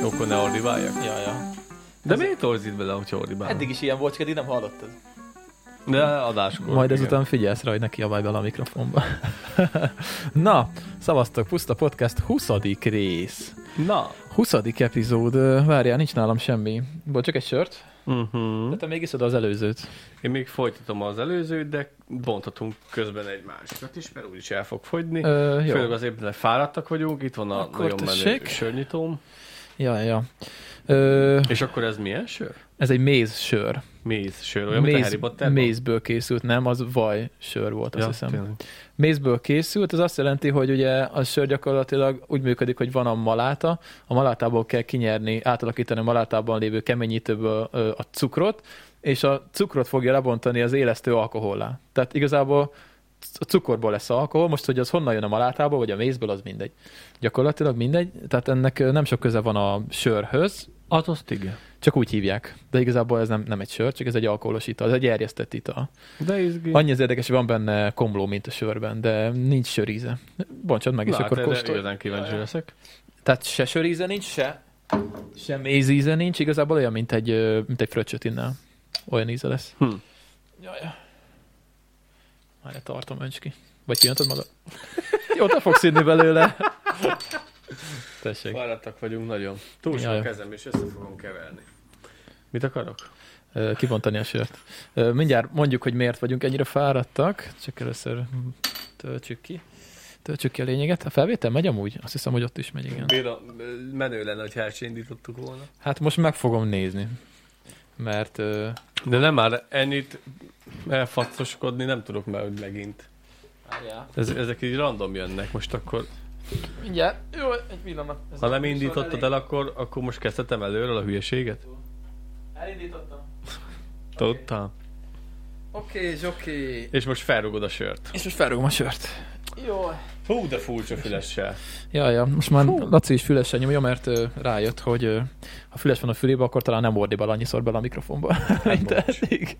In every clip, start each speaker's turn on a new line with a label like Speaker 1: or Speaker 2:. Speaker 1: Jókor ne ordiváljak.
Speaker 2: Ja, ja.
Speaker 1: De miért torzít bele, hogyha ordibál?
Speaker 2: Eddig is ilyen volt, csak eddig nem hallottad.
Speaker 1: De adáskor.
Speaker 3: Majd
Speaker 1: igen.
Speaker 3: ezután figyelsz rá, hogy ne kiabálj bele a mikrofonba. Na, szavaztok, Puszta Podcast 20. rész.
Speaker 1: Na.
Speaker 3: 20. epizód, Ö, várjál, nincs nálam semmi. Volt csak egy sört,
Speaker 1: Uh-huh.
Speaker 3: de te még iszod az előzőt.
Speaker 1: Én még folytatom az előzőt, de bonthatunk közben egy másikat is, mert úgyis el fog fogyni.
Speaker 3: Ö, jó.
Speaker 1: Főleg azért, mert fáradtak vagyunk, itt van a
Speaker 3: Akkor
Speaker 1: nagyon menő
Speaker 3: tessék.
Speaker 1: sörnyitóm.
Speaker 3: Ja, ja. Ö,
Speaker 1: És akkor ez milyen sör?
Speaker 3: ez egy méz sör.
Speaker 1: Méz sör, olyan, mint a Harry Potterban?
Speaker 3: mézből készült, nem, az vaj sör volt, azt
Speaker 1: Ja,
Speaker 3: hiszem.
Speaker 1: tényleg.
Speaker 3: mézből készült, ez azt jelenti, hogy ugye a sör gyakorlatilag úgy működik, hogy van a maláta, a malátából kell kinyerni, átalakítani a malátában lévő keményítőből ö, a cukrot, és a cukrot fogja lebontani az élesztő alkohollá. Tehát igazából c- a cukorból lesz alkohol, most hogy az honnan jön a malátából, vagy a mézből, az mindegy. Gyakorlatilag mindegy, tehát ennek ö, nem sok köze van a sörhöz,
Speaker 1: Hát azt igen.
Speaker 3: csak úgy hívják. De igazából ez nem, nem egy sör, csak ez egy alkoholos ital, ez egy erjesztett ital.
Speaker 1: De izgi.
Speaker 3: Annyi az érdekes, hogy van benne komló, mint a sörben, de nincs söríze. Bontsad meg, és
Speaker 1: Na, akkor
Speaker 3: akkor
Speaker 1: erre
Speaker 3: kóstolj.
Speaker 1: igazán kíváncsi
Speaker 2: Jaj.
Speaker 1: leszek.
Speaker 3: Tehát se söríze nincs, se, se mézíze nincs, igazából olyan, mint egy, ö, mint egy fröccsöt innál. Olyan íze lesz.
Speaker 1: Hm.
Speaker 3: Jaj. Már ne tartom, önts ki. Vagy kijöntött magad? Jó, te fogsz inni belőle. Tessék.
Speaker 1: Fáradtak vagyunk nagyon. Túl
Speaker 3: Jaj.
Speaker 1: sok kezem, és össze fogom keverni. Mit akarok?
Speaker 3: Ö, Kibontani a sört. Ö, Mindjárt mondjuk, hogy miért vagyunk ennyire fáradtak. Csak először hm, töltsük ki. Töltsük ki a lényeget. A felvétel megy amúgy? Azt hiszem, hogy ott is megy, igen.
Speaker 1: Béla, menő lenne, ha elindítottuk volna.
Speaker 3: Hát most meg fogom nézni. Mert ö,
Speaker 1: De nem már ennyit elfacoskodni nem tudok már, hogy megint.
Speaker 2: Ja.
Speaker 1: Ez, ezek így random jönnek most akkor.
Speaker 3: mindjárt, jó, egy pillanat. Ez
Speaker 1: Ha nem indítottad el, akkor, akkor most kezdhetem előről a hülyeséget?
Speaker 3: Elindítottam.
Speaker 1: Tudtam.
Speaker 3: Oké, és oké.
Speaker 1: És most felrugod a sört.
Speaker 3: És most felrúgom a sört.
Speaker 2: Jó.
Speaker 1: Hú, de furcsa fülessel.
Speaker 3: Ja, ja, most már Laci is fülesen nyomja, mert ö, rájött, hogy ö, ha füles van a fülébe, akkor talán nem ordibál annyiszor bele a mikrofonba, mint eddig.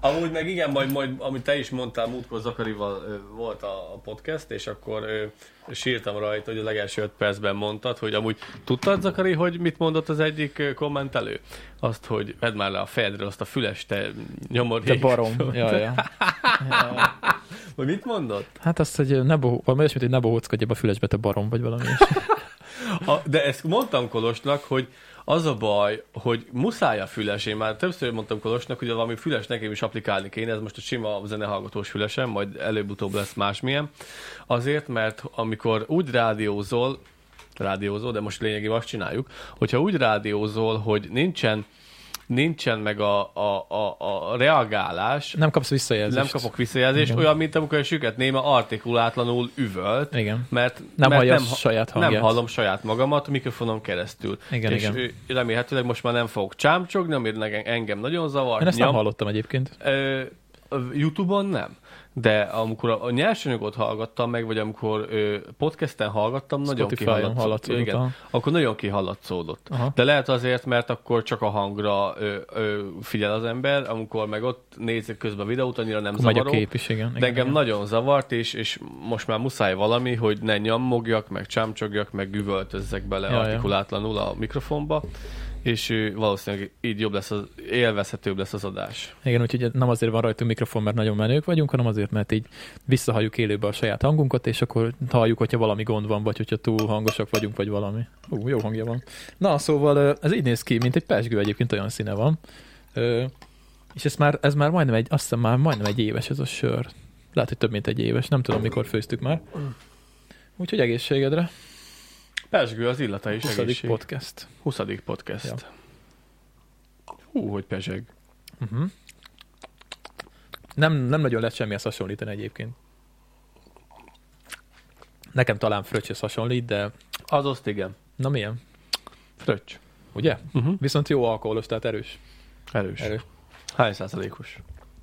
Speaker 1: Amúgy meg igen, majd, majd amit te is mondtál, múltkor Zakarival ö, volt a, a podcast, és akkor ö, sírtam rajta, hogy a legelső öt percben mondtad, hogy amúgy tudtad, Zakari, hogy mit mondott az egyik ö, kommentelő? Azt, hogy vedd már le a fejedről azt a füles, te nyomod.
Speaker 3: Te barom. Ja, ja.
Speaker 1: Vagy mit mondott?
Speaker 3: Hát azt, hogy ö, ne bohó, valami olyasmit, hogy ne bohóckodj ebbe a fülesbe, te barom vagy valami is.
Speaker 1: A, de ezt mondtam Kolosnak, hogy az a baj, hogy muszáj a füles. Én már többször mondtam Kolosnak, hogy valami füles nekem is applikálni kéne, ez most a sima zenehallgatós fülesem, majd előbb-utóbb lesz másmilyen. Azért, mert amikor úgy rádiózol, rádiózol, de most lényegében azt csináljuk, hogyha úgy rádiózol, hogy nincsen nincsen meg a, a, a, a reagálás,
Speaker 3: Nem kapsz
Speaker 1: nem
Speaker 3: visszajelzést.
Speaker 1: kapok visszajelzést,
Speaker 3: Igen.
Speaker 1: olyan, mint amikor a süket néma artikulátlanul üvölt,
Speaker 3: Igen.
Speaker 1: mert
Speaker 3: Nem
Speaker 1: mert
Speaker 3: hallja a saját hangját.
Speaker 1: Nem hallom saját magamat mikrofonon keresztül.
Speaker 3: Igen,
Speaker 1: és
Speaker 3: igen.
Speaker 1: ő- remélhetőleg most már nem fogok csámcsogni, ami nekem- engem nagyon zavar.
Speaker 3: Én ezt nem
Speaker 1: Nyom-
Speaker 3: hallottam egyébként.
Speaker 1: Ö, a YouTube-on nem. De amikor a a nyersanyagot hallgattam meg, vagy amikor ö, podcasten hallgattam, nagyon
Speaker 3: Spotify-on
Speaker 1: kihallatszó-
Speaker 3: hallatszódott, aha.
Speaker 1: Igen, akkor nagyon kihallatszódott.
Speaker 3: Aha.
Speaker 1: De lehet azért, mert akkor csak a hangra ö, ö, figyel az ember, amikor meg ott nézik közben a videót, annyira nem
Speaker 3: Megy a
Speaker 1: zavaró.
Speaker 3: kép is, igen.
Speaker 1: De
Speaker 3: igen,
Speaker 1: engem
Speaker 3: igen.
Speaker 1: nagyon zavart, és, és most már muszáj valami, hogy ne nyammogjak, meg csámcsogjak, meg üvöltözzek bele
Speaker 3: Ja, ja.
Speaker 1: ja, artikulátlanul a mikrofonba, és ö, valószínűleg így jobb lesz, az, élvezhetőbb lesz az adás.
Speaker 3: Igen, úgyhogy nem azért van rajtunk mikrofon, mert nagyon menők vagyunk, hanem azért, mert így visszahalljuk élőbe a saját hangunkat, és akkor halljuk, hogyha valami gond van, vagy hogyha túl hangosak vagyunk, vagy valami. Ú, jó hangja van. Na, szóval ö, ez így néz ki, mint egy pesgő egyébként, olyan színe van. Ö, és ez már, ez már majdnem egy, azt hiszem már majdnem egy éves ez a sör. Lehet, hogy több mint egy éves, nem tudom, mikor főztük már. Úgyhogy egészségedre,
Speaker 1: Pesgő az illata is
Speaker 3: 20.
Speaker 1: egészség. Pod-
Speaker 3: podcast.
Speaker 1: 20. podcast.
Speaker 3: Ja.
Speaker 1: Ja. Hú, hogy pezseg.
Speaker 3: Uh-huh. Nem, nem nagyon lehet semmihez hasonlítani egyébként. Nekem talán fröccsöz hasonlít, de
Speaker 1: Az azt igen.
Speaker 3: na milyen?
Speaker 1: Fröccs.
Speaker 3: Ugye?
Speaker 1: Uh-huh.
Speaker 3: Viszont jó alkoholos, tehát Mhm. erős.
Speaker 1: Erős.
Speaker 3: erős.
Speaker 1: Hány százalékos?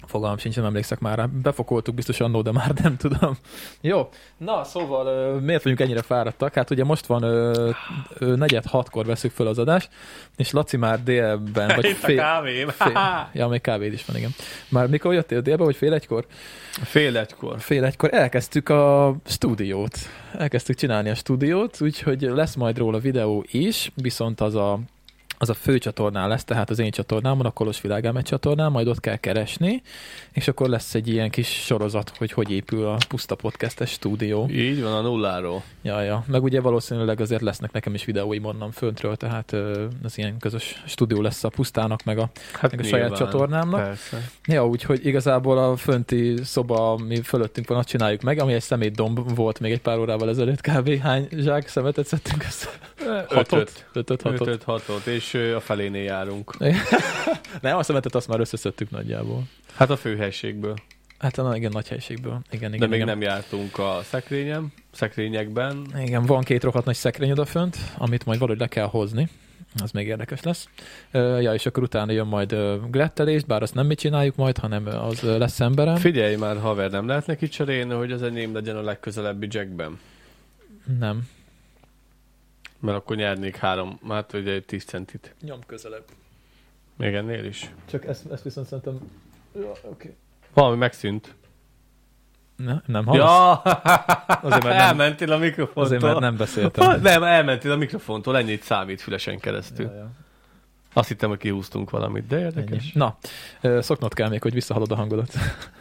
Speaker 3: Fogalmam sincs, nem emlékszek már rá. Befokoltuk biztos annó, de már nem tudom. Jó, na szóval ö, miért vagyunk ennyire fáradtak? Hát ugye most van ö, ö, negyed hatkor veszük föl az adást, és Laci már délben, vagy
Speaker 1: Itt a
Speaker 3: fél...
Speaker 1: kávém.
Speaker 3: fél ja, még kávéd is van, igen. Már mikor jöttél délbe, vagy fél egykor?
Speaker 1: Fél egykor.
Speaker 3: Fél egykor elkezdtük a stúdiót. Elkezdtük csinálni a stúdiót, úgyhogy lesz majd róla videó is, viszont az a az a fő csatornán lesz, tehát az én csatornámon, a Kolos Világelmet csatornán, majd ott kell keresni, és akkor lesz egy ilyen kis sorozat, hogy hogy épül a Puszta Podcastes stúdió.
Speaker 1: Így van, a nulláról.
Speaker 3: Ja, ja. Meg ugye valószínűleg azért lesznek nekem is videóim onnan föntről, tehát ö, az ilyen közös stúdió lesz a Pusztának, meg a,
Speaker 1: Hát
Speaker 3: meg a saját csatornámnak.
Speaker 1: Persze.
Speaker 3: Ja, úgyhogy igazából a fönti szoba, ami fölöttünk van, azt csináljuk meg, ami egy szemétdomb volt még egy pár órával ezelőtt, kb. hány zsák szemetet szedtünk össze?
Speaker 1: Ötöt.
Speaker 3: Ötöt, hatot.
Speaker 1: Ötöt, hatot, és ö, a felénél járunk.
Speaker 3: Nem, a szemetet azt már összeszedtük nagyjából.
Speaker 1: Hát a főhelységből.
Speaker 3: Hát na, igen, nagy helyiségből. Igen,
Speaker 1: De
Speaker 3: igen,
Speaker 1: még
Speaker 3: igen.
Speaker 1: nem jártunk a szekrényem, szekrényekben.
Speaker 3: Igen, van két rohadt nagy szekrény odafönt, amit majd valahogy le kell hozni. Az még érdekes lesz. Ö, Ja, és akkor utána jön majd ö, glettelést, bár azt nem mi csináljuk majd, hanem az ö, lesz emberem.
Speaker 1: Figyelj már, haver, nem lehet neki cserélni, hogy az enyém legyen a legközelebbi jackben.
Speaker 3: Nem.
Speaker 1: Mert akkor nyernék három, hát ugye 10 centit.
Speaker 3: Nyom közelebb.
Speaker 1: Még ennél is.
Speaker 3: Csak ezt, ezt viszont szerintem... Ja, okay.
Speaker 1: Valami megszűnt.
Speaker 3: Ne, nem hallasz?
Speaker 1: Ja,
Speaker 3: Azért, mert nem-
Speaker 1: elmentél a mikrofontól.
Speaker 3: Azért, mert nem beszéltem.
Speaker 1: Nem, elmentél a mikrofontól, ennyit számít fülesen keresztül.
Speaker 3: Ja, ja.
Speaker 1: Azt hittem, hogy kihúztunk valamit, de
Speaker 3: Ennyi.
Speaker 1: érdekes.
Speaker 3: Na, ö, szoknod kell még, hogy visszahalod a hangodat.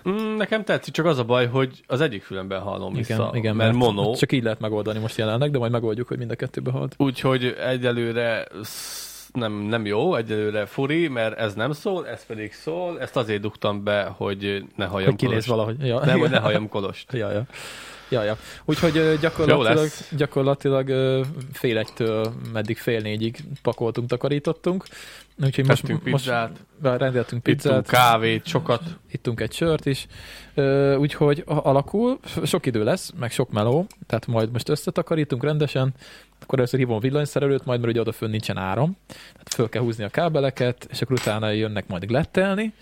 Speaker 1: Mm, nekem tetszik, csak az a baj, hogy az egyik fülemben hallom vissza, mert, mono,
Speaker 3: Csak így lehet megoldani most jelenleg, de majd megoldjuk, hogy mind a kettőbe halt.
Speaker 1: Úgyhogy egyelőre sz- nem, nem jó, egyelőre furi, mert ez nem szól, ez pedig szól, ezt azért dugtam be, hogy ne halljam
Speaker 3: Hogy kinéz valahogy. Ja,
Speaker 1: Nem, hogy ne halljam kolost.
Speaker 3: Ja, ja. Ja, ja. Úgyhogy ö,
Speaker 1: Jó
Speaker 3: gyakorlatilag,
Speaker 1: lesz.
Speaker 3: gyakorlatilag ö, fél egytől meddig fél négyig pakoltunk, takarítottunk. Úgyhogy most,
Speaker 1: Tettünk pizzát.
Speaker 3: most rendeltünk
Speaker 1: Ittunk
Speaker 3: pizzát,
Speaker 1: kávét, sokat.
Speaker 3: ittunk egy sört is, Ö, úgyhogy a- alakul, so- sok idő lesz, meg sok meló, tehát majd most összetakarítunk rendesen, akkor először hívom a villanyszerelőt, majd mert ugye odafönn nincsen áram, tehát föl kell húzni a kábeleket, és akkor utána jönnek majd glettelni,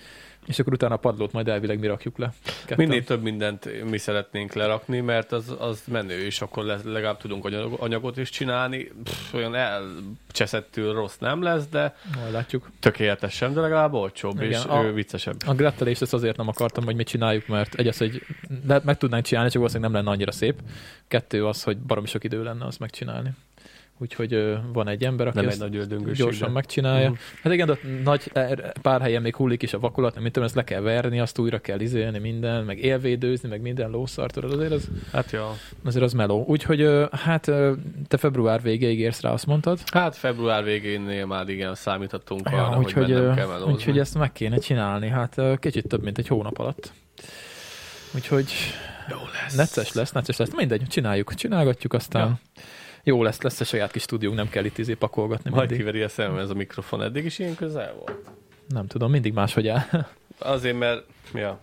Speaker 3: és akkor utána a padlót majd elvileg mi rakjuk le. Ketten.
Speaker 1: Minél több mindent mi szeretnénk lerakni, mert az, az menő, és akkor le, legalább tudunk anyag- anyagot is csinálni. Pff, olyan elcseszettül rossz nem lesz, de
Speaker 3: Majd látjuk.
Speaker 1: tökéletes sem, de legalább olcsóbb
Speaker 3: Igen,
Speaker 1: és
Speaker 3: a-
Speaker 1: a... viccesebb.
Speaker 3: A grettelést ezt azért nem akartam, hogy mit csináljuk, mert egy az, hogy de meg tudnánk csinálni, csak valószínűleg nem lenne annyira szép. Kettő az, hogy baromi sok idő lenne azt megcsinálni. Úgyhogy ö, van egy ember, aki
Speaker 1: Nem egy
Speaker 3: azt
Speaker 1: nagy ördöngőség.
Speaker 3: gyorsan
Speaker 1: de-
Speaker 3: megcsinálja.
Speaker 1: Mhm.
Speaker 3: Hát igen, de ott nagy, er- pár helyen még hullik is a vakulat, nem tudom, ezt le kell verni, azt újra kell izélni minden, meg élvédőzni, meg minden lószart, tudod, azért az,
Speaker 1: Hát jó.
Speaker 3: azért az meló. Úgyhogy ö, hát ö, te február végéig érsz rá, azt mondtad.
Speaker 1: Hát február végénél már igen számíthatunk ja,
Speaker 3: Ja,
Speaker 1: arra, úgyhogy, hogy
Speaker 3: úgyhogy,
Speaker 1: mennem
Speaker 3: ö,
Speaker 1: kell melózni.
Speaker 3: úgyhogy ezt meg kéne csinálni, hát ö, kicsit több, mint egy hónap alatt. Úgyhogy
Speaker 1: Jó lesz.
Speaker 3: necces lesz, necces lesz. Mindegy, csináljuk, csinálgatjuk, aztán ja. jó lesz, lesz a saját kis stúdiónk, nem kell itt izé pakolgatni
Speaker 1: Majd
Speaker 3: mindig.
Speaker 1: kiveri a szemem ez a mikrofon, eddig is ilyen közel volt.
Speaker 3: Nem tudom, mindig máshogy áll.
Speaker 1: Azért, mert, ja,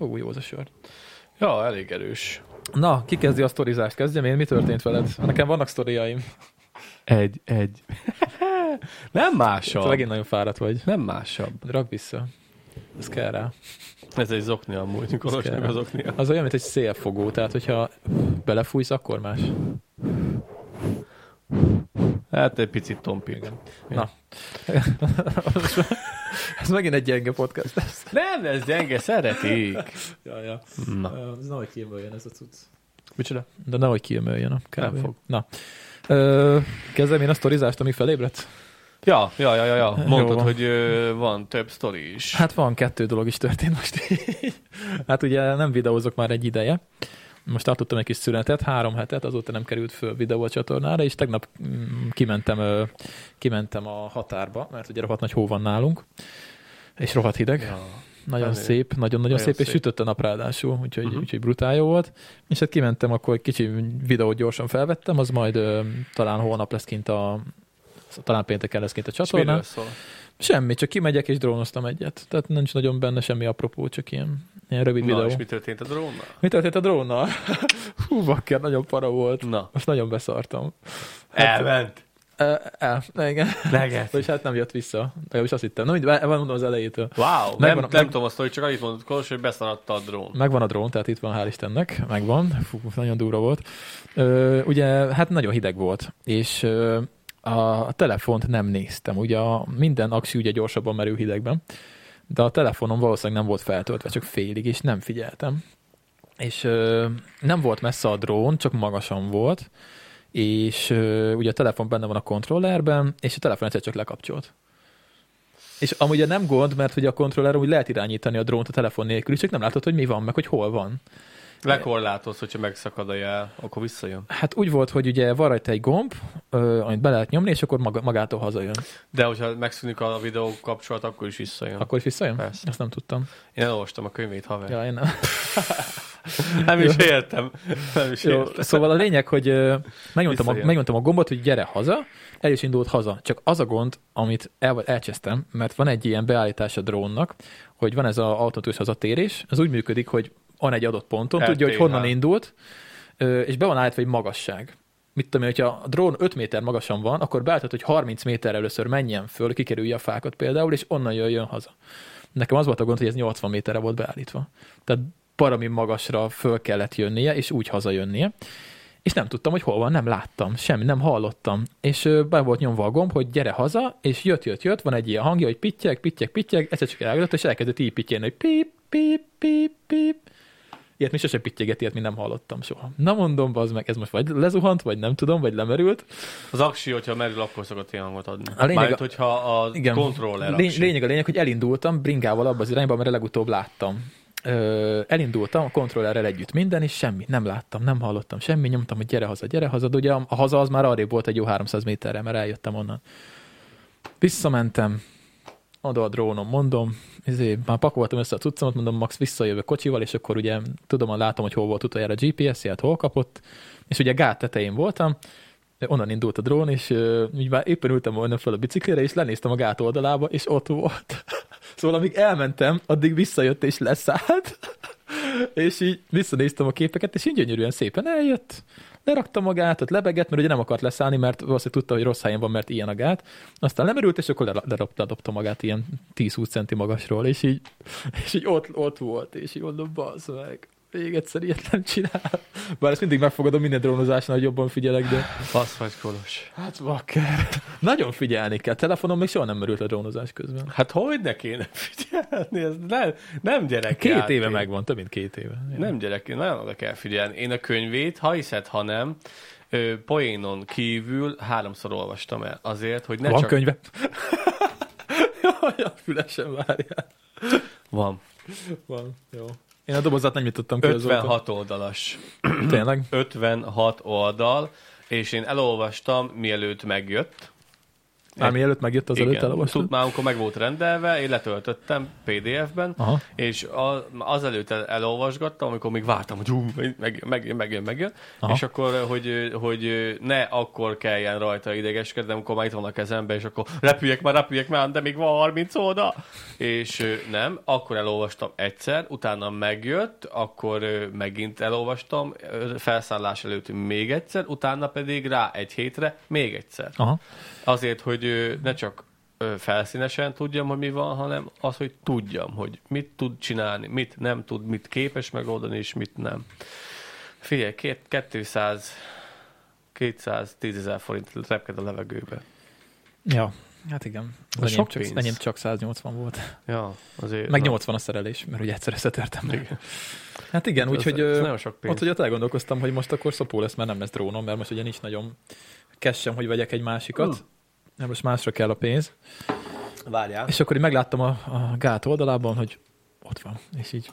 Speaker 3: Ó, jó az a sör.
Speaker 1: ja elég erős.
Speaker 3: Na, ki kezdi a sztorizást? Kezdjem én? Mi történt veled? Nekem vannak sztoriaim.
Speaker 1: Egy, egy. Nem
Speaker 3: Te
Speaker 1: másabb.
Speaker 3: megint nagyon fáradt vagy.
Speaker 1: Nem másabb.
Speaker 3: Rak vissza. Ez kell rá.
Speaker 1: Ez egy zokni amúgy,
Speaker 3: Ez
Speaker 1: Nikolosnak
Speaker 3: kell.
Speaker 1: az zoknia.
Speaker 3: Az olyan, mint egy szélfogó, tehát hogyha belefújsz, akkor más.
Speaker 1: Hát egy picit tompik.
Speaker 3: Na. Ez megint egy gyenge podcast lesz.
Speaker 1: Nem, ez gyenge, szeretik.
Speaker 3: Ja, ja.
Speaker 1: Na.
Speaker 3: Ez nehogy kiemöljön ez a cucc.
Speaker 1: Micsoda?
Speaker 3: De nehogy kiemöljön a kávé.
Speaker 1: Nem fog.
Speaker 3: Na. Ö, kezdem én a sztorizást, ami felébredt?
Speaker 1: Ja, ja, ja, ja, ja.
Speaker 3: Jó
Speaker 1: Mondtad,
Speaker 3: van.
Speaker 1: hogy ö, van több sztori is.
Speaker 3: Hát van, kettő dolog is történt most így. Hát ugye nem videózok már egy ideje. Most tartottam egy kis szünetet, három hetet, azóta nem került föl videó a csatornára, és tegnap mm, kimentem, ö, kimentem a határba, mert ugye rohadt nagy hó van nálunk, és rohadt hideg. Ja.
Speaker 1: Ja.
Speaker 3: Nagyon
Speaker 1: Elég.
Speaker 3: szép, nagyon-nagyon
Speaker 1: Nagyon
Speaker 3: szép, és
Speaker 1: szép.
Speaker 3: sütött a nap ráadásul, úgyhogy,
Speaker 1: Mhm.
Speaker 3: uh-huh. úgyhogy brutál jó volt. És hát kimentem, akkor egy kicsi videót gyorsan felvettem, az majd ö, talán holnap lesz kint a talán pénteken lesz kint a
Speaker 1: És miről
Speaker 3: csatornán.
Speaker 1: szól?
Speaker 3: Semmi, csak kimegyek és drónoztam egyet. Tehát nincs nagyon benne semmi apropó, csak ilyen, ilyen rövid Na,
Speaker 1: Na,
Speaker 3: videó.
Speaker 1: és mi
Speaker 3: Mi...
Speaker 1: történt a drónnal?
Speaker 3: mi történt a drónnal? Hú, bakker, nagyon para volt.
Speaker 1: Na,
Speaker 3: Most nagyon beszartam. Hát,
Speaker 1: elment.
Speaker 3: Ö, El, igen.
Speaker 1: Leget.
Speaker 3: Vagyis hát nem jött vissza. Legalábbis azt hittem. Na, mind, elmondom az elejétől.
Speaker 1: Wow, nem,
Speaker 3: Megvan-
Speaker 1: nem,
Speaker 3: meg-
Speaker 1: tudom a sztori, csak annyit mondott Kolos, hogy beszanatta a drón.
Speaker 3: Megvan a drón, tehát itt van, hál' Istennek, megvan. Fú, nagyon durva volt. Ö, ugye, hát nagyon hideg volt, és ö, a telefont nem néztem. Ugye a, minden aksi ugye gyorsabban merül hidegben, de a telefonom valószínűleg nem volt feltöltve, csak félig, és nem figyeltem. És ö, nem volt messze a drón, csak magasan volt, és ö, ugye a telefon benne van a kontrollerben, és a telefon egyszer csak lekapcsolt. És amúgy ugye nem gond, mert hogy a kontroller úgy lehet irányítani a drónt a telefon nélkül, csak nem látod, hogy mi van, meg hogy hol van.
Speaker 1: Lekorlátoz, hogyha megszakad a jel, akkor visszajön.
Speaker 3: Hát úgy volt, hogy ugye van rajta egy gomb, ö, amit be lehet nyomni, és akkor maga, magától hazajön.
Speaker 1: De hogyha megszűnik a videó kapcsolat, akkor is visszajön.
Speaker 3: Akkor is visszajön?
Speaker 1: Persze.
Speaker 3: Ezt nem tudtam.
Speaker 1: Én elolvastam a könyvét, haver.
Speaker 3: Ja, én nem.
Speaker 1: Nem is értem. Nem is
Speaker 3: Jó,
Speaker 1: értem.
Speaker 3: szóval a lényeg, hogy ö, megnyomtam a,
Speaker 1: Visszajön.
Speaker 3: megnyomtam a gombot, hogy gyere haza, el is indult haza. Csak az a gond, amit el, elcsesztem, mert van egy ilyen beállítás a drónnak, hogy van ez az automatikus hazatérés, az úgy működik, hogy van egy adott ponton, tudja, hogy
Speaker 1: LTH.
Speaker 3: honnan indult, ö, és be van állítva egy magasság. Mit tudom én, hogyha a drón 5 méter magasan van, akkor beállítod, hogy 30 méter először menjen föl, kikerülje a fákat például, és onnan jöjjön haza. Nekem az volt a gond, hogy ez 80 méterre volt beállítva. Tehát parami magasra föl kellett jönnie, és úgy hazajönnie. És nem tudtam, hogy hol van, nem láttam, semmi, nem hallottam. És ö, be volt nyomva a gomb, hogy gyere haza, és jött, jött, jött, van egy ilyen hangja, hogy pittyek, pittyek, pittyek, egyszer csak elgondolta, és elkezdett így pittyelni, hogy pip, pip, pip, pip. Ilyet mi sose pittyeget, ilyet mi nem hallottam soha. Na mondom, az meg, ez most vagy lezuhant, vagy nem tudom, vagy lemerült.
Speaker 1: Az aksi, hogyha merül, akkor szokott ilyen hangot adni.
Speaker 3: A lényeg-
Speaker 1: Mármint, hogyha a
Speaker 3: Igen.
Speaker 1: kontroller
Speaker 3: Lény,
Speaker 1: aksi.
Speaker 3: lényeg a lényeg, hogy elindultam bringával abba az irányba, amire legutóbb láttam. Ö, elindultam a kontrollerrel együtt minden, és semmi, nem láttam, nem hallottam semmi, nyomtam, hogy gyere haza, gyere haza, de ugye a a haza az már arrébb volt egy jó 300 méterre, mert eljöttem onnan. Visszamentem, oda a drónom, mondom, izé, már pakoltam össze a cuccomat, mondom, Max visszajövök kocsival, és akkor ugye tudom, látom, hogy hol volt utoljára a GPS-ját, hol kapott, és ugye gát tetején voltam, onnan indult a drón, és uh, így már éppen ültem volna fel a biciklire, és lenéztem a gát oldalába, és ott volt. Szóval amíg elmentem, addig visszajött és leszállt, és így visszanéztem a képeket, és így gyönyörűen szépen eljött, lerakta a gátot, lebegett, mert ugye nem akart leszállni, mert valószínűleg tudta, hogy rossz helyen van, mert ilyen a gát. Aztán lemerült, és akkor ler- lerobta, dobta magát ilyen 10-20 centi magasról, és így, és így ott, ott volt, és így mondom, bazd meg, még egyszer ilyet nem csinál. Bár ezt mindig megfogadom minden drónozásnál, hogy jobban figyelek, de...
Speaker 1: Fasz vagy kolos.
Speaker 3: Hát vakker. Nagyon figyelni kell. Telefonom még soha nem merült a drónozás közben.
Speaker 1: Hát hogy ne kéne figyelni? Ez nem, nem gyerek.
Speaker 3: Két éve megvan, több mint két éve.
Speaker 1: Nem gyerek, nagyon oda kell figyelni. Én a könyvét, ha hiszed, ha nem, ö, poénon kívül háromszor olvastam el. Azért, hogy ne
Speaker 3: Van
Speaker 1: csak...
Speaker 3: könyve? Jaj, a fülesen várjál.
Speaker 1: Van.
Speaker 3: Van, jó. Én a dobozat nem nyitottam ki azóta.
Speaker 1: 56 oldalas.
Speaker 3: Tényleg?
Speaker 1: 56 oldal, és én elolvastam, mielőtt megjött.
Speaker 3: Már mielőtt megjött az előtt
Speaker 1: Tud,
Speaker 3: elolvastad?
Speaker 1: már amikor meg volt rendelve, én letöltöttem PDF-ben,
Speaker 3: Aha.
Speaker 1: és a, azelőtt el, elolvasgattam, amikor még vártam, hogy ú, meg, megjön, megjön, megjön,
Speaker 3: Aha.
Speaker 1: és akkor, hogy, hogy ne akkor kelljen rajta idegeskedni, amikor már itt van a kezembe, és akkor repüljek már, repüljek már, de még van 30 oda, és ö, nem, akkor elolvastam egyszer, utána megjött, akkor ö, megint elolvastam, ö, felszállás előtt még egyszer, utána pedig rá egy hétre még egyszer.
Speaker 3: Aha.
Speaker 1: Azért, hogy ö, ne csak ö, felszínesen tudjam, hogy mi van, hanem az, hogy tudjam, hogy mit tud csinálni, mit nem tud, mit képes megoldani, és mit nem. Figyelj, két, 200 210 ezer forint repked a levegőbe.
Speaker 3: Ja. Hát igen. Az
Speaker 1: Az
Speaker 3: enyém,
Speaker 1: sok
Speaker 3: csak,
Speaker 1: pénz.
Speaker 3: enyém csak 180 volt.
Speaker 1: Ja, azért.
Speaker 3: Meg
Speaker 1: na,
Speaker 3: 80 a szerelés, mert ugye egyszer összetörtem. meg. Hát igen,
Speaker 1: ez-
Speaker 3: úgyhogy...
Speaker 1: ez
Speaker 3: ö,
Speaker 1: nagyon sok pénz.
Speaker 3: Ott ugye ott elgondolkoztam, hogy most akkor szopó lesz, mert nem lesz drónom, mert most ugye nincs nagyon kessem, hogy vegyek egy másikat.
Speaker 1: Mm.
Speaker 3: Mert most másra kell a pénz.
Speaker 2: Várjál.
Speaker 3: És akkor így megláttam a, a gát oldalában, hogy ott van. És így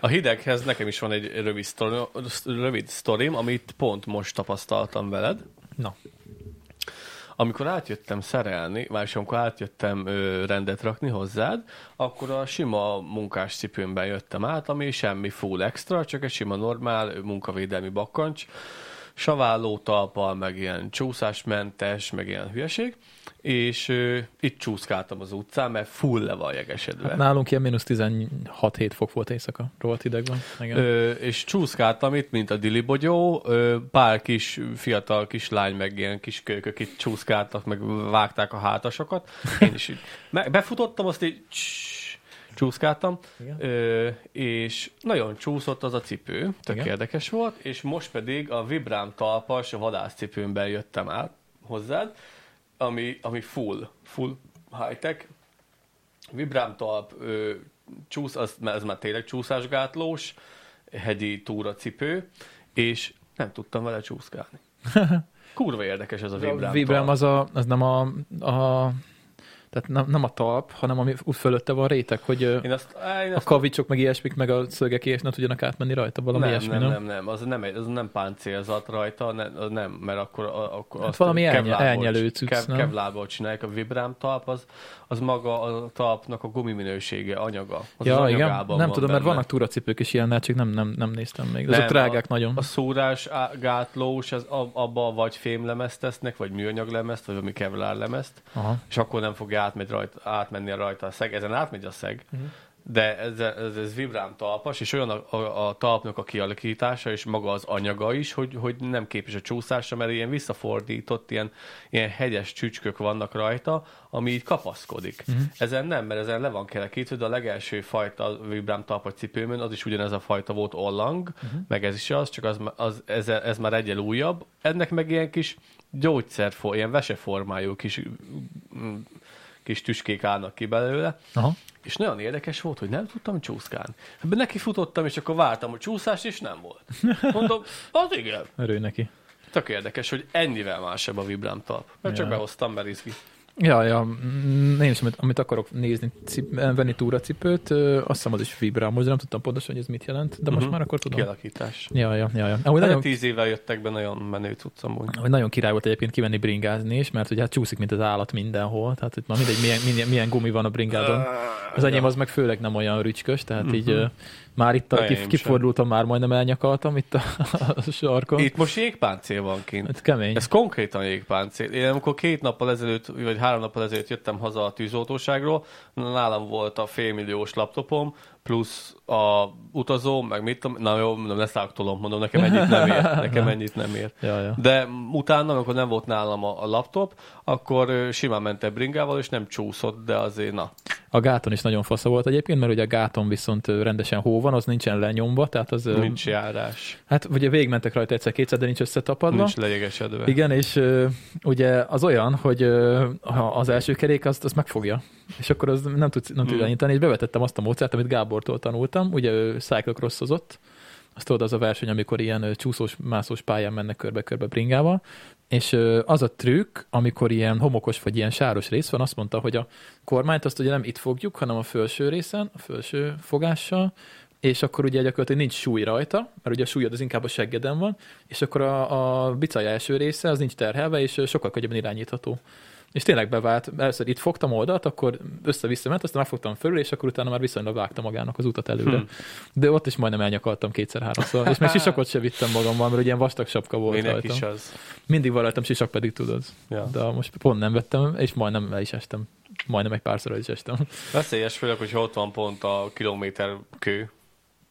Speaker 1: A hideghez nekem is van egy rövid, sztori, rövid sztorim, amit pont most tapasztaltam veled.
Speaker 3: Na.
Speaker 1: Amikor átjöttem szerelni, vagyis amikor átjöttem ö, rendet rakni hozzád, akkor a sima munkás cipőmben jöttem át, ami semmi full extra, csak egy sima normál ö, munkavédelmi bakkancs, saváló talpal, meg ilyen csúszásmentes, meg ilyen hülyeség, és ö, itt csúszkáltam az utcán, mert full le van jegesedve.
Speaker 3: Hát nálunk ilyen mínusz 16-7 fok volt éjszaka. Rohadt ideg van. Igen.
Speaker 1: Ö, és csúszkáltam itt, mint a dilibogyó, ö, pár kis fiatal kislány, meg ilyen kis kölykök itt csúszkáltak, meg vágták a hátasokat. Én is így me- befutottam, azt így css, csúszkáltam,
Speaker 3: Igen.
Speaker 1: ö, és nagyon csúszott az a cipő, tök
Speaker 3: Igen.
Speaker 1: érdekes volt, és most pedig a Vibrám talpas vadászcipőmben jöttem át hozzád, ami, ami full, full high-tech, Vibrámtalp ö, csúsz, az, mert ez már tényleg csúszásgátlós, hegyi túracipő, és nem tudtam vele csúszkálni. Kurva érdekes ez a
Speaker 3: A
Speaker 1: vibrám.
Speaker 3: Vibrám
Speaker 1: talp.
Speaker 3: az, a, az nem a, a tehát nem, nem a talp, hanem ami ú- fölötte van réteg, hogy ö,
Speaker 1: Én azt, á, én
Speaker 3: a
Speaker 1: azt
Speaker 3: kavicsok, meg ilyesmik, meg a szögek és nem tudjanak átmenni rajta, valami
Speaker 1: nem,
Speaker 3: ilyesmi,
Speaker 1: nem,
Speaker 3: nem?
Speaker 1: nem, nem, az nem, egy- az nem páncélzat rajta, nem, az nem mert akkor, a- akkor
Speaker 3: Hát valami elnyel-
Speaker 1: kevlából-
Speaker 3: elnyelő cucc,
Speaker 1: kev,
Speaker 3: nem?
Speaker 1: kevlából csinálják, a vibrám talp, az, az maga a talpnak a gumiminősége, anyaga. Az
Speaker 3: ja,
Speaker 1: az
Speaker 3: igen, nem
Speaker 1: anyagában
Speaker 3: tudom,
Speaker 1: van
Speaker 3: mert
Speaker 1: benne.
Speaker 3: vannak túracipők is ilyen, csak nem, nem, nem néztem még. Azok
Speaker 1: Nem,
Speaker 3: drágák nagyon.
Speaker 1: A szórás á- gátlós, az ab- abba vagy fémlemezt tesznek, vagy műanyag lemezt, vagy valami kevlar lemezt,
Speaker 3: Aha.
Speaker 1: és akkor nem fogja átmegy rajta, átmenni a rajta a szeg. Ezen átmegy a szeg, de ez, ez, ez vibrám talpas, és olyan a, a, a talpnak a kialakítása, és maga az anyaga is, hogy, hogy nem képes a csúszásra, mert ilyen visszafordított, ilyen, ilyen hegyes csücskök vannak rajta, ami így kapaszkodik. Ezen nem, mert ezen le van kerekítve, de a legelső fajta vibrám talpas cipőmön az is ugyanez a fajta volt ollang, meg ez is az, csak az, az, ez, ez már egyel újabb. Ennek meg ilyen kis gyógyszer, ilyen veseformájú kis, mm, kis tüskék állnak ki belőle,
Speaker 3: Aha.
Speaker 1: és nagyon érdekes volt, hogy nem tudtam csúszkálni. Ebben neki futottam, és akkor vártam a csúszást, és nem volt. Mondom, az igen.
Speaker 3: Örülj neki.
Speaker 1: Tök érdekes, hogy ennyivel másabb a vibrám talp. Mert csak
Speaker 3: Ja.
Speaker 1: behoztam, mert izgi.
Speaker 3: Ja, ja, mm, én is, amit, amit akarok nézni, cip, venni túracipőt, ö, azt hiszem az is vibrál. Most nem tudtam pontosan, hogy ez mit jelent, de most
Speaker 1: Mhm.
Speaker 3: már akkor tudom.
Speaker 1: Kialakítás.
Speaker 3: Ja, ja, ja, ja. Amúgy
Speaker 1: Nagyon...
Speaker 3: nagyon,
Speaker 1: Tíz évvel jöttek be nagyon menő cuccam úgy.
Speaker 3: amúgy nagyon király volt egyébként kimenni bringázni is, mert ugye hát csúszik, mint az állat mindenhol, tehát itt már mindegy, milyen, milyen, milyen gumi van a bringádon. Az enyém az meg főleg nem olyan rücskös, tehát így
Speaker 1: Mhm.
Speaker 3: ö, már itt a,
Speaker 1: Enyém
Speaker 3: kif,
Speaker 1: sem.
Speaker 3: kifordultam, már majdnem elnyakaltam itt a, a sarkon.
Speaker 1: Itt most jégpáncél van kint.
Speaker 3: Hát kemény.
Speaker 1: Ez konkrétan jégpáncél. Én amikor két nappal ezelőtt, vagy három nappal ezelőtt jöttem haza a tűzoltóságról, nálam volt a félmilliós laptopom, plusz a utazóm, meg mit tudom, na jó, mondom, ne száktolom, mondom, nekem ennyit nem ér, nekem ennyit nem ér.
Speaker 3: Ja, ja.
Speaker 1: De utána, amikor nem volt nálam a, a laptop, akkor ö, simán mentem bringával, és nem csúszott, de azért na.
Speaker 3: A gáton is nagyon fasza volt egyébként, mert ugye a gáton viszont ö, rendesen hó van, az nincsen lenyomva, tehát az... ö,
Speaker 1: Nincs járás,
Speaker 3: Hát ugye végigmentek rajta egyszer-kétszer, de nincs összetapadva.
Speaker 1: nincs lejegesedve.
Speaker 3: Igen, és ö, ugye az olyan, hogy ö, ha az első kerék azt, azt megfogja, és akkor az nem tudsz nem tud
Speaker 1: Mm.
Speaker 3: irányítani, és bevetettem azt a módszert, amit Gábortól tanultam, ugye ő cyclocrossozott, azt tudod, az a verseny, amikor ilyen ö, csúszós, mászós pályán mennek körbe-körbe bringával, és ö, az a trükk, amikor ilyen homokos vagy ilyen sáros rész van, azt mondta, hogy a kormányt azt ugye nem itt fogjuk, hanem a felső részen, a felső fogással, és akkor ugye gyakorlatilag nincs súly rajta, mert ugye a súlyod az inkább a seggeden van, és akkor a, a bicaja első része az nincs terhelve, és ö, sokkal könnyebben irányítható. És tényleg bevált, először itt fogtam oldalt, akkor össze-vissza ment, aztán megfogtam fölül, és akkor utána már viszonylag vágta magának az utat előre. Hmm. De ott is majdnem elnyakaltam kétszer-háromszor, és még sisakot se vittem magammal, mert ugye ilyen vastag sapka volt
Speaker 1: Minek
Speaker 3: rajtam.
Speaker 1: is az.
Speaker 3: Mindig van rajtam sisak, pedig tudod.
Speaker 1: Ja.
Speaker 3: De most pont nem vettem, és majdnem el is estem. Majdnem egy párszor el is estem.
Speaker 1: Veszélyes, főleg, hogyha ott van pont a kilométer kő,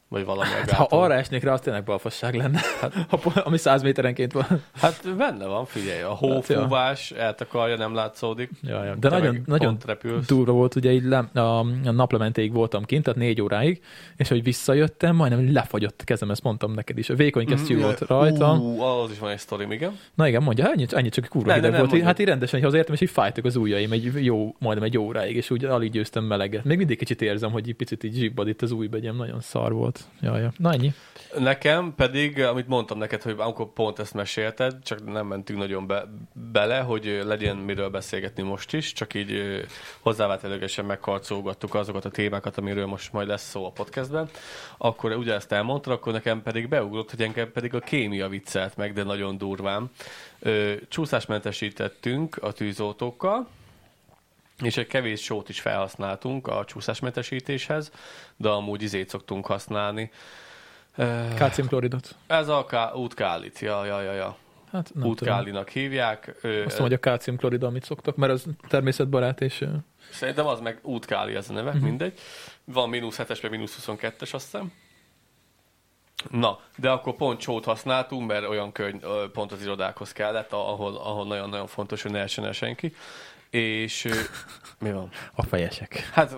Speaker 1: vagy valami a
Speaker 3: Hát, Ha
Speaker 1: gáton.
Speaker 3: arra esnék rá, az tényleg balfasság lenne, ha, po- ami száz méterenként van.
Speaker 1: Hát benne van, figyelj, a
Speaker 3: Hát, ja.
Speaker 1: hófúvás eltakarja, nem látszódik.
Speaker 3: Ja, ja. De
Speaker 1: Te
Speaker 3: nagyon,
Speaker 1: meg
Speaker 3: nagyon
Speaker 1: pont repülsz.
Speaker 3: durva volt, ugye így le, a, a naplementéig voltam kint, tehát négy óráig, és hogy visszajöttem, majdnem lefagyott a kezem, ezt mondtam neked is. A vékony kesztyű volt rajta.
Speaker 1: Mhm. Ú, az is van egy sztorim, igen.
Speaker 3: Na igen, mondja, ennyi, ennyi csak kurva
Speaker 1: Ne,
Speaker 3: ne,
Speaker 1: de
Speaker 3: hideg
Speaker 1: nem
Speaker 3: volt. Így-
Speaker 1: mondjuk.
Speaker 3: Hát így rendesen, hogy hazaértem, és így fájtak az ujjaim egy jó, majdnem egy óráig, és úgy alig győztem meleget. Még mindig kicsit érzem, hogy egy picit így zsibbad itt az ujjbegyem, nagyon szar volt. Jaj, ja. Na ennyi.
Speaker 1: Nekem pedig, amit mondtam neked, hogy amikor pont ezt mesélted, csak nem mentünk nagyon be, bele, hogy ö, legyen miről beszélgetni most is, csak így ö, hozzávetőlegesen megkarcolgattuk azokat a témákat, amiről most majd lesz szó a podcastben. Akkor ugye ezt elmondta, akkor nekem pedig beugrott, hogy engem pedig a kémia viccelt meg, de nagyon durván. Ö, Csúszásmentesítettünk a tűzoltókkal, és egy kevés sót is felhasználtunk a csúszásmentesítéshez, de amúgy izét szoktunk használni. Ö,
Speaker 3: Kálciumkloridot.
Speaker 1: ez a ká- útkálit, ja, ja, ja, ja.
Speaker 3: Hát nem tudom.
Speaker 1: Útkálinak hívják. Ö,
Speaker 3: Azt mondom, hogy a kálciumklorid, amit szoktak, mert az természetbarát, és ö,
Speaker 1: Szerintem az meg útkáli ez a neve,
Speaker 3: Mhm.
Speaker 1: uh-huh. mindegy. Van mínusz 7-es, meg mínusz 22-es, azt hiszem. Na, de akkor pont csót használtunk, mert olyan könyv ö, pont az irodákhoz kellett, ahol, ahol nagyon-nagyon fontos, hogy ne essen el senki. És ö, mi van?
Speaker 3: a fejesek.
Speaker 1: Hát, na,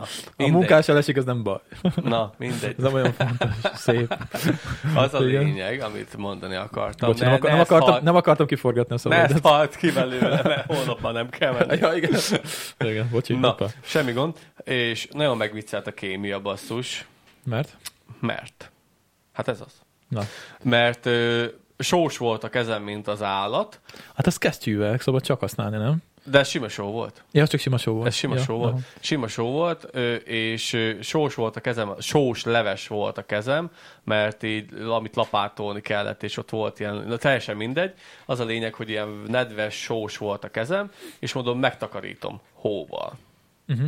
Speaker 3: A
Speaker 1: mindegy.
Speaker 3: munkás elesik, az nem baj.
Speaker 1: Na, mindegy.
Speaker 3: Ez nem olyan fontos, szép.
Speaker 1: Az a
Speaker 3: Igen.
Speaker 1: lényeg, amit mondani akartam.
Speaker 3: Bocs, nem, akar, nem,
Speaker 1: ezt
Speaker 3: akartam,
Speaker 1: hagyd-
Speaker 3: nem akartam kiforgatni a
Speaker 1: Ne
Speaker 3: szavadat.
Speaker 1: ezt halt ki belőle, mert holnap már nem kell menni.
Speaker 3: Ja, igen. igen, bocsi,
Speaker 1: Na,
Speaker 3: hoppá.
Speaker 1: semmi gond. És nagyon megviccelt a kémia basszus,
Speaker 3: Mert?
Speaker 1: mert... Hát ez az.
Speaker 3: Na.
Speaker 1: Mert ö, sós volt a kezem, mint az állat,
Speaker 3: Hát az kesztyűvel, szóval csak használni, nem?
Speaker 1: de ez sima só volt.
Speaker 3: Ja, az csak sima só volt.
Speaker 1: Ez sima
Speaker 3: ja,
Speaker 1: ja, só volt.
Speaker 3: aha.
Speaker 1: Sima só volt, ö, és ö, sós volt a kezem, sós leves volt a kezem, mert így amit lapátolni kellett, és ott volt ilyen, na, teljesen mindegy. Az a lényeg, hogy ilyen nedves sós volt a kezem, és mondom, megtakarítom hóval.
Speaker 3: Mhm.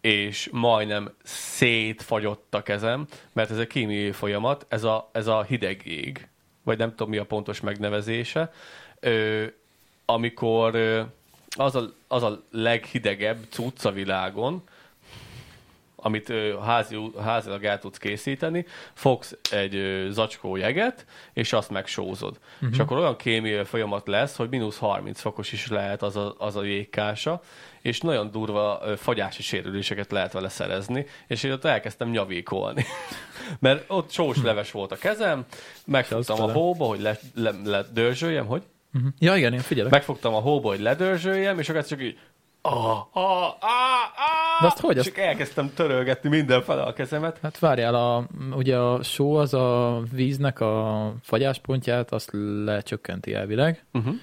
Speaker 1: és majdnem szétfagyott a kezem, mert ez egy kémiai folyamat, ez a, ez a hideg jég, vagy nem tudom mi a pontos megnevezése, ö, amikor ö, az, a, az a leghidegebb cucc a világon, amit ö, házi, házilag el tudsz készíteni, fogsz egy ö, zacskó jeget, és azt megsózod. Uh-huh. És akkor olyan kémiai folyamat lesz, hogy mínusz 30 fokos is lehet az a, az a jégkása, és nagyon durva ö, fagyási sérüléseket lehet vele szerezni, és én ott elkezdtem nyavíkolni. Mert ott sós leves volt a kezem, megfogtam a
Speaker 3: fele.
Speaker 1: hóba, hogy le, le, ledörzsöljem, hogy
Speaker 3: Mhm. Ja, igen, én figyelek.
Speaker 1: megfogtam a hóba, hogy ledörzsöljem, és akkor csak így Ah, ah, ah, ah,
Speaker 3: De azt hogy?
Speaker 1: Csak elkezdtem törölgetni mindenfele a kezemet.
Speaker 3: Hát várjál, a, ugye a só az a víznek a fagyáspontját, azt lecsökkenti elvileg.
Speaker 1: Uh-huh.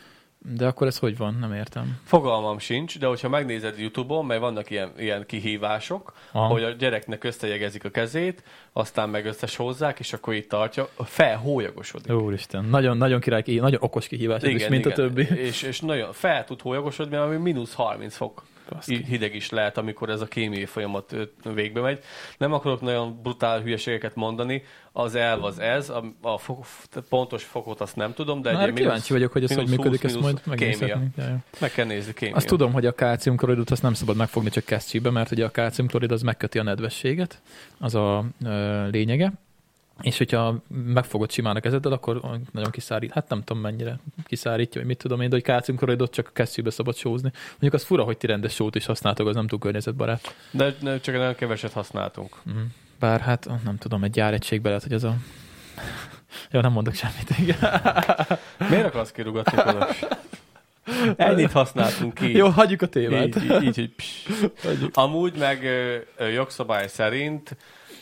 Speaker 3: De akkor ez hogy van? Nem értem.
Speaker 1: Fogalmam sincs, de hogyha megnézed YouTube-on, mert vannak ilyen, ilyen kihívások,
Speaker 3: Aha.
Speaker 1: hogy a gyereknek összejegezik a kezét, aztán meg összeshozzák, és akkor itt tartja, felhólyagosodik.
Speaker 3: Úristen, nagyon, nagyon király, kihívás, nagyon okos kihívás, igen, is, mint igen. a többi.
Speaker 1: És, és nagyon fel tud hólyagosodni, ami mínusz 30 fok
Speaker 3: Baszki.
Speaker 1: Így hideg is lehet, amikor ez a kémiai folyamat ö, végbe megy. Nem akarok nagyon brutál hülyeségeket mondani, az elv az ez, a, a fok, f- pontos fokot azt nem tudom, de
Speaker 3: Na,
Speaker 1: egy
Speaker 3: erre
Speaker 1: ilyen mínusz-
Speaker 3: kíváncsi vagyok, hogy ez hogy
Speaker 1: mínusz
Speaker 3: működik,
Speaker 1: 20,
Speaker 3: ezt majd
Speaker 1: mínusz kémia.
Speaker 3: megnézhetnénk. Jaj, jó.
Speaker 1: Meg kell nézni kémia.
Speaker 3: Azt tudom, hogy a kálciumkloridot azt nem szabad megfogni csak kesztyűbe, mert ugye a kálciumklorid az megköti a nedvességet, az a ö, lényege. És hogyha megfogod simán a kezeddel, akkor nagyon kiszárít. Hát nem tudom mennyire kiszárítja, vagy mit tudom én, de hogy kálciumkloridot csak a kesztyűbe szabad sózni. Mondjuk az fura, hogy ti rendes sót is használtok, az nem túl környezetbarát.
Speaker 1: De de csak nagyon keveset használtunk.
Speaker 3: Mhm. Bár hát nem tudom, egy gyáregységbe lehet, hogy az a... Jó, nem mondok semmit. Igen.
Speaker 1: Miért akarsz kirugatni, Kolos? Ennyit használtunk ki.
Speaker 3: Jó, hagyjuk a témát.
Speaker 1: így, így, így, így pss. Amúgy meg ö, ö, jogszabály szerint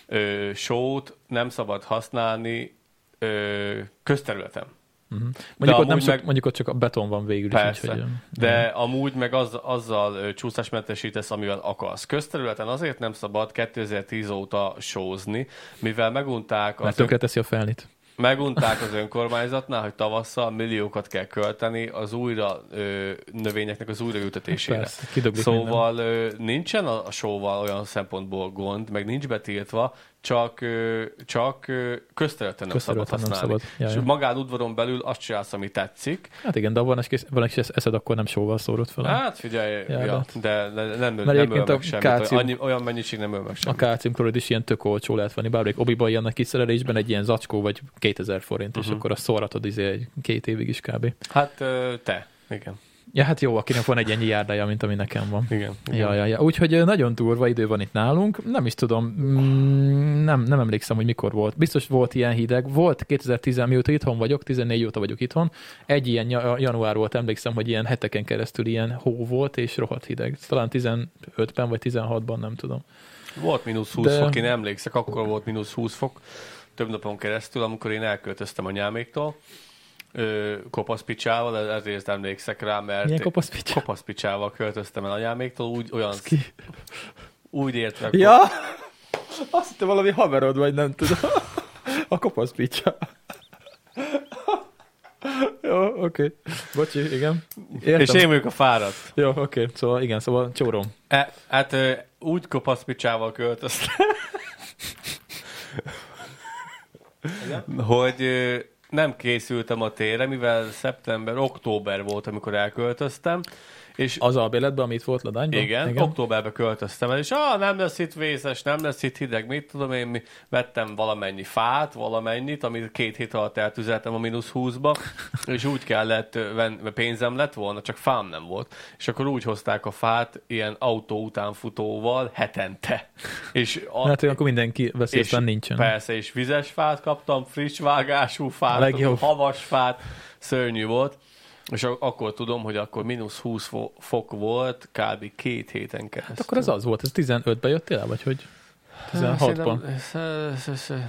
Speaker 1: ö, sót nem szabad használni ö, közterületen.
Speaker 3: Mhm. Mondjuk, ott nem
Speaker 1: amúgy
Speaker 3: sok,
Speaker 1: meg-
Speaker 3: mondjuk ott csak a beton van végül is.
Speaker 1: Persze.
Speaker 3: úgyhogy,
Speaker 1: De amúgy meg az, azzal ö, csúszásmentesítesz, amivel akarsz. Közterületen azért nem szabad 2010 óta sózni, mivel megunták
Speaker 3: Mert
Speaker 1: az, ön,
Speaker 3: tönkre teszi a felnit.
Speaker 1: megunták az önkormányzatnál, hogy tavasszal milliókat kell költeni az újra ö, növényeknek az újraültetésére.
Speaker 3: Persze, kidoblik minden.
Speaker 1: Szóval ö, nincsen a a sóval olyan szempontból gond, meg nincs betiltva, csak, ö, csak ö, közterületen nem
Speaker 3: Közterületen
Speaker 1: szabad használni.
Speaker 3: nem szabad. Ja,
Speaker 1: És
Speaker 3: ja.
Speaker 1: magánudvaron belül azt csinálsz, ami tetszik.
Speaker 3: Hát igen, de ha van egy van egy kis eszed, akkor nem sóval szórod fel. a-
Speaker 1: Hát figyelj,
Speaker 3: Ja,
Speaker 1: ja, ja, de ne- nem, öl-
Speaker 3: Mert
Speaker 1: nem öl
Speaker 3: egyébként a
Speaker 1: meg semmit.
Speaker 3: kálcium-
Speaker 1: Annyi, olyan mennyiség nem öl meg
Speaker 3: A
Speaker 1: semmit.
Speaker 3: kálciumklorid is ilyen tök olcsó lehet venni, bármelyik obiba ilyen a kiszerelésben egy ilyen zacskó vagy 2000 forint,
Speaker 1: Mhm.
Speaker 3: és akkor azt szóratod izé egy két évig is kb.
Speaker 1: Hát ö, te. Igen.
Speaker 3: Ja, hát jó, akinek van egy ennyi járdája, mint ami nekem van.
Speaker 1: Igen. igen.
Speaker 3: Ja, ja, ja. Úgyhogy ö, nagyon durva idő van itt nálunk. Nem is tudom, mm, nem, nem emlékszem, hogy mikor volt. Biztos volt ilyen hideg. Volt 2010, mióta itthon vagyok, 14 óta vagyok itthon. Egy ilyen ja- január volt, emlékszem, hogy ilyen heteken keresztül ilyen hó volt, és rohadt hideg. Talán 15-ben vagy 16-ban, nem tudom.
Speaker 1: Volt mínusz 20
Speaker 3: De-
Speaker 1: de... fok, én emlékszek, akkor volt mínusz 20 fok több napon keresztül, amikor én elköltöztem a nyáméktól, ö, kopaszpicsával, ezért emlékszek rá, mert...
Speaker 3: Milyen kopasz pitya?
Speaker 1: kopaszpicsával költöztem el anyáméktól, úgy, olyan,
Speaker 3: Ki?
Speaker 1: úgy értve, ja.
Speaker 3: Ja! Azt hittem valami haverod vagy, nem tudom. A kopasz pitya. Jó, oké. Okay. Bocsi, igen. Értem.
Speaker 1: és én vagyok a fáradt.
Speaker 3: Jó, oké, okay. szóval igen, szóval csórom.
Speaker 1: E, hát ö, úgy kopaszpicsával költöztem, hogy ö, nem készültem a térre, mivel szeptember, október volt, amikor elköltöztem, és
Speaker 3: Az albéletben, amit volt Ladányban?
Speaker 1: igen, igen, októberbe költöztem el, és ah, nem lesz itt vészes, nem lesz itt hideg, mit tudom én, mi, vettem valamennyi fát, valamennyit, amit két hét alatt eltüzeltem a mínusz 20-ba, és úgy kellett, ö, ven- mert pénzem lett volna, csak fám nem volt. És akkor úgy hozták a fát ilyen autó utánfutóval hetente. És a,
Speaker 3: Hát hogy akkor mindenki veszélyben nincsen.
Speaker 1: Persze, és vizes fát kaptam, friss vágású fát,
Speaker 3: A legjobb.
Speaker 1: havas fát, szörnyű volt. És a- akkor tudom, hogy akkor mínusz 20 fo- fok volt, kb. két héten keresztül. Hát
Speaker 3: Akkor ez az volt, ez 15-ben jöttél, vagy hogy? 16-ban.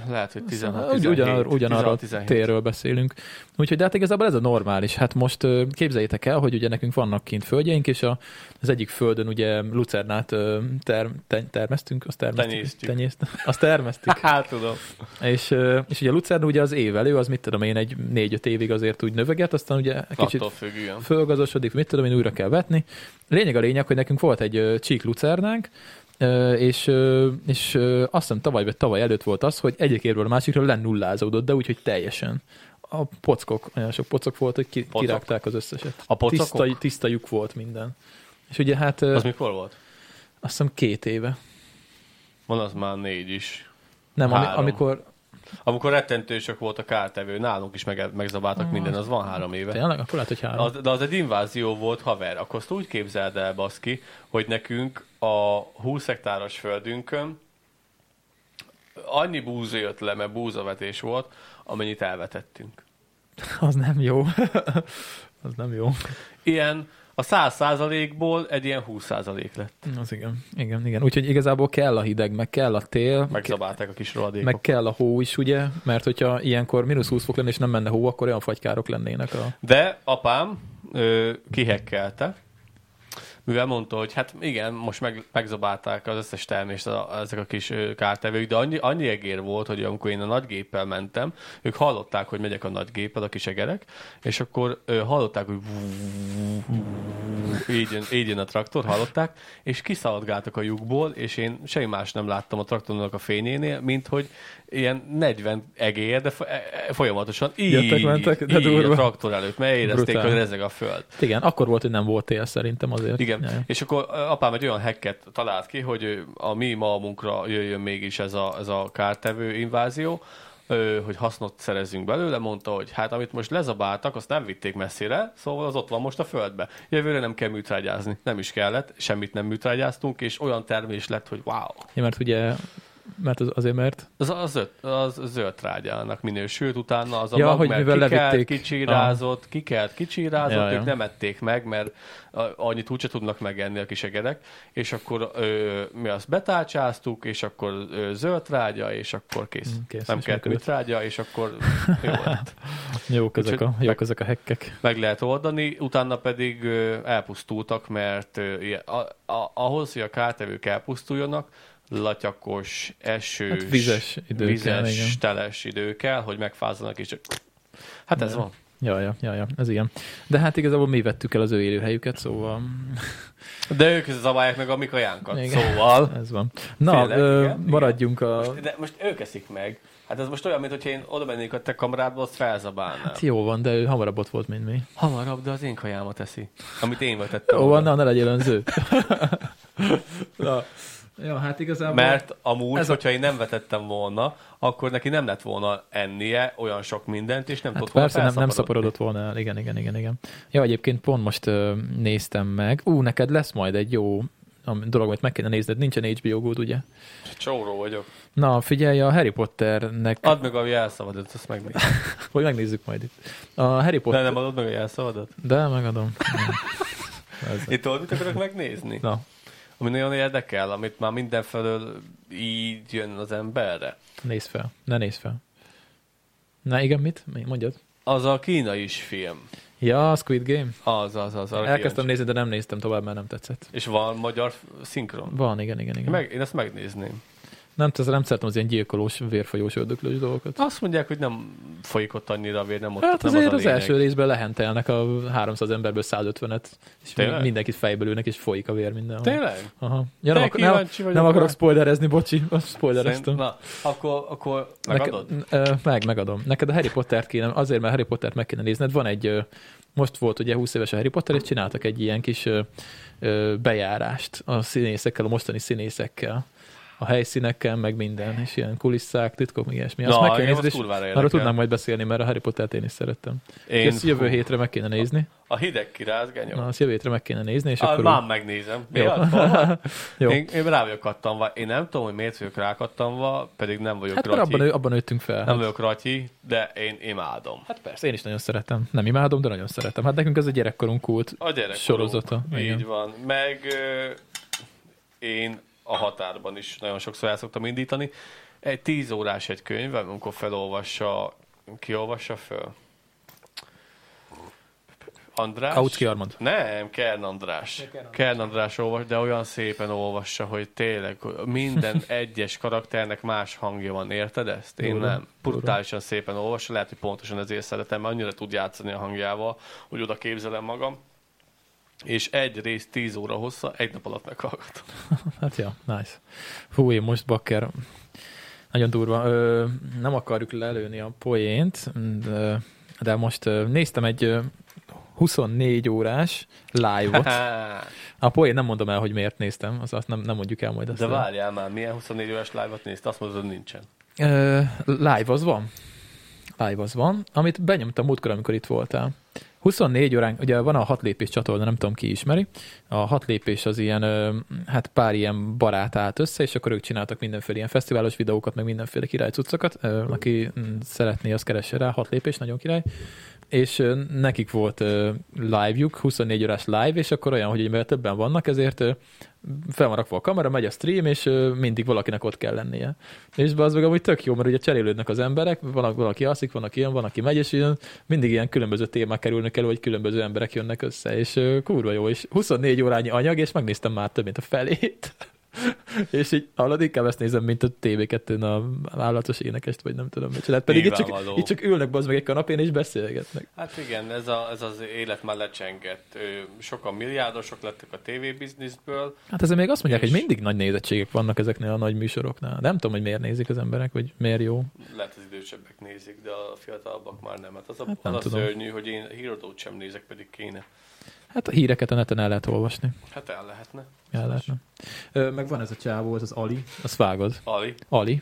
Speaker 1: Lehet, hogy 16
Speaker 3: Ugy, ugyanar,
Speaker 1: 17,
Speaker 3: ugyanarra
Speaker 1: 16, 17.
Speaker 3: a térről beszélünk. Úgyhogy de hát igazából ez a normális. Hát most ö, képzeljétek el, hogy ugye nekünk vannak kint földjeink, és a, az egyik földön ugye lucernát ö, ter, te, termesztünk, azt termesztük.
Speaker 1: Tenyésztjük.
Speaker 3: Tenyészt, azt termesztük.
Speaker 1: Hát tudom.
Speaker 3: és, ö, és ugye a lucerna ugye az évelő, az mit tudom én, egy négy-öt évig azért úgy növeget, aztán ugye kicsit
Speaker 1: Attól függően.
Speaker 3: fölgazosodik, mit tudom én, újra kell vetni. Lényeg a lényeg, hogy nekünk volt egy ö, csík lucernánk, ö, és, ö, és ö, azt hiszem tavaly vagy tavaly előtt volt az, hogy egyik évről a másikra lenullázódott, de úgyhogy teljesen. A pockok, olyan sok pocok volt, hogy ki,
Speaker 1: Pocok?
Speaker 3: kirágták az összeset.
Speaker 1: A pocakok?
Speaker 3: Tiszta, tiszta lyuk volt minden. És ugye hát ö,
Speaker 1: Az mikor volt?
Speaker 3: azt hiszem két éve.
Speaker 1: Van az már négy is.
Speaker 3: Nem, ami,
Speaker 1: Három.
Speaker 3: amikor...
Speaker 1: Amikor rettentő sok volt a kártevő, nálunk is meg, megzabáltak minden, az van három éve.
Speaker 3: Tényleg? Akkor lehet, hogy három.
Speaker 1: Hát Az, de az egy invázió volt, haver. Akkor azt úgy képzeld el, baszki, hogy nekünk a 20 hektáros földünkön annyi búza jött le, mert búzavetés volt, amennyit elvetettünk.
Speaker 3: az nem jó. az nem jó.
Speaker 1: Ilyen a 100 százalékból egy ilyen 20 százalék lett.
Speaker 3: Az igen. Igen, igen. Úgyhogy igazából kell a hideg, meg kell a tél,
Speaker 1: Megzabálták a kis rohadékok.
Speaker 3: Meg kell a hó is, ugye? Mert hogyha ilyenkor mínusz 20 fok lenne, és nem menne hó, akkor olyan fagykárok lennének. A...
Speaker 1: De apám ö, kihekkelte, mivel mondta, hogy hát igen, most meg, megzabálták az összes termést a, ezek a kis ö, kártevők, de annyi, annyi egér volt, hogy amikor én a nagygéppel mentem, ők hallották, hogy megyek a nagygéppel, a kis egerek, és akkor ö, hallották, hogy így jön, így jön a traktor, hallották, és kiszaladgáltak a lyukból, és én semmi más nem láttam a traktornak a fényénél, mint hogy ilyen 40 egér, de fo- e- e- folyamatosan így,
Speaker 3: Jöttek, mentek, de
Speaker 1: így
Speaker 3: durva.
Speaker 1: a traktor előtt, mert érezték,
Speaker 3: Brutál.
Speaker 1: hogy rezeg a föld.
Speaker 3: Igen, akkor volt, hogy nem volt tél szerintem azért.
Speaker 1: Igen,
Speaker 3: Jaj.
Speaker 1: és akkor ö, apám egy olyan hacket talált ki, hogy ö, a mi malmunkra jöjjön mégis ez a, ez a kártevő invázió, ö, hogy hasznot szerezzünk belőle, mondta, hogy hát amit most lezabáltak, azt nem vitték messzire, szóval az ott van most a földbe. Jövőre nem kell műtrágyázni. Nem is kellett, semmit nem műtrágyáztunk, és olyan termés lett, hogy wow.
Speaker 3: Ja, mert ugye mert az, azért, mert
Speaker 1: Az, az, öt, az zöld trágyának minősült, utána az a
Speaker 3: Ja,
Speaker 1: mag,
Speaker 3: hogy
Speaker 1: mert
Speaker 3: mivel
Speaker 1: kikelt,
Speaker 3: levitték.
Speaker 1: kicsirázott, kikelt, kicsirázott,
Speaker 3: Ja,
Speaker 1: ja, ők
Speaker 3: ja.
Speaker 1: nem ették meg, mert a- annyit úgyse tudnak megenni a kisegerek, és akkor ö, mi azt betálcsáztuk, és akkor ö, zöld trágya, és akkor kész.
Speaker 3: Mm, kész,
Speaker 1: kész nem
Speaker 3: és
Speaker 1: kell
Speaker 3: működött.
Speaker 1: trágya, és akkor jó lett.
Speaker 3: jók ezek
Speaker 1: Úgyhogy
Speaker 3: a, jók ezek a hekkek.
Speaker 1: Meg lehet oldani, utána pedig ö, elpusztultak, mert ö, ilyen- a, a, ahhoz, hogy a kártevők elpusztuljanak, latyakos, esős,
Speaker 3: Hát vizes idő kell,
Speaker 1: vizes,
Speaker 3: igen.
Speaker 1: teles idő kell, hogy megfázzanak, és csak... Hát ez
Speaker 3: Ja.
Speaker 1: van.
Speaker 3: Ja, ja, ja, ja, ez ilyen. De hát igazából mi vettük el az ő élőhelyüket, szóval
Speaker 1: De ők zabálják meg a mi kajánkat,
Speaker 3: Igen.
Speaker 1: szóval...
Speaker 3: ez van. Na,
Speaker 1: Félek,
Speaker 3: ö,
Speaker 1: igen, igen.
Speaker 3: maradjunk a...
Speaker 1: Most, de most ők eszik meg. Hát ez most olyan, mintha én oda mennék a te kamerádba, azt felzabálnám.
Speaker 3: Hát jó van, de ő hamarabb ott volt, mint mi.
Speaker 1: Hamarabb, de az én kajámat eszi. Amit én vetettem.
Speaker 3: Jó
Speaker 1: oda.
Speaker 3: van, na, ne legyél önző. na. Ja, hát igazából...
Speaker 1: Mert amúgy,
Speaker 3: Ez
Speaker 1: Ez
Speaker 3: a-
Speaker 1: hogyha én nem vetettem volna, akkor neki nem lett volna ennie olyan sok mindent, és nem
Speaker 3: Hát
Speaker 1: tudott volna
Speaker 3: persze, nem, nem
Speaker 1: felszaporodni.
Speaker 3: szaporodott volna el. Igen, igen, igen, igen. Ja, egyébként pont most ö, néztem meg. Ú, neked lesz majd egy jó am- dolog, amit meg kéne nézned. Nincsen HBO gód, ugye?
Speaker 1: Csóró vagyok.
Speaker 3: Na, figyelj, a Harry Potternek, a...
Speaker 1: Add meg a jelszavadat, azt meg
Speaker 3: hogy megnézzük majd itt. A Harry
Speaker 1: De
Speaker 3: Potter...
Speaker 1: nem adod meg a jelszavadat?
Speaker 3: De, megadom. Ez-
Speaker 1: Itt tudod, mit akarok megnézni?
Speaker 3: Na,
Speaker 1: Ami nagyon érdekel, amit már mindenfelől így jön az emberre.
Speaker 3: nézd fel. Ne nézd fel. Na igen, mit? Mi? Mondjad.
Speaker 1: Az a kínai is film.
Speaker 3: Ja, Squid Game.
Speaker 1: Az, az, az. arra
Speaker 3: Elkezdtem
Speaker 1: kíváncsi.
Speaker 3: nézni, de nem néztem tovább, mert nem tetszett.
Speaker 1: És van magyar f- szinkron.
Speaker 3: Van, igen, igen, igen.
Speaker 1: Meg, én ezt megnézném.
Speaker 3: Nem, tudom, nem szeretem az ilyen gyilkolós, vérfolyós, ördöklős dolgokat.
Speaker 1: Azt mondják, hogy nem folyik ott annyira a vér, nem ott
Speaker 3: Hát
Speaker 1: nem az, a
Speaker 3: azért az, az
Speaker 1: lényeg.
Speaker 3: első részben lehentelnek a 300 emberből 150-et, és
Speaker 1: Tényleg?
Speaker 3: Tényleg? mindenkit fejből ülnek, és folyik a vér mindenhol.
Speaker 1: Tényleg?
Speaker 3: Aha. Ja, nem,
Speaker 1: Te
Speaker 3: akar, nem,
Speaker 1: kíváncsi vagyok
Speaker 3: nem
Speaker 1: rá.
Speaker 3: akarok spoilerezni, bocsi, azt
Speaker 1: Szerint-
Speaker 3: spoilereztem.
Speaker 1: Na, akkor, akkor megadod?
Speaker 3: Neked, ö, meg, megadom. Neked a Harry Pottert kéne, azért, mert Harry Pottert meg kéne nézned. Van egy, ö, most volt ugye 20 éves a Harry Potter, és csináltak egy ilyen kis ö, ö, bejárást a színészekkel, a mostani színészekkel a helyszínekkel, meg minden, és ilyen kulisszák, titkok, meg ilyesmi. Azt
Speaker 1: Na,
Speaker 3: meg kell
Speaker 1: engem az
Speaker 3: nézni, és
Speaker 1: kurvára
Speaker 3: arra
Speaker 1: érdekel.
Speaker 3: tudnám majd beszélni, mert a Harry Pottert én is szerettem. Én...
Speaker 1: Én
Speaker 3: Ezt jövő hétre meg kéne nézni.
Speaker 1: a hideg kirázgány.
Speaker 3: Na, azt jövő hétre meg kéne nézni, és
Speaker 1: Ah,
Speaker 3: akkor...
Speaker 1: már
Speaker 3: úgy-
Speaker 1: megnézem. Mi
Speaker 3: Jó.
Speaker 1: az? Hol van?
Speaker 3: Jó.
Speaker 1: Én, én rá vagyok kattanva. Én nem tudom, hogy miért vagyok rákattanva, pedig nem vagyok
Speaker 3: Hát mert
Speaker 1: ratyi.
Speaker 3: abban, nő- abban nőttünk fel.
Speaker 1: Nem vagyok ratyi, de én imádom.
Speaker 3: Hát persze, én is nagyon szeretem. Nem imádom, de nagyon szeretem. Hát nekünk ez a gyerekkorunk kult.
Speaker 1: A gyerek
Speaker 3: Sorozata,
Speaker 1: Így
Speaker 3: igen.
Speaker 1: van. Meg ö, én a határban is nagyon sokszor el szoktam indítani. Egy tíz órás egy könyvem, amikor felolvassa, kiolvassa föl? András?
Speaker 3: Kautsky Armand.
Speaker 1: Nem, Kern András.
Speaker 2: Kern András.
Speaker 1: Kern András olvas, de olyan szépen olvassa, hogy tényleg minden egyes karakternek más hangja van, érted ezt? Én
Speaker 3: Durva,
Speaker 1: nem. Brutálisan szépen olvassa, lehet, hogy pontosan ezért szeretem, mert annyira tud játszani a hangjával, hogy oda képzelem magam. És egy rész 10 óra hossza, egy nap alatt meghallgatom.
Speaker 3: Hát ja, nice. Hú, én most bakker. Nagyon durva. Ö, nem akarjuk lelőni a poént, de, de most ö, néztem egy ö, 24 órás live-ot. A poén nem mondom el, hogy miért néztem, az azt nem, nem mondjuk el majd azt.
Speaker 1: De várjál már, milyen 24 éves live-ot nézt, azt mondod, hogy nincsen.
Speaker 3: Ö, live az van. Live az van, amit benyomtam múltkor, amikor itt voltál. 24 órán, ugye van a hat lépés csatorna, nem tudom ki ismeri. A hat lépés az ilyen, ö, hát pár ilyen barát állt össze, és akkor ők csináltak mindenféle ilyen fesztiválos videókat, meg mindenféle király cuccokat. Ö, Aki mm, szeretné, az keresse rá, hat lépés, nagyon király. És ö, nekik volt ö, live-juk, 24 órás live, és akkor olyan, hogy mivel többen vannak, ezért ö, fel van rakva a kamera, megy a stream, és ö, mindig valakinek ott kell lennie. És az meg amúgy tök jó, mert ugye cserélődnek az emberek, van, valaki alszik, van, aki jön, van, aki megy, és ilyen, mindig ilyen különböző témák kerülnek elő, vagy különböző emberek jönnek össze, és ö, kurva jó, és 24 órányi anyag, és megnéztem már több, mint a felét. és így hallod, inkább ezt nézem, mint a TV2-n a vállalatos énekest, vagy nem tudom, mit csinált. Pedig itt csak,
Speaker 1: Nyilvánvaló.
Speaker 3: itt csak ülnek az meg egy kanapén, és beszélgetnek.
Speaker 1: Hát igen, ez, a, ez az élet már lecsengett. Ö, Sokan milliárdosok lettek a tévébizniszből,
Speaker 3: Hát ezzel még azt mondják,
Speaker 1: És-
Speaker 3: hogy mindig nagy nézettségek vannak ezeknél a nagy műsoroknál. Nem tudom, hogy miért nézik az emberek, vagy miért jó.
Speaker 1: lehet az idősebbek nézik, de a fiatalabbak már nem. Hát az a,
Speaker 3: Hát
Speaker 1: az
Speaker 3: nem
Speaker 1: a
Speaker 3: tudom.
Speaker 1: szörnyű, hogy én híradót sem nézek, pedig kéne.
Speaker 3: Hát a híreket a neten el lehet olvasni.
Speaker 1: Hát el lehetne.
Speaker 3: El lehetne. Ö, meg van ez a csávó, ez az Ali. Azt vágod.
Speaker 1: Ali,
Speaker 3: Ali.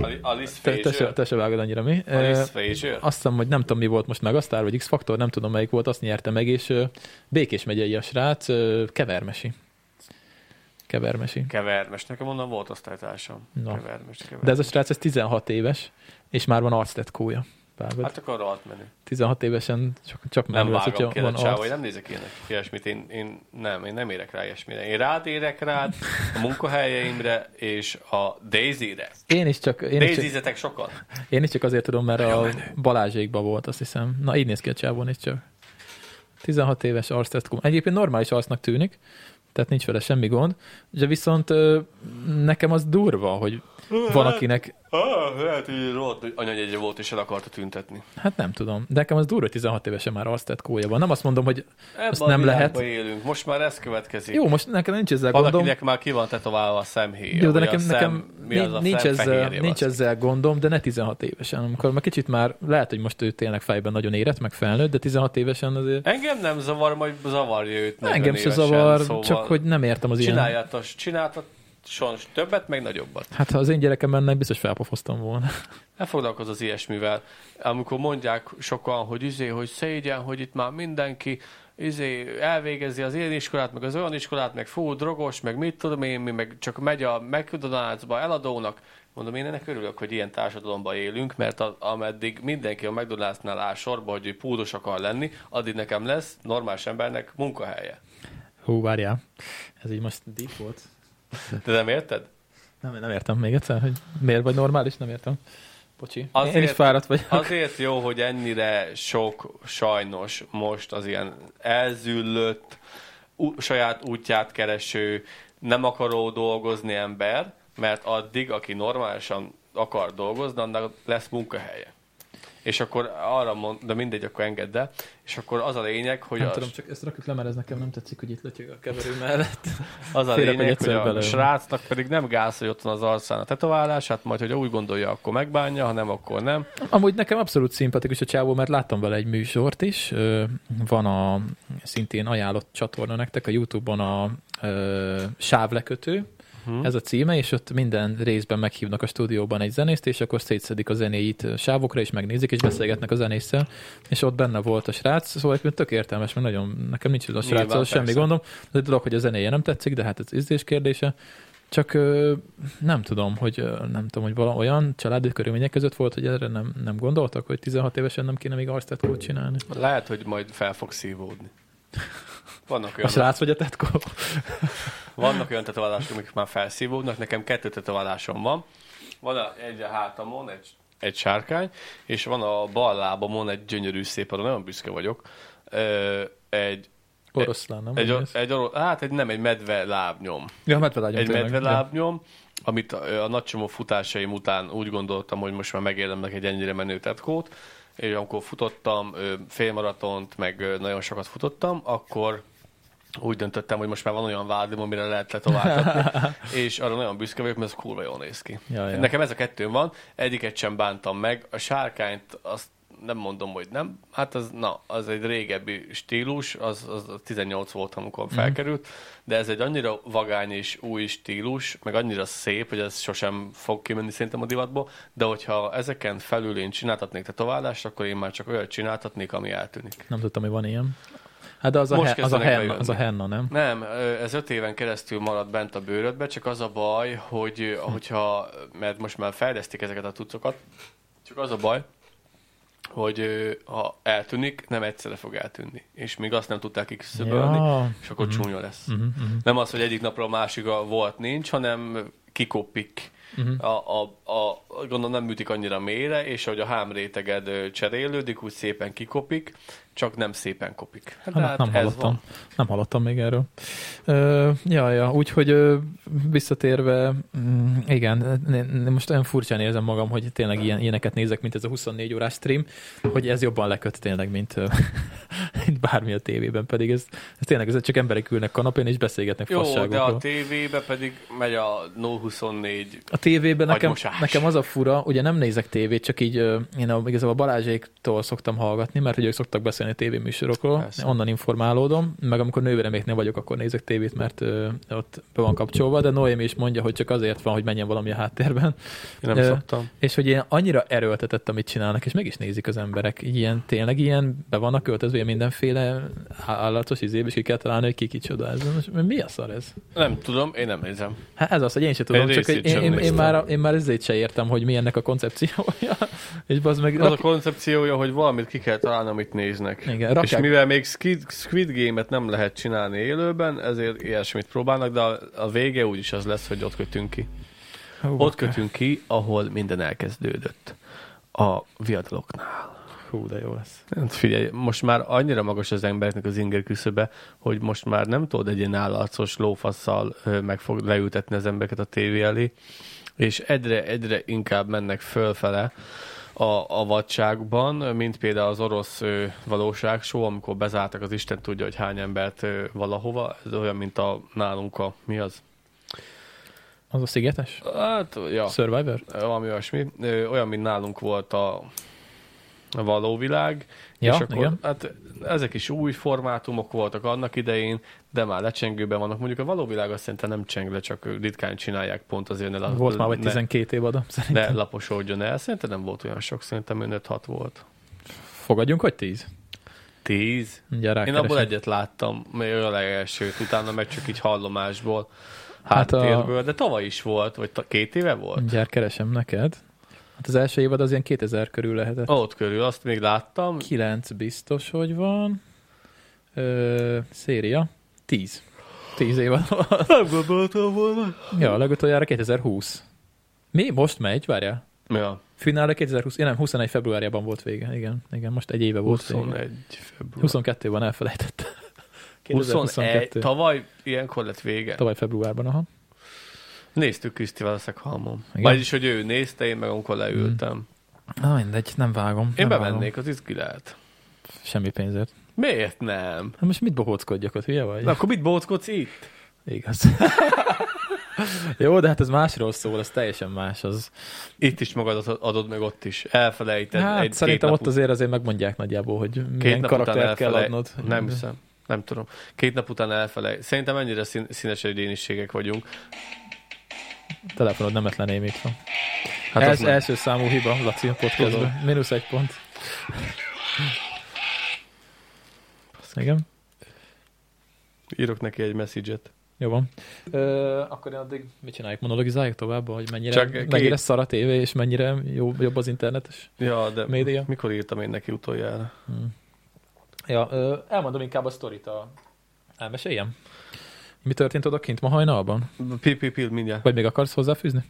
Speaker 1: Ali Alice
Speaker 3: Te, te, se,
Speaker 1: Frazier.
Speaker 3: te se vágod annyira mi. Ö,
Speaker 1: Alice Frazier.
Speaker 3: azt hiszem, hogy nem tudom, mi volt most meg, Aztár vagy X-Faktor, nem tudom, melyik volt, azt nyerte meg, és ö, Békés megyei a srác, ö, kevermesi. Kevermesi.
Speaker 1: Kevermes. Nekem onnan volt osztálytársam.
Speaker 3: Na.
Speaker 1: Kevermes, kevermes.
Speaker 3: De ez a srác, ez 16 éves, és már van arctetkója. Vágod.
Speaker 1: Hát akkor rohadt menő.
Speaker 3: Hát, 16 évesen csak, csak
Speaker 1: Nem
Speaker 3: megölsz,
Speaker 1: vágom ki
Speaker 3: hogyha
Speaker 1: a
Speaker 3: van
Speaker 1: csávó,
Speaker 3: arc.
Speaker 1: én nem nézek ilyenek, ilyesmit. Én, én, nem, én nem érek rá ilyesmire. Én rád érek rád, a munkahelyeimre és a Daisy-re.
Speaker 3: Én is csak, én is csak,
Speaker 1: Daisy-zetek sokan.
Speaker 3: én is csak azért tudom, mert a Balázsékban volt, azt hiszem. Na, így néz ki a csávon is csak. 16 éves arctetkó. Egyébként normális arcnak tűnik, tehát nincs vele semmi gond, de viszont ö, nekem az durva, hogy van akinek,
Speaker 1: Ah, lehet, hogy rohadt nagy anyanyegye volt, és el akarta tüntetni.
Speaker 3: hát nem tudom, de nekem az durva, hogy 16 évesen már arctetkója van. Nem azt mondom, hogy
Speaker 1: Ebben
Speaker 3: Azt
Speaker 1: a
Speaker 3: nem
Speaker 1: világban
Speaker 3: lehet.
Speaker 1: élünk. Most már ez következik.
Speaker 3: jó, most nekem nincs ezzel
Speaker 1: Van,
Speaker 3: gondom.
Speaker 1: akinek már ki van tetoválva a szemhéja.
Speaker 3: Jó, de
Speaker 1: vagy a
Speaker 3: nekem,
Speaker 1: szem,
Speaker 3: nekem
Speaker 1: mi az a
Speaker 3: nincs,
Speaker 1: szem
Speaker 3: ezzel,
Speaker 1: fehérje,
Speaker 3: nincs
Speaker 1: basz.
Speaker 3: ezzel gondom, de ne 16 évesen. Amikor már kicsit már, lehet, hogy most ő tényleg fejben nagyon érett, meg felnőtt, de 16 évesen azért
Speaker 1: Engem nem zavar, majd zavarja őt. 40
Speaker 3: engem se
Speaker 1: évesen,
Speaker 3: zavar,
Speaker 1: szóval
Speaker 3: csak hogy nem értem az ilyen.
Speaker 1: Csináljatos, csináltason többet, meg nagyobbat.
Speaker 3: Hát ha az én gyerekem menne, biztos felpofoztam volna.
Speaker 1: Ne foglalkozz az ilyesmivel. Amikor mondják sokan, hogy izé, hogy szégyen, hogy itt már mindenki izé, elvégezi az ilyen iskolát, meg az olyan iskolát, meg fú, drogos, meg mit tudom én, mi, meg csak megy a McDonald'sba eladónak. Mondom, én ennek örülök, hogy ilyen társadalomban élünk, mert a, ameddig mindenki a McDonald'snál áll sorba, hogy ő púdos akar lenni, addig nekem lesz normális embernek munkahelye.
Speaker 3: Hú, várjál. Ez így most deep volt.
Speaker 1: De nem érted?
Speaker 3: Nem, nem értem még egyszer, hogy miért vagy normális, nem értem. Bocsi. Azért, én
Speaker 1: Azért-
Speaker 3: is fáradt vagyok.
Speaker 1: Azért jó, hogy ennyire sok sajnos most az ilyen elzüllött, ú- saját útját kereső, nem akaró dolgozni ember, mert addig, aki normálisan akar dolgozni, annak lesz munkahelye. És akkor arra mond, de mindegy, akkor engedd el. És akkor az a lényeg, hogy
Speaker 3: nem
Speaker 1: a,
Speaker 3: tudom, csak ezt rakjuk le, mert ez nekem nem tetszik, hogy itt lötyög a keverő mellett.
Speaker 1: az a
Speaker 3: félek, hogy
Speaker 1: lényeg, hogy
Speaker 3: egyszer
Speaker 1: a
Speaker 3: belőlem.
Speaker 1: srácnak pedig nem gáz, hogy ott van az arcán a tetoválás, hát majd, hogyha úgy gondolja, akkor megbánja, ha nem, akkor nem.
Speaker 3: Amúgy nekem abszolút szimpatikus a csávó, mert láttam vele egy műsort is. Ö, Van a szintén ajánlott csatorna nektek a Youtube-on a ö, sávlekötő,
Speaker 1: Hm?
Speaker 3: ez a címe, és ott minden részben meghívnak a stúdióban egy zenészt, és akkor szétszedik a zenéit sávokra, és megnézik, és beszélgetnek a zenésszel, és ott benne volt a srác, szóval egyébként tök értelmes, mert nagyon, nekem nincs ez a
Speaker 1: Nyilván,
Speaker 3: srác, szóval semmi
Speaker 1: persze.
Speaker 3: gondom. Az egy dolog, hogy a zenéje nem tetszik, de hát ez ízlés kérdése. Csak ö, nem tudom, hogy ö, nem tudom, hogy vala olyan családi körülmények között volt, hogy erre nem, nem gondoltak, hogy 16 évesen nem kéne még arctetkót csinálni.
Speaker 1: Lehet, hogy majd fel fog szívódni. Vannak
Speaker 3: A
Speaker 1: olyan,
Speaker 3: srác vagy a tetkó?
Speaker 1: vannak olyan tetoválások, amik már felszívódnak. Nekem kettő tetoválásom van. Van a, egy a hátamon, egy, egy sárkány, és van a bal lábamon egy gyönyörű szép, arra nagyon büszke vagyok. Ö, egy,
Speaker 3: Oroszlán, nem?
Speaker 1: egy,
Speaker 3: Vagy
Speaker 1: or-
Speaker 3: ez?
Speaker 1: egy or- hát egy, nem, egy medve lábnyom.
Speaker 3: ja, medvelágyom
Speaker 1: Egy
Speaker 3: tényleg.
Speaker 1: medvelábnyom, amit a, a nagy csomó futásaim után úgy gondoltam, hogy most már megérdemlek egy ennyire menő tetkót, és amikor futottam ö, félmaratont, meg ö, nagyon sokat futottam, akkor úgy döntöttem, hogy most már van olyan vádim, amire lehet letováltatni, és arra nagyon büszke vagyok, mert ez kurva jól néz ki.
Speaker 3: Ja, ja.
Speaker 1: Nekem ez a kettőn van, egyiket sem bántam meg, a sárkányt azt nem mondom, hogy nem. Hát az, na, az egy régebbi stílus, az, az 18 volt, amikor
Speaker 3: Mhm.
Speaker 1: felkerült, de ez egy annyira vagány és új stílus, meg annyira szép, hogy ez sosem fog kimenni szerintem a divatból, de hogyha ezeken felül én csináltatnék tetoválást, akkor én már csak olyat csináltatnék, ami eltűnik.
Speaker 3: Nem tudtam, hogy van ilyen. Hát de az a,
Speaker 1: Most
Speaker 3: he, az a,
Speaker 1: kezdenek
Speaker 3: henna,
Speaker 1: bejönni.
Speaker 3: az a henna, nem?
Speaker 1: Nem, ö, ez öt éven keresztül maradt bent a bőrödbe, csak az a baj, hogy ö, hogyha, mert most már fejlesztik ezeket a tucokat, csak az a baj, hogy ö, ha eltűnik, nem egyszerre fog eltűnni. És még azt nem tudták kiküszöbölni,
Speaker 3: Ja.
Speaker 1: és akkor csúnya lesz.
Speaker 3: Mhm, mhm.
Speaker 1: Nem az, hogy egyik napra a másikra volt nincs, hanem kikopik.
Speaker 3: Mhm.
Speaker 1: Uh-huh. A, a, a, gondolom nem ütik annyira mélyre, és ahogy a hámréteged ö, cserélődik, úgy szépen kikopik, csak nem szépen kopik. Hát,
Speaker 3: Hát,
Speaker 1: de
Speaker 3: hát nem
Speaker 1: ez
Speaker 3: hallottam.
Speaker 1: van.
Speaker 3: Nem hallottam még erről. Ö, ja, ja, úgyhogy ö, visszatérve, mm, igen, én- én most olyan furcsán érzem magam, hogy tényleg ilyen, ilyeneket nézek, mint ez a 24 órás stream, hogy ez jobban leköt tényleg, mint, ö, mint bármi a tévében, pedig ez, ez tényleg ez csak emberek ülnek kanapén és beszélgetnek
Speaker 1: Jó, de a
Speaker 3: fasságokról.
Speaker 1: tévébe pedig megy a No24.
Speaker 3: A tévében nekem,
Speaker 1: Agymosás.
Speaker 3: nekem az a fura, ugye nem nézek tévét, csak így ö, én a, igazából Balázséktól szoktam hallgatni, mert hogy ők szoktak beszélni tévéműsorokról,
Speaker 1: Persze.
Speaker 3: onnan informálódom, meg amikor nővéreméknél vagyok, akkor nézek tévét, mert ö, ott be van kapcsolva, de Noémi is mondja, hogy csak azért van, hogy menjen valami a háttérben,
Speaker 1: Én nem
Speaker 3: Ö,
Speaker 1: szoktam.
Speaker 3: és hogy ilyen annyira erőltetett, amit csinálnak, és mégis nézik az emberek, ilyen tényleg ilyen be vannak költözve ilyen mindenféle állatos izébe, és ki kell találni, hogy ki kicsoda ez. Most Mi a szar ez?
Speaker 1: Nem tudom, én nem nézem.
Speaker 3: Hát ez az, hogy én sem tudom,
Speaker 1: Egy
Speaker 3: csak
Speaker 1: részét
Speaker 3: hogy én,
Speaker 1: sem
Speaker 3: én, én,
Speaker 1: néztem.
Speaker 3: már, én már ezért sem értem, hogy mi ennek a koncepciója. És az meg...
Speaker 1: Az a
Speaker 3: rak-
Speaker 1: koncepciója, hogy valamit ki kell találni, amit néznek.
Speaker 3: Igen,
Speaker 1: És
Speaker 3: rakják-
Speaker 1: mivel még Squid, Squid Game-et nem lehet csinálni élőben, ezért ilyesmit próbálnak, de a, a vége úgyis az lesz, hogy ott kötünk ki.
Speaker 3: Hú,
Speaker 1: Ott kötünk ki, ahol minden elkezdődött. A viadaloknál.
Speaker 3: Hú, de jó lesz.
Speaker 1: Hát Figyelj, most már annyira magas az embereknek az inger küszöbe, hogy most már nem tudod egy ilyen állarcos lófasszal ö, meg fog leültetni az embereket a tévé elé, és egyre, egyre inkább mennek fölfele a, a vadságban, mint például az orosz ö, valóságsó, amikor bezártak az Isten tudja, hogy hány embert ö, valahova, ez olyan, mint a nálunk a, mi az?
Speaker 3: Az a szigetes?
Speaker 1: Hát, ja.
Speaker 3: Ja. Survivor?
Speaker 1: Ö, valami olyasmi, Ö, olyan, mint nálunk volt a a való világ,
Speaker 3: Ja,
Speaker 1: és akkor
Speaker 3: igen.
Speaker 1: hát ezek is új formátumok voltak annak idején, de már lecsengőben vannak. Mondjuk a való világ azt szerintem nem cseng le, csak ritkán csinálják pont azért, ne, la-
Speaker 3: Volt már vagy
Speaker 1: ne,
Speaker 3: 12 év adam, szerintem.
Speaker 1: ne laposodjon el. Szerintem nem volt olyan sok, szerintem 5-6 volt.
Speaker 3: Fogadjunk, hogy 10?
Speaker 1: 10?
Speaker 3: Mindjárt
Speaker 1: Én
Speaker 3: rákeresem.
Speaker 1: abból egyet láttam, még a legelsőt, utána meg csak így hallomásból,
Speaker 3: Hát a- Mm.
Speaker 1: háttérből, de tavaly is volt, vagy ta- két éve volt?
Speaker 3: Mindjárt keresem neked. Hát az első évad az ilyen 2000 körül lehetett.
Speaker 1: Ott körül, azt még láttam,
Speaker 3: 9 biztos, hogy van. Ö, széria. 10. 10 évad van.
Speaker 1: Nem gondoltam volna.
Speaker 3: ja, legutoljára 2020. Mi? Most megy? Várjál.
Speaker 1: Ja,
Speaker 3: Finálé 2020, ja nem, 21 februárjában volt vége. Igen, igen, most egy éve volt vége.
Speaker 1: 21 február.
Speaker 3: 22-ban elfelejtettem.
Speaker 1: 21,
Speaker 3: 2022.
Speaker 1: eh, tavaly ilyenkor lett vége.
Speaker 3: Tavaly februárban, aha.
Speaker 1: Néztük Krisztivel a szekhalmon.
Speaker 3: Igen.
Speaker 1: Vagyis, hogy ő nézte, én meg amikor leültem. Mm.
Speaker 3: Na mindegy, nem vágom.
Speaker 1: Én
Speaker 3: nem vágom.
Speaker 1: bevennék, az izgi lehet.
Speaker 3: Semmi pénzért.
Speaker 1: Miért nem?
Speaker 3: Hát most mit bohóckodjak ott, hülye vagy?
Speaker 1: Na, akkor mit bóckodsz itt?
Speaker 3: Igaz. Jó, de hát ez másról szól, ez teljesen más. Az.
Speaker 1: Itt is magadat adod meg ott is. Elfelejted.
Speaker 3: Hát
Speaker 1: egy,
Speaker 3: egy, szerintem
Speaker 1: két
Speaker 3: ott
Speaker 1: nap
Speaker 3: azért azért megmondják nagyjából, hogy
Speaker 1: Két
Speaker 3: milyen
Speaker 1: nap után
Speaker 3: karaktert kell
Speaker 1: elfelej-
Speaker 3: adnod.
Speaker 1: Nem hiszem. Nem tudom. Két nap után elfelej. Szerintem ennyire szín- színes egyéniségek vagyunk.
Speaker 3: Telefonod nemetlen émít van.
Speaker 1: Hát
Speaker 3: Hát ez
Speaker 1: az
Speaker 3: első számú hiba, Laci, a podcastban.
Speaker 1: Tudom.
Speaker 3: Mínusz egy pont. Igen,
Speaker 1: írok neki egy message-et.
Speaker 3: jó van. Ö, akkor én addig mit csináljuk? Monologizáljuk tovább, hogy mennyire,
Speaker 1: Csak
Speaker 3: Csak
Speaker 1: két-
Speaker 3: mennyire szar a tévé, és mennyire jó, jobb az internetes
Speaker 1: Ja, de
Speaker 3: média?
Speaker 1: mikor írtam én neki utoljára?
Speaker 3: Ja, ö, elmondom inkább a sztorit. A... Elmeséljem? Mi történt odakint ma hajnalban?
Speaker 1: Pil, pil, pil, mindjárt.
Speaker 3: Vagy még akarsz hozzáfűzni?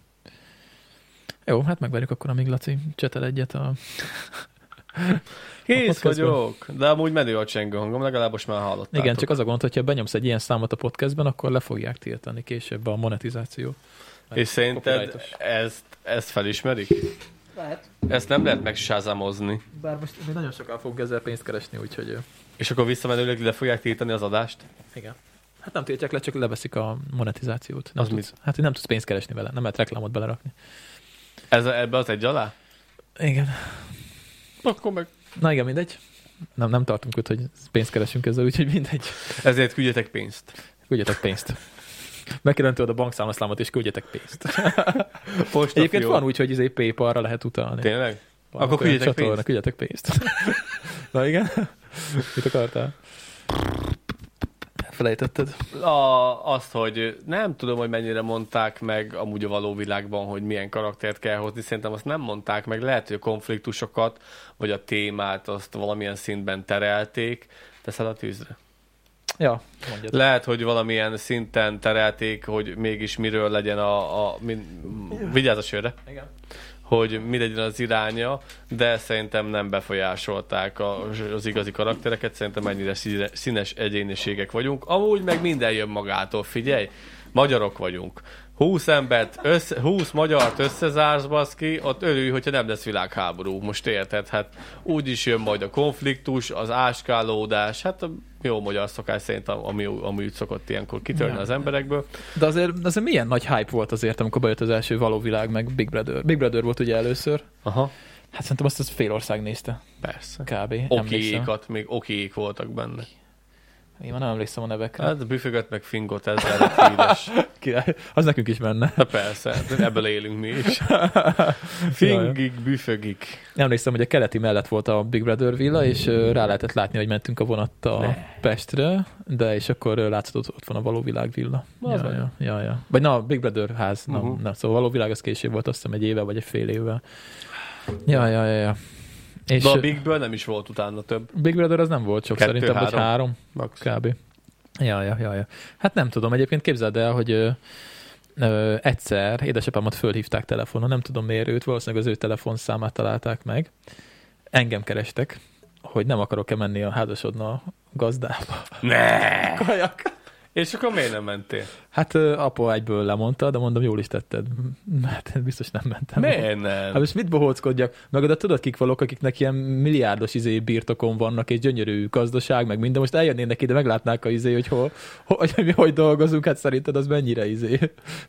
Speaker 3: Jó, hát megvárjuk akkor, amíg Laci csetel egyet a...
Speaker 1: Kész
Speaker 3: podcastban.
Speaker 1: vagyok, de amúgy menő a csengő hangom, legalább most már hallottátok.
Speaker 3: Igen, csak az a gond, hogyha benyomsz egy ilyen számot a podcastben, akkor le fogják tiltani később a monetizáció.
Speaker 1: És szerinted
Speaker 3: Copyrightos.
Speaker 1: ezt, ezt felismerik?
Speaker 3: Lehet,
Speaker 1: Ezt nem lehet megsázamozni.
Speaker 3: bár most még nagyon sokan fogunk ezzel pénzt keresni, úgyhogy ö,
Speaker 1: És akkor visszamenőleg le fogják tiltani az adást?
Speaker 3: igen. Hát nem tiltják le, csak leveszik a monetizációt. Nem
Speaker 1: Az
Speaker 3: tudsz, Hát hogy nem tudsz pénzt keresni vele, nem lehet reklámot belerakni.
Speaker 1: Ez, ebbe az egy alá?
Speaker 3: Igen.
Speaker 1: Akkor meg.
Speaker 3: Na igen, mindegy. Nem, nem tartunk ott, hogy pénzt keresünk ezzel, úgyhogy mindegy.
Speaker 1: Ezért küldjetek pénzt.
Speaker 3: Küldjetek pénzt. Megkérem tőled a bankszámlaszlámot, és küldjetek pénzt.
Speaker 1: Posta
Speaker 3: Egyébként
Speaker 1: fiók.
Speaker 3: van úgy, hogy izé PayPal-ra lehet utalni.
Speaker 1: Tényleg?
Speaker 3: Vannak
Speaker 1: Akkor
Speaker 3: olyan
Speaker 1: küldjetek
Speaker 3: csatornák,
Speaker 1: pénzt.
Speaker 3: Küldjetek pénzt. Na igen? Mit akartál? Felejtetted.
Speaker 1: A, azt, hogy nem tudom, hogy mennyire mondták meg amúgy a való világban, hogy milyen karaktert kell hozni, szerintem azt nem mondták meg, lehet, hogy a konfliktusokat, vagy a témát azt valamilyen szintben terelték, teszed a tűzre.
Speaker 3: Ja, mondjad. Le-
Speaker 1: Lehet, hogy valamilyen szinten terelték, hogy mégis miről legyen a... a min, vigyázz a sőre!
Speaker 3: igen.
Speaker 1: hogy mi legyen az iránya, de szerintem nem befolyásolták a, az igazi karaktereket, szerintem ennyire színe- színes egyéniségek vagyunk. Amúgy meg minden jön magától, figyelj, magyarok vagyunk. 20 embert, össze, 20 magyart összezársz, baszki, ott örülj, hogyha nem lesz világháború. Most érted? Hát úgy is jön majd a konfliktus, az áskálódás, hát a jó magyar szokás szerint, ami, ami úgy szokott ilyenkor kitörni
Speaker 3: Ja.
Speaker 1: az emberekből.
Speaker 3: De azért, azért milyen nagy hype volt azért, amikor bejött az első való világ, meg Big Brother. Big Brother volt ugye először.
Speaker 1: Aha,
Speaker 3: Hát szerintem azt az fél ország nézte,
Speaker 1: persze.
Speaker 3: kb. Emlékszem.
Speaker 1: Okiékat, még okiék voltak benne.
Speaker 3: Én már nem emlékszem a nevekre. Hát
Speaker 1: Hát büfögött meg fingot, ez lett híres.
Speaker 3: Király. Az nekünk is menne.
Speaker 1: Na persze, hát ebből élünk mi is. Fingik, büfögik.
Speaker 3: Emlékszem, hogy a keleti mellett volt a Big Brother villa, és ö, rá lehetett látni, hogy mentünk a vonattal
Speaker 1: Ne.
Speaker 3: Pestre, de és akkor ö, látszott, ott, ott van a való világ villa.
Speaker 1: Na, az
Speaker 3: ja,
Speaker 1: vagy.
Speaker 3: ja, ja, ja. Vagy na, a Big Brother ház. Na,
Speaker 1: Mhm.
Speaker 3: uh-huh. na, szóval a való világ az később volt, azt hiszem egy éve vagy egy fél évvel. Ja, ja, ja, ja. És
Speaker 1: De a Bigből nem is volt utána több.
Speaker 3: Big Brother az nem volt sok,
Speaker 1: Kettő,
Speaker 3: szerintem, vagy
Speaker 1: három.
Speaker 3: három.
Speaker 1: Max.
Speaker 3: Kb. Ja, ja, ja, ja. Hát nem tudom, egyébként képzeld el, hogy ö, ö, egyszer édesapámat fölhívták telefonon, nem tudom miért őt, valószínűleg az ő telefonszámát találták meg. Engem kerestek, hogy nem akarok-e menni a házasodna a gazdába.
Speaker 1: Ne!
Speaker 3: Kajak.
Speaker 1: És akkor miért nem mentél?
Speaker 3: Hát ö, apa egyből lemondta, de mondom, jól is tetted. Hát biztos nem mentem.
Speaker 1: Miért
Speaker 3: Hát
Speaker 1: nem?
Speaker 3: most mit bohóckodjak? Meg oda tudod, kik valók, akiknek ilyen milliárdos izé birtokon vannak, és gyönyörű gazdaság, meg minden. Most eljönnének ide, meglátnák a izé, hogy, hol, hol, hogy mi hogy dolgozunk, hát szerinted az mennyire izé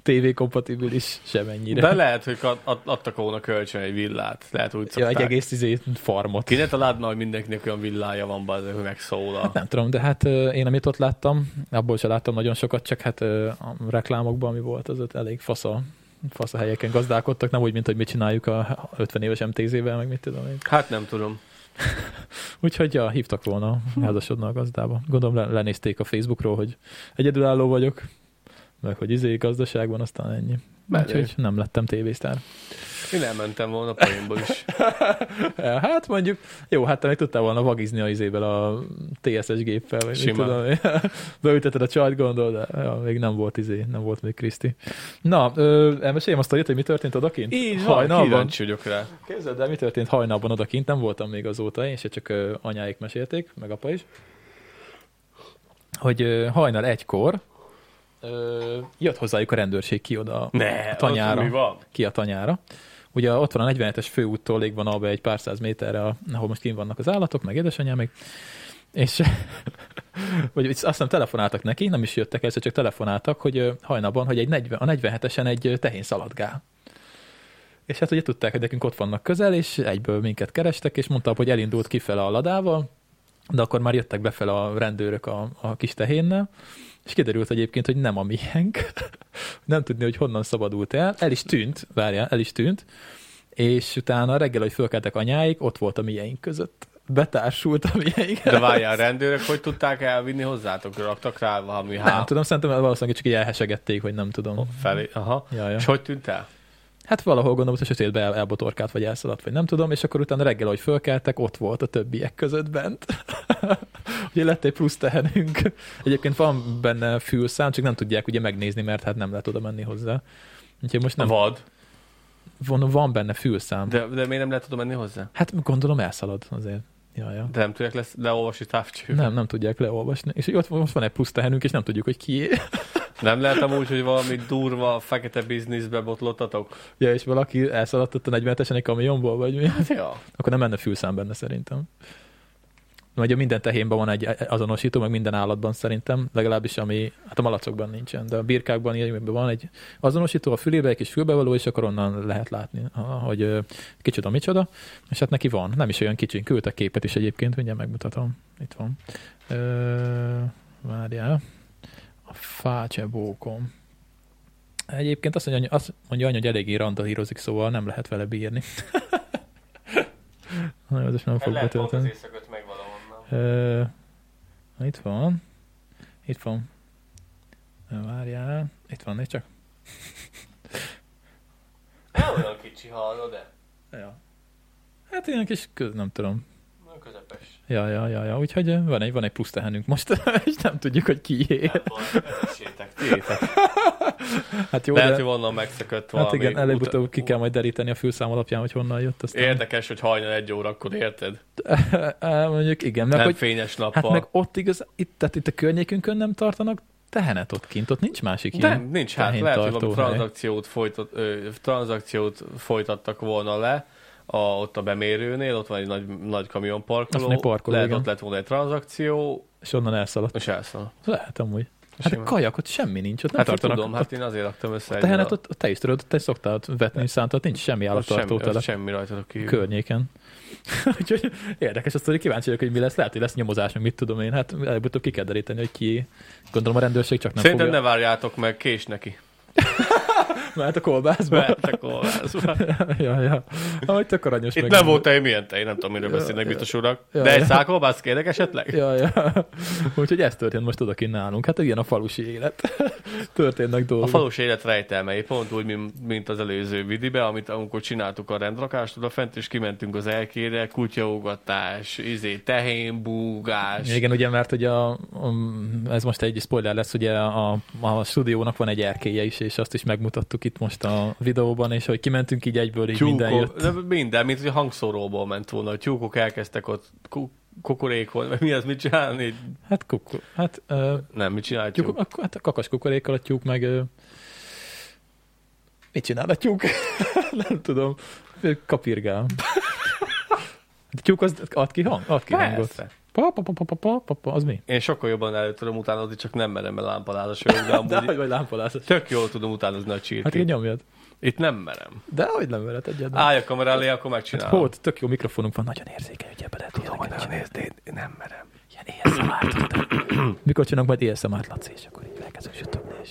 Speaker 3: TV kompatibilis, sem ennyire.
Speaker 1: De lehet, hogy ad- ad- adtak volna kölcsön egy villát. Lehet úgy
Speaker 3: ja, egy
Speaker 1: szokták.
Speaker 3: egész izé farmot.
Speaker 1: Ki ne találd már, hogy mindenkinek olyan villája van, bár, hogy megszólal.
Speaker 3: Nem tudom, de hát ö, én amit ott láttam, abból se láttam nagyon sokat, csak hát ö, a reklámokban, ami volt, az ott elég fasz a, fasz a helyeken gazdálkodtak, nem úgy, mint hogy mit csináljuk a 50 éves MTZ-vel, meg mit tudom én.
Speaker 1: Hát nem tudom.
Speaker 3: Úgyhogy ja, hívtak volna,
Speaker 1: Hm.
Speaker 3: házasodna a gazdába. Gondolom le- lenézték a Facebookról, hogy egyedülálló vagyok, meg hogy izé gazdaságban, aztán ennyi.
Speaker 1: Menő.
Speaker 3: Úgyhogy nem lettem tévésztár.
Speaker 1: Én elmentem volna poénból is.
Speaker 3: Ja, Hát mondjuk, jó, hát te meg tudtál volna vagizni a izével a TSS géppel, vagy mit
Speaker 1: Simán.
Speaker 3: tudom, én. beülteted a csajt, gondol, de ja, még nem volt izé, nem volt még Kriszti. Na, ö, elmeséljem azt a hogy mi történt odakint?
Speaker 1: Így van,
Speaker 3: Hajnalban?
Speaker 1: kíváncsi vagyok rá.
Speaker 3: Képzeld el, mi történt hajnalban odakint, nem voltam még azóta, én se csak ö, anyáik mesélték, meg apa is, hogy ö, hajnal egykor ö,
Speaker 2: Ö,
Speaker 3: Jött hozzájuk a rendőrség ki oda,
Speaker 1: Ne,
Speaker 3: a
Speaker 1: ott
Speaker 3: tanyára.
Speaker 1: mi van?
Speaker 3: ki a tanyára. Ugye ott van a 47-es főúttól légvan alba egy pár száz méterre, a- ahol most kint vannak az állatok, meg édesanyámék, és vagy azt hiszem telefonáltak neki, nem is jöttek egyszer, csak telefonáltak, hogy ö, hajnalban, hogy egy 40, a 47-esen egy ö, tehén szaladgál. És hát ugye tudták, hogy nekünk ott vannak közel, és egyből minket kerestek, és mondta, hogy elindult kifele a ladával, de akkor már jöttek befele a rendőrök a, a kis tehénnel, és kiderült egyébként, hogy nem a miénk. nem tudni, hogy honnan szabadult el. El is tűnt, várjál, el is tűnt, és utána reggel, hogy fölkeltek anyáik, ott volt a miénk között. Betársult a miénk.
Speaker 1: De várjál, a rendőrök hogy tudták elvinni hozzátok? Raktak rá valami
Speaker 3: Nem
Speaker 1: hát
Speaker 3: tudom, szerintem valószínűleg csak így elhesegették, vagy nem tudom.
Speaker 1: felé. Aha.
Speaker 3: Ja, ja.
Speaker 1: És hogy tűnt el?
Speaker 3: Hát valahol gondolom, hogy a sötétbe el, elbotorkált, vagy elszaladt, vagy nem tudom, és akkor utána reggel, ahogy fölkeltek, ott volt a többiek között bent. ugye lett egy plusz tehenünk. Egyébként van benne fülszám, csak nem tudják ugye megnézni, mert hát nem lehet oda menni hozzá. Úgyhogy most nem,
Speaker 1: Nem. Vad.
Speaker 3: van, van benne fülszám. De...
Speaker 1: De, de miért nem lehet oda menni hozzá?
Speaker 3: Hát gondolom elszalad azért. Ja, ja.
Speaker 1: De nem tudják lesz, leolvasni távcső.
Speaker 3: Nem, nem tudják leolvasni. És ott most van egy plusz tehenünk, és nem tudjuk, hogy kié.
Speaker 1: Nem lehet amúgy, hogy valami durva, fekete bizniszbe botlottatok?
Speaker 3: Ja, és valaki elszaladt ott a 40-esen egy kamionból, vagy mi?
Speaker 1: Hát Ja.
Speaker 3: akkor nem lenne fülszám benne szerintem. Mert ugye minden tehénben van egy azonosító, meg minden állatban szerintem, legalábbis ami, hát a malacokban nincsen, de a birkákban ilyenben van egy azonosító, a fülébe egy kis fülbevaló, és akkor onnan lehet látni, ha- hogy ö, kicsoda micsoda, és hát neki van, nem is olyan kicsin, küldtek képet is egyébként, mindjárt megmutatom, itt van. Ö, várjál, a fácsebókom. Egyébként azt mondja, azt mondja anya, hogy eléggé randalírozik, szóval nem lehet vele bírni. Na jó, ez is nem fog betölteni.
Speaker 1: éjszaköt meg valahonnan.
Speaker 3: Ö, na itt van. Itt van. Ö, Várjál. Itt van, nézd csak.
Speaker 1: Nem olyan kicsi, hallod, de
Speaker 3: Ja. Hát ilyen kis, köz, nem tudom.
Speaker 1: közepes.
Speaker 3: Ja, ja, ja, ja. Úgyhogy ö, van egy, van egy plusz tehenünk most, és nem tudjuk, hogy kié. Hát jó,
Speaker 1: Lehet,
Speaker 3: de,
Speaker 1: hogy onnan megszökött
Speaker 3: hát
Speaker 1: valami.
Speaker 3: igen, előbb-utóbb ki
Speaker 1: ut-
Speaker 3: kell majd deríteni a fülszám alapján, hogy honnan jött. Aztán...
Speaker 1: Érdekes, hogy hajnal egy órakor, érted?
Speaker 3: Ö, Mondjuk igen, meg
Speaker 1: Nem
Speaker 3: hogy
Speaker 1: fényes nappal.
Speaker 3: Hát meg ott igaz, itt, tehát itt a környékünkön nem tartanak tehenet ott kint, ott nincs másik
Speaker 1: De
Speaker 3: ilyen.
Speaker 1: nincs, hát lehet, hogy valami
Speaker 3: tehéntartóhely.
Speaker 1: tranzakciót, folytat, ö, tranzakciót folytattak volna le a, ott a bemérőnél, ott van egy nagy, nagy
Speaker 3: Azt
Speaker 1: kamionparkoló,
Speaker 3: mondja, parkoló,
Speaker 1: lehet
Speaker 3: igen.
Speaker 1: ott lett volna egy tranzakció,
Speaker 3: És onnan elszaladt.
Speaker 1: és elszáll.
Speaker 3: Lehet amúgy. Hát a
Speaker 1: Simán.
Speaker 3: kajak, ott semmi nincs, ott nem
Speaker 1: Hát
Speaker 3: hát tartanak.
Speaker 1: tudom, hát én azért raktam össze
Speaker 3: a
Speaker 1: egy
Speaker 3: tehenet
Speaker 1: oda-
Speaker 3: ott, ott te is tudod, te szoktál ott vetni és szántat, nincs semmi
Speaker 1: ott
Speaker 3: állattartó
Speaker 1: semmi, ott
Speaker 3: tele
Speaker 1: semmi rajtatok
Speaker 3: a
Speaker 1: kívül.
Speaker 3: környéken. Úgyhogy érdekes, azt hogy kíváncsi vagyok, hogy mi lesz. Lehet, hogy lesz nyomozás, meg mit tudom én. Hát előbb-utóbb ki kell deríteni, hogy ki. Gondolom a rendőrség csak nem
Speaker 1: Szerintem
Speaker 3: fogja.
Speaker 1: ne várjátok meg, kés neki.
Speaker 3: Nem. Mert a kolbászba.
Speaker 1: Mert akkor az-
Speaker 3: ja, ja. Ahogy tök aranyos.
Speaker 1: Itt
Speaker 3: meg-
Speaker 1: nem volt te, milyen te, én nem tudom, miről beszélnek biztos urak.
Speaker 3: Ja,
Speaker 1: De egy
Speaker 3: ja.
Speaker 1: szákolbász kérnek esetleg?
Speaker 3: Ja, ja. Úgyhogy ez történt most odakint nálunk. Hát ilyen a falusi élet. Történnek
Speaker 1: A
Speaker 3: dolgok.
Speaker 1: falos élet rejtelmei, pont úgy, mint- mint az előző vidibe, amit amikor csináltuk a rendrakást, oda fent és kimentünk az elkére, kutyaugatás, izé, tehénbúgás.
Speaker 3: Igen, ugye, mert ugye a, a, ez most egy spoiler lesz, ugye a, a stúdiónak van egy erkélye is, és azt is megmutattuk itt most a videóban, és hogy kimentünk így egyből, így minden jött.
Speaker 1: Tyúkok, de minden, mint hogy a hangszóróból ment volna, a tyúkok elkezdtek ott ku- kukorékon, vagy mi az, mit csinálni?
Speaker 3: Hát kuku, hát, ö,
Speaker 1: Nem, mit csinál a
Speaker 3: tyúk,
Speaker 1: tyúk?
Speaker 3: a, hát a kakas kukorékkal a tyúk meg... Ö, mit csinál a tyúk? Nem tudom. Ő Kapirgál. A tyúk az ad ki, hang, ad ki hangot.
Speaker 1: Persze.
Speaker 3: Pa, pa, pa, pa, pa, pa, pa, pa, az mi?
Speaker 1: Én sokkal jobban elő tudom utánozni, csak nem merem, mert lámpalázas vagyok, de
Speaker 3: De hogy
Speaker 1: amúgy
Speaker 3: vagy lámpalász.
Speaker 1: tök jól tudom utánozni a csirkét.
Speaker 3: Hát így nyomjad.
Speaker 1: Itt nem merem.
Speaker 3: De hogy nem veled egyet.
Speaker 1: Állj a kamera elé, akkor
Speaker 3: Hát
Speaker 1: megcsinálom.
Speaker 3: Hót, tök jó mikrofonunk van, nagyon érzékeny, hogy ebben Tudom, hogy
Speaker 1: Nézd, én- én nem merem.
Speaker 3: Ilyen ASMR, tudod. Mikor csinálunk majd ASMR-t, Laci, és akkor így elkezdünk sütögni, és...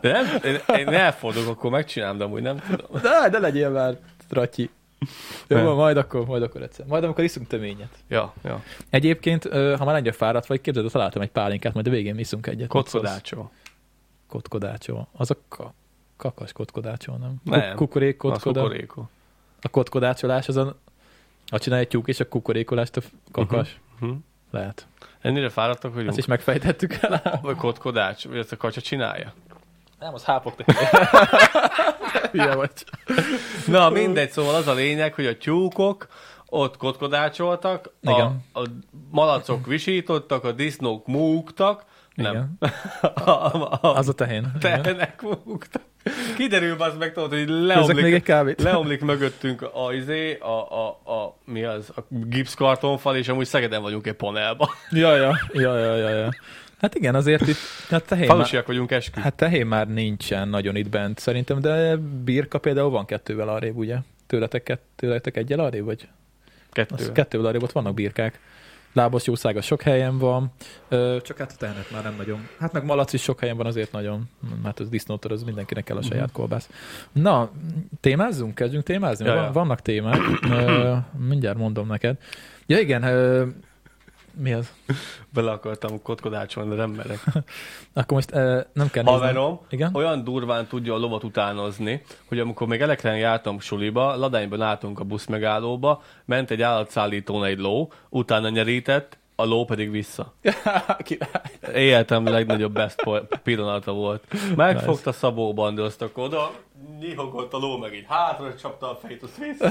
Speaker 1: De nem, én, én elfordulok, akkor megcsinálom, de amúgy nem tudom.
Speaker 3: De, de legyél már, Ratyi. Jó,
Speaker 1: Nem.
Speaker 3: van, majd akkor, majd akkor egyszer. Majd amikor iszunk töményet.
Speaker 1: Ja, ja.
Speaker 3: Egyébként, ö, ha már annyira fáradt vagy, képzeld, hogy találtam egy pálinkát, majd a végén iszunk egyet.
Speaker 1: Kockodácsó.
Speaker 3: Kotkodácsó. Az a ka- kakas kotkodácsó, nem?
Speaker 1: Nem.
Speaker 3: Ku- Kukorék
Speaker 1: Az
Speaker 3: kotkoda.
Speaker 1: kukorékó.
Speaker 3: A kotkodácsolás az a... Ha csinálja egy tyúk és a kukorékolást a f- kakas.
Speaker 1: Mhm.
Speaker 3: Lehet.
Speaker 1: Ennyire fáradtak vagyunk?
Speaker 3: Ezt is megfejtettük el.
Speaker 1: Vagy kotkodács, vagy ezt a kacsa csinálja?
Speaker 2: nem, az hápok tehénje.
Speaker 3: Hülye vagy.
Speaker 1: Na mindegy, szóval az a lényeg, hogy a tyúkok ott kotkodácsoltak, a,
Speaker 3: Igen.
Speaker 1: a malacok visítottak, a disznók múgtak, Nem.
Speaker 3: Igen.
Speaker 1: A, a, a
Speaker 3: Az a tehén. Igen.
Speaker 1: tehenek múgta. Kiderül az meg tudod, hogy
Speaker 3: Hozzak
Speaker 1: leomlik,
Speaker 3: még egy kávét.
Speaker 1: leomlik mögöttünk a, izé, a, a, a, mi az, a gipszkartonfal, és amúgy Szegeden vagyunk egy panelban.
Speaker 3: Ja, ja, ja, ja, ja, ja. Hát igen, azért itt, hát tehén már,
Speaker 1: Falusiak vagyunk eskü.
Speaker 3: hát tehén már nincsen nagyon itt bent szerintem, de birka például van kettővel arrébb, ugye? Tőletek, kett, tőletek egyel arrébb, vagy? Az
Speaker 1: Kettő.
Speaker 3: kettővel arrébb ott vannak birkák. Lábos jószága sok helyen van, ö, csak hát a tehenet már nem nagyon. Hát meg malac is sok helyen van, azért nagyon. Hát az disznótól, az mindenkinek kell a
Speaker 1: Mhm.
Speaker 3: saját kolbász. Na, témázzunk? Kezdjünk témázni?
Speaker 1: Ja,
Speaker 3: Ja,
Speaker 1: ja.
Speaker 3: Van, vannak témák. ö, mindjárt mondom neked. Ja igen, ö, mi az?
Speaker 1: Bele akartam kotkodácsolni, de nem merek.
Speaker 3: Akkor most ö, nem kell néznem.
Speaker 1: Haverom
Speaker 3: Igen?
Speaker 1: olyan durván tudja a lovat utánozni, hogy amikor még Elektrán jártam suliba, Ladányban álltunk a buszmegállóba, ment egy állatszállítón egy ló, utána nyerített, a ló pedig vissza. Életem legnagyobb best po- pillanata volt. Megfogta Szabó bandoztak oda, nyihogott a ló meg így hátra, csapta a fejét, azt vissza.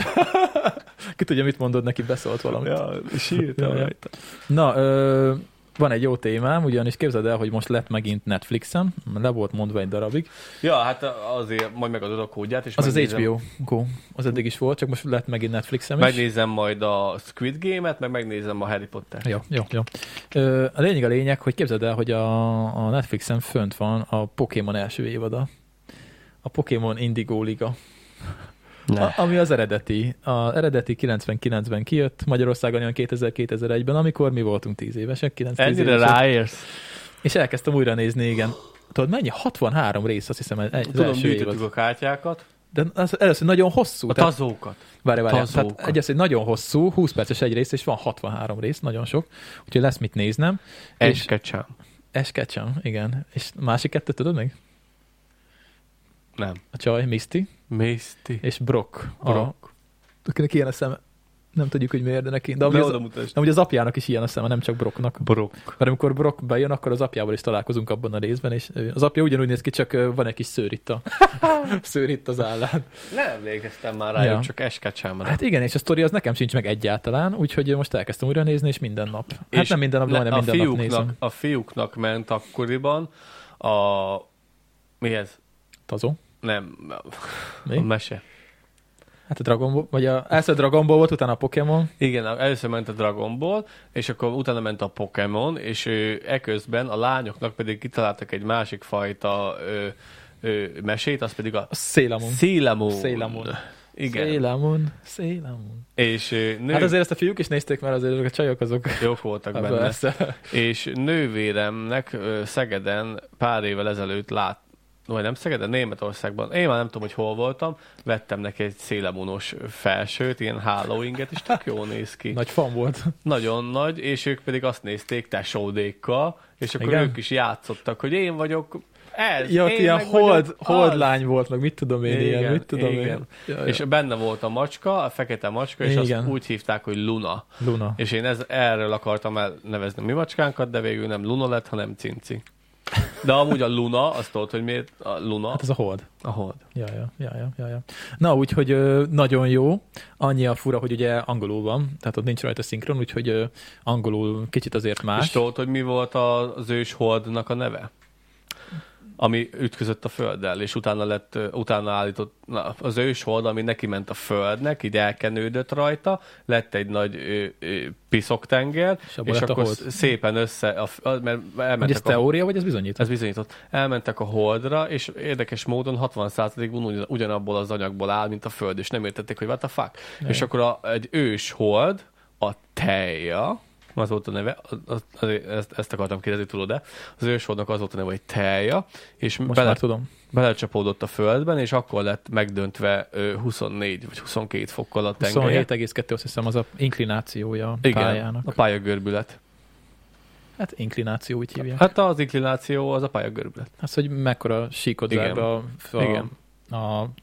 Speaker 3: Ki tudja, mit mondod neki, beszólt valamit.
Speaker 1: Ja, sírtam
Speaker 3: Ja, ja.
Speaker 1: rajta.
Speaker 3: Na, ö, van egy jó témám, ugyanis képzeld el, hogy most lett megint Netflixen, le volt mondva egy darabig.
Speaker 1: Ja, hát azért majd megadod a kódját, és
Speaker 3: Az az
Speaker 1: megnézem.
Speaker 3: HBO Go, az eddig is volt, csak most lett megint Netflixen is.
Speaker 1: Megnézem majd a Squid Game-et, meg megnézem a Harry Potter-t.
Speaker 3: Jó, jó, jó. Ö, a lényeg a lényeg, hogy képzeld el, hogy a, a Netflixen fönt van a Pokémon első évada. A Pokémon Indigo Liga. A, ami az eredeti. Az eredeti 99-ben kijött, Magyarországon olyan 2000-2001-ben, amikor mi voltunk 10 évesek, 9
Speaker 1: Ennyire
Speaker 3: évesek.
Speaker 1: ráérsz?
Speaker 3: És elkezdtem újra nézni, igen. Tudod, mennyi? 63 rész, azt hiszem, egy, az
Speaker 1: Tudom,
Speaker 3: első évad.
Speaker 1: gyűjtöttük a kártyákat,
Speaker 3: De az, először nagyon hosszú.
Speaker 1: a
Speaker 3: tehát-
Speaker 1: tazókat.
Speaker 3: Várj, várj. Tehát
Speaker 1: Tazókat.
Speaker 3: egyrészt egy nagyon hosszú, 20 perces egy rész, és van 63 rész, nagyon sok. Úgyhogy lesz mit néznem. és
Speaker 1: Eskecsám.
Speaker 3: Eskecsem, igen. És a másik kettőt tudod még?
Speaker 1: Nem.
Speaker 3: A csaj, Misty,
Speaker 1: Miszti.
Speaker 3: és Brock.
Speaker 1: Brock.
Speaker 3: A, akinek ilyen a szeme. Nem tudjuk, hogy miért, de neki. De amúgy
Speaker 1: Ne
Speaker 3: az,
Speaker 1: oda mutasd.
Speaker 3: amúgy az apjának is ilyen a szeme, nem csak Brocknak.
Speaker 1: Brock.
Speaker 3: Mert amikor Brock bejön, akkor az apjával is találkozunk abban a részben, és ö, az apja ugyanúgy néz ki, csak ö, van egy kis szőr itt, a, szőr itt az állán.
Speaker 1: Nem emlékeztem már rájuk,
Speaker 3: Ja.
Speaker 1: csak eskecsámra.
Speaker 3: Hát igen, és a sztori az nekem sincs meg egyáltalán, úgyhogy most elkezdtem újra nézni, és minden nap. Hát és nem minden nap, de
Speaker 1: le-
Speaker 3: majdnem
Speaker 1: a
Speaker 3: minden nap nézem.
Speaker 1: fiúknak, A fiúknak ment akkoriban a... Mi ez?
Speaker 3: Tazó.
Speaker 1: Nem,
Speaker 3: Mi?
Speaker 1: a mese.
Speaker 3: Hát a Dragon Ball, vagy a, először Dragon Ball volt, utána a Pokémon.
Speaker 1: Igen, a- először ment a Dragon Ball, és akkor utána ment a Pokémon, és ő, eközben a lányoknak pedig kitaláltak egy másik fajta ö, ö, mesét, az pedig a
Speaker 3: A Sailor
Speaker 1: Szélamon.
Speaker 3: Szélamon.
Speaker 1: Igen.
Speaker 3: Szélamon, Szélamon.
Speaker 1: És ö, nő...
Speaker 3: Hát azért Hát ezt a fiúk is nézték, mert azért ezek a csajok azok
Speaker 1: jók voltak
Speaker 3: abban
Speaker 1: benne.
Speaker 3: össze-
Speaker 1: És nővéremnek ö, Szegeden pár évvel ezelőtt lát, vagy nem Szegeden, Németországban, én már nem tudom, hogy hol voltam, vettem neki egy szélemunos felsőt, ilyen hálóinget, és tök jól néz ki. Nagy.
Speaker 3: Nagy fan volt.
Speaker 1: Nagyon nagy, és ők pedig azt nézték tesódékkal, és akkor
Speaker 3: Igen?
Speaker 1: Igen? ők is játszottak, hogy én vagyok ez,
Speaker 3: Ja, ott
Speaker 1: én
Speaker 3: ilyen
Speaker 1: meg vagyok
Speaker 3: hold, hold
Speaker 1: az.
Speaker 3: lány volt, meg mit tudom én, igen, ilyen,
Speaker 1: Igen,
Speaker 3: mit tudom
Speaker 1: igen.
Speaker 3: én. Ja,
Speaker 1: És
Speaker 3: és
Speaker 1: benne volt a macska, a fekete macska, és
Speaker 3: Igen.
Speaker 1: azt úgy hívták, hogy Luna.
Speaker 3: Luna.
Speaker 1: És én ez, erről akartam elnevezni mi macskánkat, de végül nem Luna lett, hanem Cinci. De amúgy a Luna, azt tudod, hogy miért a Luna?
Speaker 3: Hát ez a hold.
Speaker 1: A hold.
Speaker 3: Ja, ja, ja, ja, ja, ja. Na, úgyhogy ö, nagyon jó. Annyi a fura, hogy ugye angolul van, tehát ott nincs rajta szinkron, úgyhogy ö, angolul kicsit azért
Speaker 1: Más? És
Speaker 3: más.
Speaker 1: tudod, hogy mi volt a- az ős holdnak a neve? Ami ütközött a földdel, és utána lett, ö, utána állított, na, az ős hold, ami neki ment a földnek, így elkenődött rajta, lett egy nagy ö, ö, piszoktenger,
Speaker 3: És
Speaker 1: és,
Speaker 3: abból
Speaker 1: és
Speaker 3: lett a
Speaker 1: akkor
Speaker 3: hold.
Speaker 1: sz- szépen össze, a, f- a- mert
Speaker 3: Hogy ez
Speaker 1: elmentek a
Speaker 3: teória, vagy ez bizonyított?
Speaker 1: Ez bizonyított. Elmentek a Holdra, és érdekes módon 60%-ban ugyan- ugyanabból az anyagból áll, mint a Föld, és nem értették, hogy what the fuck.
Speaker 3: Igen.
Speaker 1: És akkor a, egy ős Hold, a Teja, az volt a neve, az, az, az, ezt, ezt akartam kérdezni, tudod-e? Az ős Holdnak az volt a neve, hogy Teja, és
Speaker 3: Most
Speaker 1: bele,
Speaker 3: már tudom.
Speaker 1: belecsapódott a Földben, és akkor lett megdöntve ö, 24 vagy 22 fokkal a tengelye.
Speaker 3: 27,2 azt hiszem az a inklinációja a
Speaker 1: Igen,
Speaker 3: pályának.
Speaker 1: a pályagörbület.
Speaker 3: Hát inklináció úgy hívják.
Speaker 1: Hát az inklináció az a pályagörbület.
Speaker 3: Hát, hogy mekkora síkod zár
Speaker 1: Igen.
Speaker 3: be a, a,
Speaker 1: Igen.
Speaker 3: a,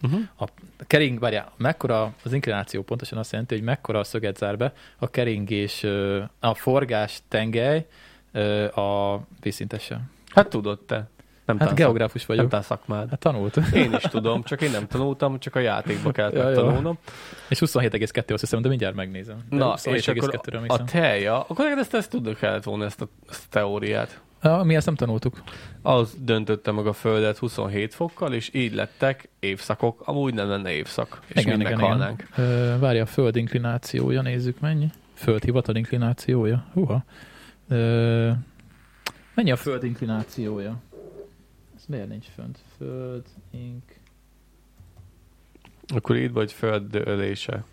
Speaker 1: Uh-huh.
Speaker 3: a kering, várjál, mekkora, az inklináció pontosan azt jelenti, hogy mekkora a szöget zár be a keringés, ö, a forgás tengely ö, a vízszintesen.
Speaker 1: Hát tudod te. Nem
Speaker 3: Hát
Speaker 1: tán-
Speaker 3: geográfus
Speaker 1: nem
Speaker 3: vagyok.
Speaker 1: tán szakmád.
Speaker 3: Hát tanult.
Speaker 1: Én is tudom, csak én nem tanultam, csak a játékba kellett
Speaker 3: Ja, ja.
Speaker 1: megtanulnom.
Speaker 3: És 27,2 azt hiszem, de mindjárt megnézem. De
Speaker 1: Na, és akkor
Speaker 3: 27,2-re
Speaker 1: a
Speaker 3: emlékszem.
Speaker 1: teja, akkor neked ezt, ezt tudni kellett volna, ezt a, ezt a teóriát.
Speaker 3: Ah, Mi ezt nem tanultuk.
Speaker 1: Az döntötte meg a Földet 27 fokkal, és így lettek évszakok. Amúgy nem lenne évszak, és igen, mind igen, meghalnánk. Igen.
Speaker 3: Ö, Várja, a föld inklinációja, nézzük mennyi. Föld hivatal inklinációja. Húha. Ö, Mennyi a föld inklinációja? Ez miért nincs fönt? Föld ink...
Speaker 1: Akkor így vagy Föld ölése.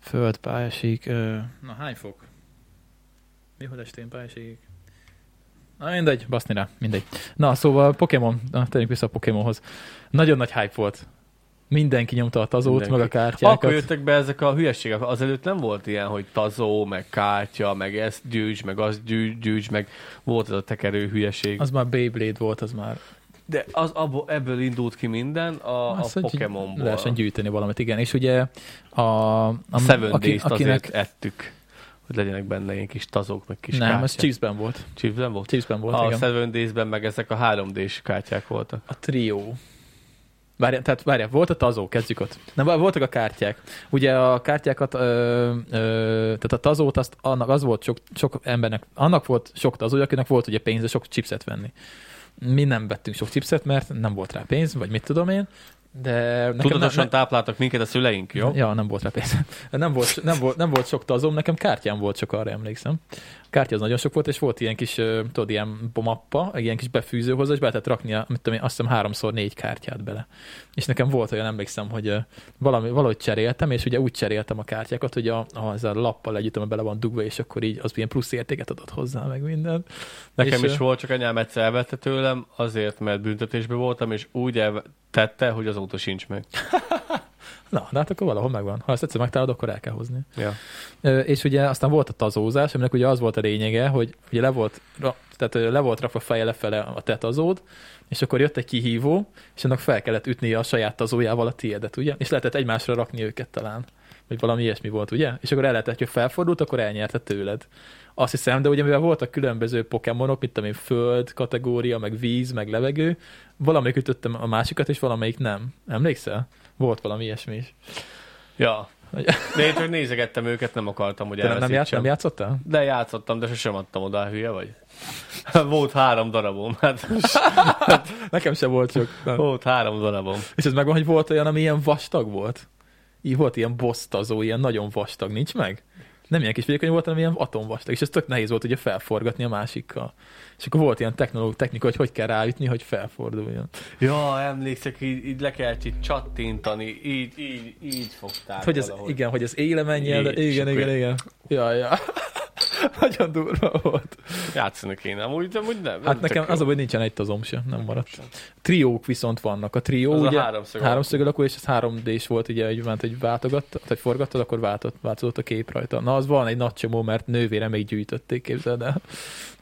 Speaker 3: Föld pályásík... Ö... Na hány fok? Mi hogy estén pályásík? Na mindegy, baszni rá, mindegy. Na szóval Pokémon, na térjünk vissza a Pokémonhoz. Nagyon nagy hype volt. Mindenki nyomta a tazót,
Speaker 1: Mindenki.
Speaker 3: Mindenki. meg a kártyákat.
Speaker 1: Akkor jöttek be ezek a hülyeségek. Azelőtt nem volt ilyen, hogy tazó, meg kártya, meg ezt gyűjts, meg azt gyűjts, gyűjts, meg volt ez a tekerő hülyeség. Az,
Speaker 3: Az már Beyblade volt, az már.
Speaker 1: de az, abból, ebből indult ki minden a,
Speaker 3: Azt,
Speaker 1: a
Speaker 3: hogy
Speaker 1: Pokémonból.
Speaker 3: Lehessen gyűjteni valamit, igen. És ugye a...
Speaker 1: A
Speaker 3: a
Speaker 1: Seven
Speaker 3: aki-
Speaker 1: Days-t azért ettük, hogy legyenek benne ilyen kis tazók, meg kis
Speaker 3: nem,
Speaker 1: kártyák.
Speaker 3: ez Chiefsben volt.
Speaker 1: Chiefs-ben volt?
Speaker 3: Chiefsben volt,
Speaker 1: a
Speaker 3: igen.
Speaker 1: Seven Days-ben meg ezek a 3D-s kártyák voltak.
Speaker 3: A trió. Várjál, tehát várjál, volt a tazó, kezdjük ott. Nem, várjál, voltak a kártyák. Ugye a kártyákat, ö, ö, tehát a tazót, azt, annak az volt sok, sok embernek, annak volt sok tazója, akinek volt ugye pénze sok chipset venni. Mi nem vettünk sok chipset, mert nem volt rá pénz, vagy mit tudom én, de... Nekem
Speaker 1: Tudatosan
Speaker 3: ne,
Speaker 1: tápláltak minket a szüleink, jó?
Speaker 3: ne, ja, nem volt rá pénz. Nem volt, nem, volt, nem volt sok tazom, nekem kártyám volt sok, arra emlékszem. A kártya az nagyon sok volt, és volt ilyen kis, ö, tudod, ilyen bomappa, egy ilyen kis befűző hozzá, és be lehetett rakni, a, mit tudom én, azt hiszem háromszor négy kártyát bele. És nekem volt olyan, emlékszem, hogy ö, valami, valahogy cseréltem, és ugye úgy cseréltem a kártyákat, hogy a, a, ez a lappal együtt, ami bele van dugva, és akkor így az ilyen plusz értéket adott hozzá, meg mindent.
Speaker 1: Nekem
Speaker 3: És,
Speaker 1: is
Speaker 3: ö,
Speaker 1: volt, csak anyám egyszer elvette tőlem, azért, mert büntetésben voltam, és úgy eltette, hogy azóta sincs meg.
Speaker 3: Na, de hát akkor valahol megvan. Ha ezt egyszer megtalálod, akkor el kell hozni.
Speaker 1: Ja.
Speaker 3: Ö, és ugye aztán volt a tazózás, aminek ugye az volt a lényege, hogy ugye le volt, ra, tehát ö, le volt rakva feje lefele a te tazód, és akkor jött egy kihívó, és annak fel kellett ütnie a saját tazójával a tiédet, ugye? És lehetett egymásra rakni őket talán. Vagy valami ilyesmi volt, ugye? És akkor el lehetett, hogy felfordult, akkor elnyerte tőled. Azt hiszem, de ugye mivel voltak különböző pokémonok, mint tudom én, föld kategória, meg víz, meg levegő, valamelyik ütöttem a másikat, és valamelyik nem. Emlékszel? Volt valami ilyesmi is.
Speaker 1: ja.
Speaker 3: Hogy-
Speaker 1: De én csak nézegettem őket, nem akartam, hogy
Speaker 3: Te nem, nem, játsz,
Speaker 1: elveszítsem.
Speaker 3: nem játszottál?
Speaker 1: De játszottam, de sosem adtam oda, hülye vagy? Volt három darabom, hát
Speaker 3: Nekem se volt sok. Nem.
Speaker 1: volt három darabom.
Speaker 3: És ez megvan, hogy volt olyan, ami ilyen vastag volt? Így volt ilyen bosztazó, ilyen nagyon vastag, nincs meg? Nem ilyen kis vékony volt, hanem ilyen atomvastag, és ez tök nehéz volt ugye felforgatni a másikkal. És akkor volt ilyen technológ, technika, hogy hogy kell ráütni, hogy felforduljon.
Speaker 1: Ja, emlékszek, így, így le kellett így csattintani, így, így, így fogták
Speaker 3: hogy ez,
Speaker 1: Hát valahogy.
Speaker 3: igen, hogy ez éle menjen,
Speaker 1: Így,
Speaker 3: igen,
Speaker 1: és
Speaker 3: igen,
Speaker 1: akkor-
Speaker 3: igen, igen. Ja, ja. nagyon durva volt.
Speaker 1: Játszani kéne, amúgy, de amúgy nem.
Speaker 3: Hát nekem az a, hogy nincsen egy tazom se, nem maradt. Triók viszont vannak. A trió
Speaker 1: Az a
Speaker 3: ugye
Speaker 1: háromszög
Speaker 3: háromszög alakú, és ez 3D-s volt, ugye, hogy ment, hogy váltogattad, vagy forgattad, akkor váltott, változott a kép rajta. Na, az van egy nagy csomó, mert nővére még gyűjtötték, képzeld el.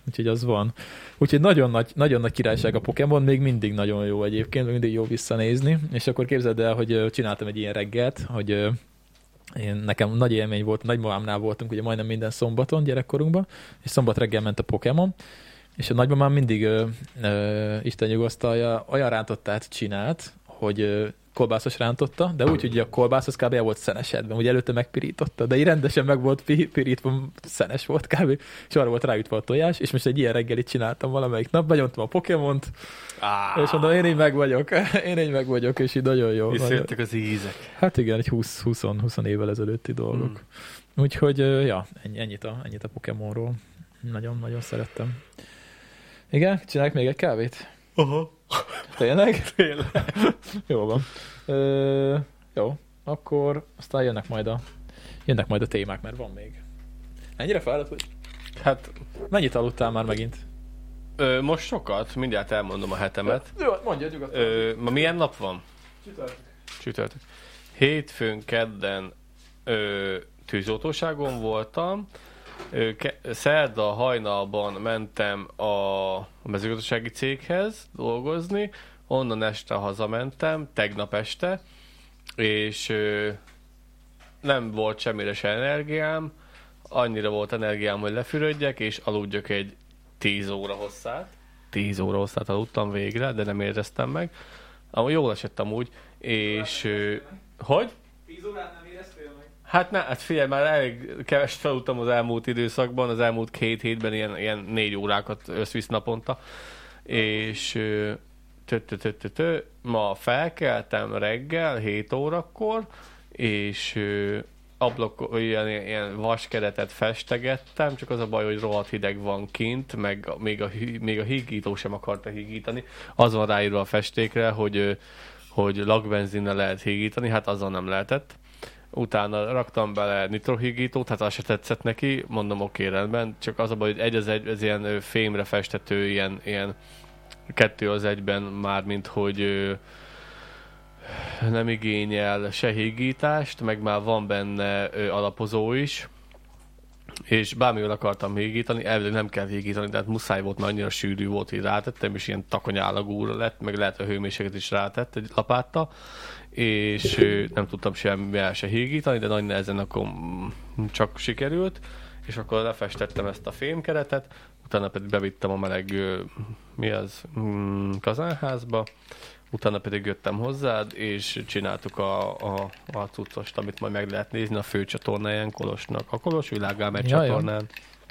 Speaker 3: Úgyhogy az van. Úgyhogy nagyon nagy, nagyon nagy királyság a Pokémon, még mindig nagyon jó egyébként, még mindig jó visszanézni. És akkor képzeld el, hogy ö, csináltam egy ilyen reggelt, hogy ö, én, nekem nagy élmény volt, nagymamámnál voltunk ugye majdnem minden szombaton gyerekkorunkban, és szombat reggel ment a Pokémon, és a nagymamám mindig ö, ö, Isten nyugosztalja olyan rántottát csinált, hogy ö, kolbászos rántotta, de úgy, hogy ugye a kolbász az kb. el volt szenesedve, ugye előtte megpirította, de így rendesen meg volt pi- pirítva, szenes volt kb. És arra volt ráütve a tojás, és most egy ilyen reggelit csináltam valamelyik nap, benyomtam a Pokémont,
Speaker 1: Á,
Speaker 3: és mondom, én így meg vagyok, én így meg vagyok, és így nagyon jó. nagyon-
Speaker 1: Visszajöttek az ízek.
Speaker 3: Hát igen, egy 20-20 évvel ezelőtti dolgok. Hmm. Úgyhogy, ö, ja, ennyi, ennyit, a, ennyit a Pokémonról. Nagyon-nagyon szerettem. Igen, csinálják még egy kávét?
Speaker 1: Aha.
Speaker 3: Tényleg?
Speaker 1: Tényleg.
Speaker 3: Jó van. Ö, jó, akkor aztán jönnek majd a, jönnek majd a témák, mert van még. Ennyire fáradt vagy?
Speaker 1: Hát
Speaker 3: Mennyit aludtál már megint?
Speaker 1: Ö, most sokat, mindjárt elmondom a hetemet.
Speaker 3: Hát, Jó, mondja nyugodtan.
Speaker 1: Ö, ma milyen nap van? Csütörtök. Hétfőn, kedden ö, tűzoltóságon voltam. Ö, ke- szerda hajnalban mentem a mezőgazdasági céghez dolgozni, onnan este hazamentem, tegnap este, és ö, nem volt semmire se energiám, annyira volt energiám, hogy lefürödjek, és aludjak egy 10 óra hosszát. 10 óra hosszát aludtam végre, de nem éreztem meg. Amúgy jól esett amúgy, és... ö, Hogy? 10 órát nem éreztél meg? Hát ne, hát figyelj, már elég keveset felutam az elmúlt időszakban, az elmúlt két hétben ilyen, ilyen négy órákat összvisz naponta, és ö, tö, tö, tö, tö, tö, ma felkeltem reggel 7 órakor, és ö, ablak, ilyen, ilyen vaskeretet festegettem, csak az a baj, hogy rohadt hideg van kint, meg a- még a, hi- még a hígító sem akarta hígítani. Az van ráírva a festékre, hogy, ö, hogy lakbenzinnel lehet hígítani, hát azzal nem lehetett utána raktam bele nitrohigítót, hát az se tetszett neki, mondom oké, rendben, csak az a baj, hogy egy az egy, ez ilyen ö, fémre festető, ilyen, ilyen kettő az egyben már, mint hogy ö, nem igényel se hígítást, meg már van benne ö, alapozó is, és bármivel akartam hígítani, elvileg nem kell hígítani, tehát muszáj volt, mert annyira sűrű volt, hogy rátettem, és ilyen takonyállagúra lett, meg lehet, hogy a hőmérséklet is rátett egy lapáttal, és ö, nem tudtam semmivel se hígítani, de nagy nehezen akkor mm, csak sikerült, és akkor lefestettem ezt a fémkeretet, utána pedig bevittem a meleg, ö, mi az, mm, kazánházba, utána pedig jöttem hozzád, és csináltuk a, a, a cuccost, amit majd meg lehet nézni a főcsatornáján Kolosnak, a Kolos világálmegy
Speaker 3: Jaj, jaj.
Speaker 1: csatornán.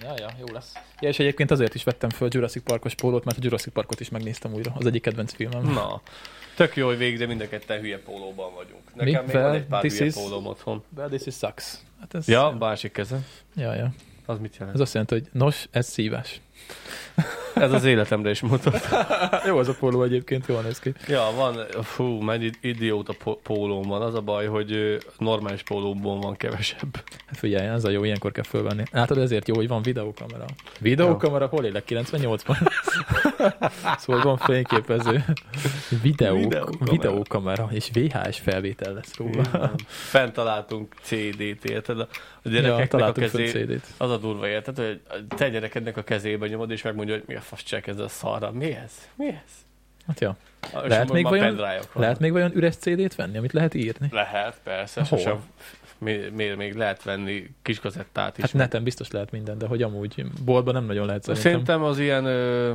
Speaker 2: Ja, ja, jó lesz.
Speaker 3: Ja, és egyébként azért is vettem föl Jurassic Parkos pólót, mert a Jurassic Parkot is megnéztem újra. Az egyik kedvenc filmem.
Speaker 1: Na, tök jó, hogy végre mind a ketten hülye pólóban vagyunk. Nekem még
Speaker 3: Fel,
Speaker 1: van egy pár
Speaker 3: this
Speaker 1: hülye
Speaker 3: is-
Speaker 1: pólóm otthon.
Speaker 3: Well, this is sucks. Hát ez,
Speaker 1: Ja, másik kezem.
Speaker 3: ja, ja.
Speaker 1: Az mit jelent?
Speaker 3: Ez azt jelenti, hogy nos, ez szívás.
Speaker 1: Ez az életemre is mutat.
Speaker 3: Hát, Jó az a póló egyébként, jól néz ki.
Speaker 1: Ja, van, fú, mennyi idióta po- pólóm van. Az a baj, hogy ö, normális pólómból van kevesebb.
Speaker 3: Hát figyelj, ez a jó, ilyenkor kell fölvenni. Látod, ezért jó, hogy van videókamera. Videókamera, hol élek? 98-ban. szóval van fényképező.
Speaker 1: Videókamera.
Speaker 3: Videó, videókamera. videókamera. és VHS felvétel lesz róla.
Speaker 1: Fent találtunk CD-t, érted? A
Speaker 3: Ja,
Speaker 1: gyerekeknek ja, a
Speaker 3: találtunk föl
Speaker 1: kezé...
Speaker 3: CD-t.
Speaker 1: Az a durva, érted, hogy a te gyerekednek a kezébe nyomod, és megmondja, hogy mi a fasz csek ez a szarra. Mi ez? Mi ez?
Speaker 3: Hát ja.
Speaker 1: A- és
Speaker 3: Lehet
Speaker 1: ma-
Speaker 3: még
Speaker 1: ma
Speaker 3: vajon-
Speaker 1: pendrive-ok vannak.
Speaker 3: Lehet még olyan üres CD-t venni, amit lehet írni?
Speaker 1: Lehet, persze.
Speaker 3: Hol?
Speaker 1: Sosem, mi, miért még lehet venni kis kazettát is.
Speaker 3: Hát neten biztos lehet minden, de hogy amúgy boltban nem nagyon lehet szerintem.
Speaker 1: Szerintem az ilyen ö,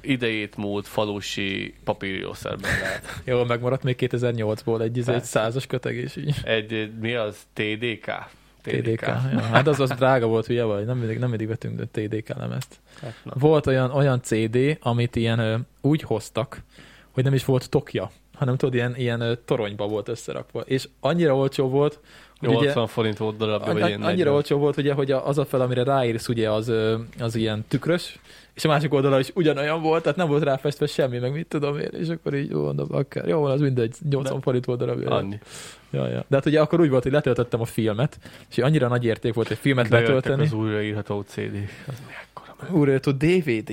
Speaker 1: idejét múlt falusi papírjószerben lehet.
Speaker 3: Jó, megmaradt még 2008-ból egy, izé, egy
Speaker 1: Persze.
Speaker 3: százas köteg, és így
Speaker 1: Egy, mi az? TDK?
Speaker 3: TDK. Ja, hát az az drága volt, hülye vagy, nem mindig, nem mindig vettünk de TDK lemezt.
Speaker 1: Hát, na.
Speaker 3: Volt olyan, olyan CD, amit ilyen ö, úgy hoztak, hogy nem is volt tokja, hanem tudod, ilyen, ilyen ö, toronyba volt összerakva. És annyira olcsó volt, hogy ugye,
Speaker 1: 80 forint volt darabja, vagy
Speaker 3: an,
Speaker 1: ilyen
Speaker 3: an,
Speaker 1: 40.
Speaker 3: annyira olcsó volt, ugye, hogy a- az a fel, amire ráírsz, ugye, az, ö, az ilyen tükrös, és a másik oldala is ugyanolyan volt, tehát nem volt ráfestve semmi, meg mit tudom én, és akkor így jó, mondom, akár, jó, van, az mindegy, 80 forint volt darabja.
Speaker 1: Annyi.
Speaker 3: Ja, ja. De hát ugye akkor úgy volt, hogy letöltöttem a filmet, és annyira nagy érték volt egy filmet
Speaker 1: Bejöttek
Speaker 3: letölteni.
Speaker 1: az újraírható CD. Az mekkora menő.
Speaker 3: Úrjött a DVD.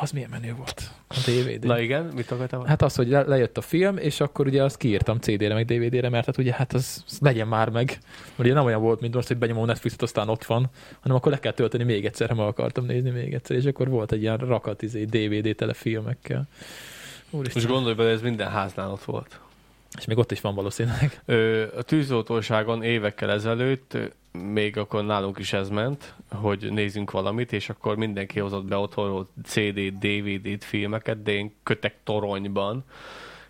Speaker 3: Az milyen menő volt? A DVD.
Speaker 1: Na igen, mit akartál? Hát,
Speaker 3: Hát az, hogy le- lejött a film, és akkor ugye azt kiírtam CD-re, meg DVD-re, mert hát ugye hát az, az legyen már meg. Mert ugye nem olyan volt, mint most, hogy benyomom Netflixet, aztán ott van, hanem akkor le kell tölteni még egyszer, ha meg akartam nézni még egyszer, és akkor volt egy ilyen rakat izé, DVD tele filmekkel. Úristen.
Speaker 1: most gondolj bele, ez minden háznál ott volt.
Speaker 3: És még ott is van valószínűleg.
Speaker 1: Ö, a tűzoltóságon évekkel ezelőtt, ö, még akkor nálunk is ez ment, hogy nézzünk valamit, és akkor mindenki hozott be otthonról CD-t, DVD-t, filmeket, de én kötek toronyban,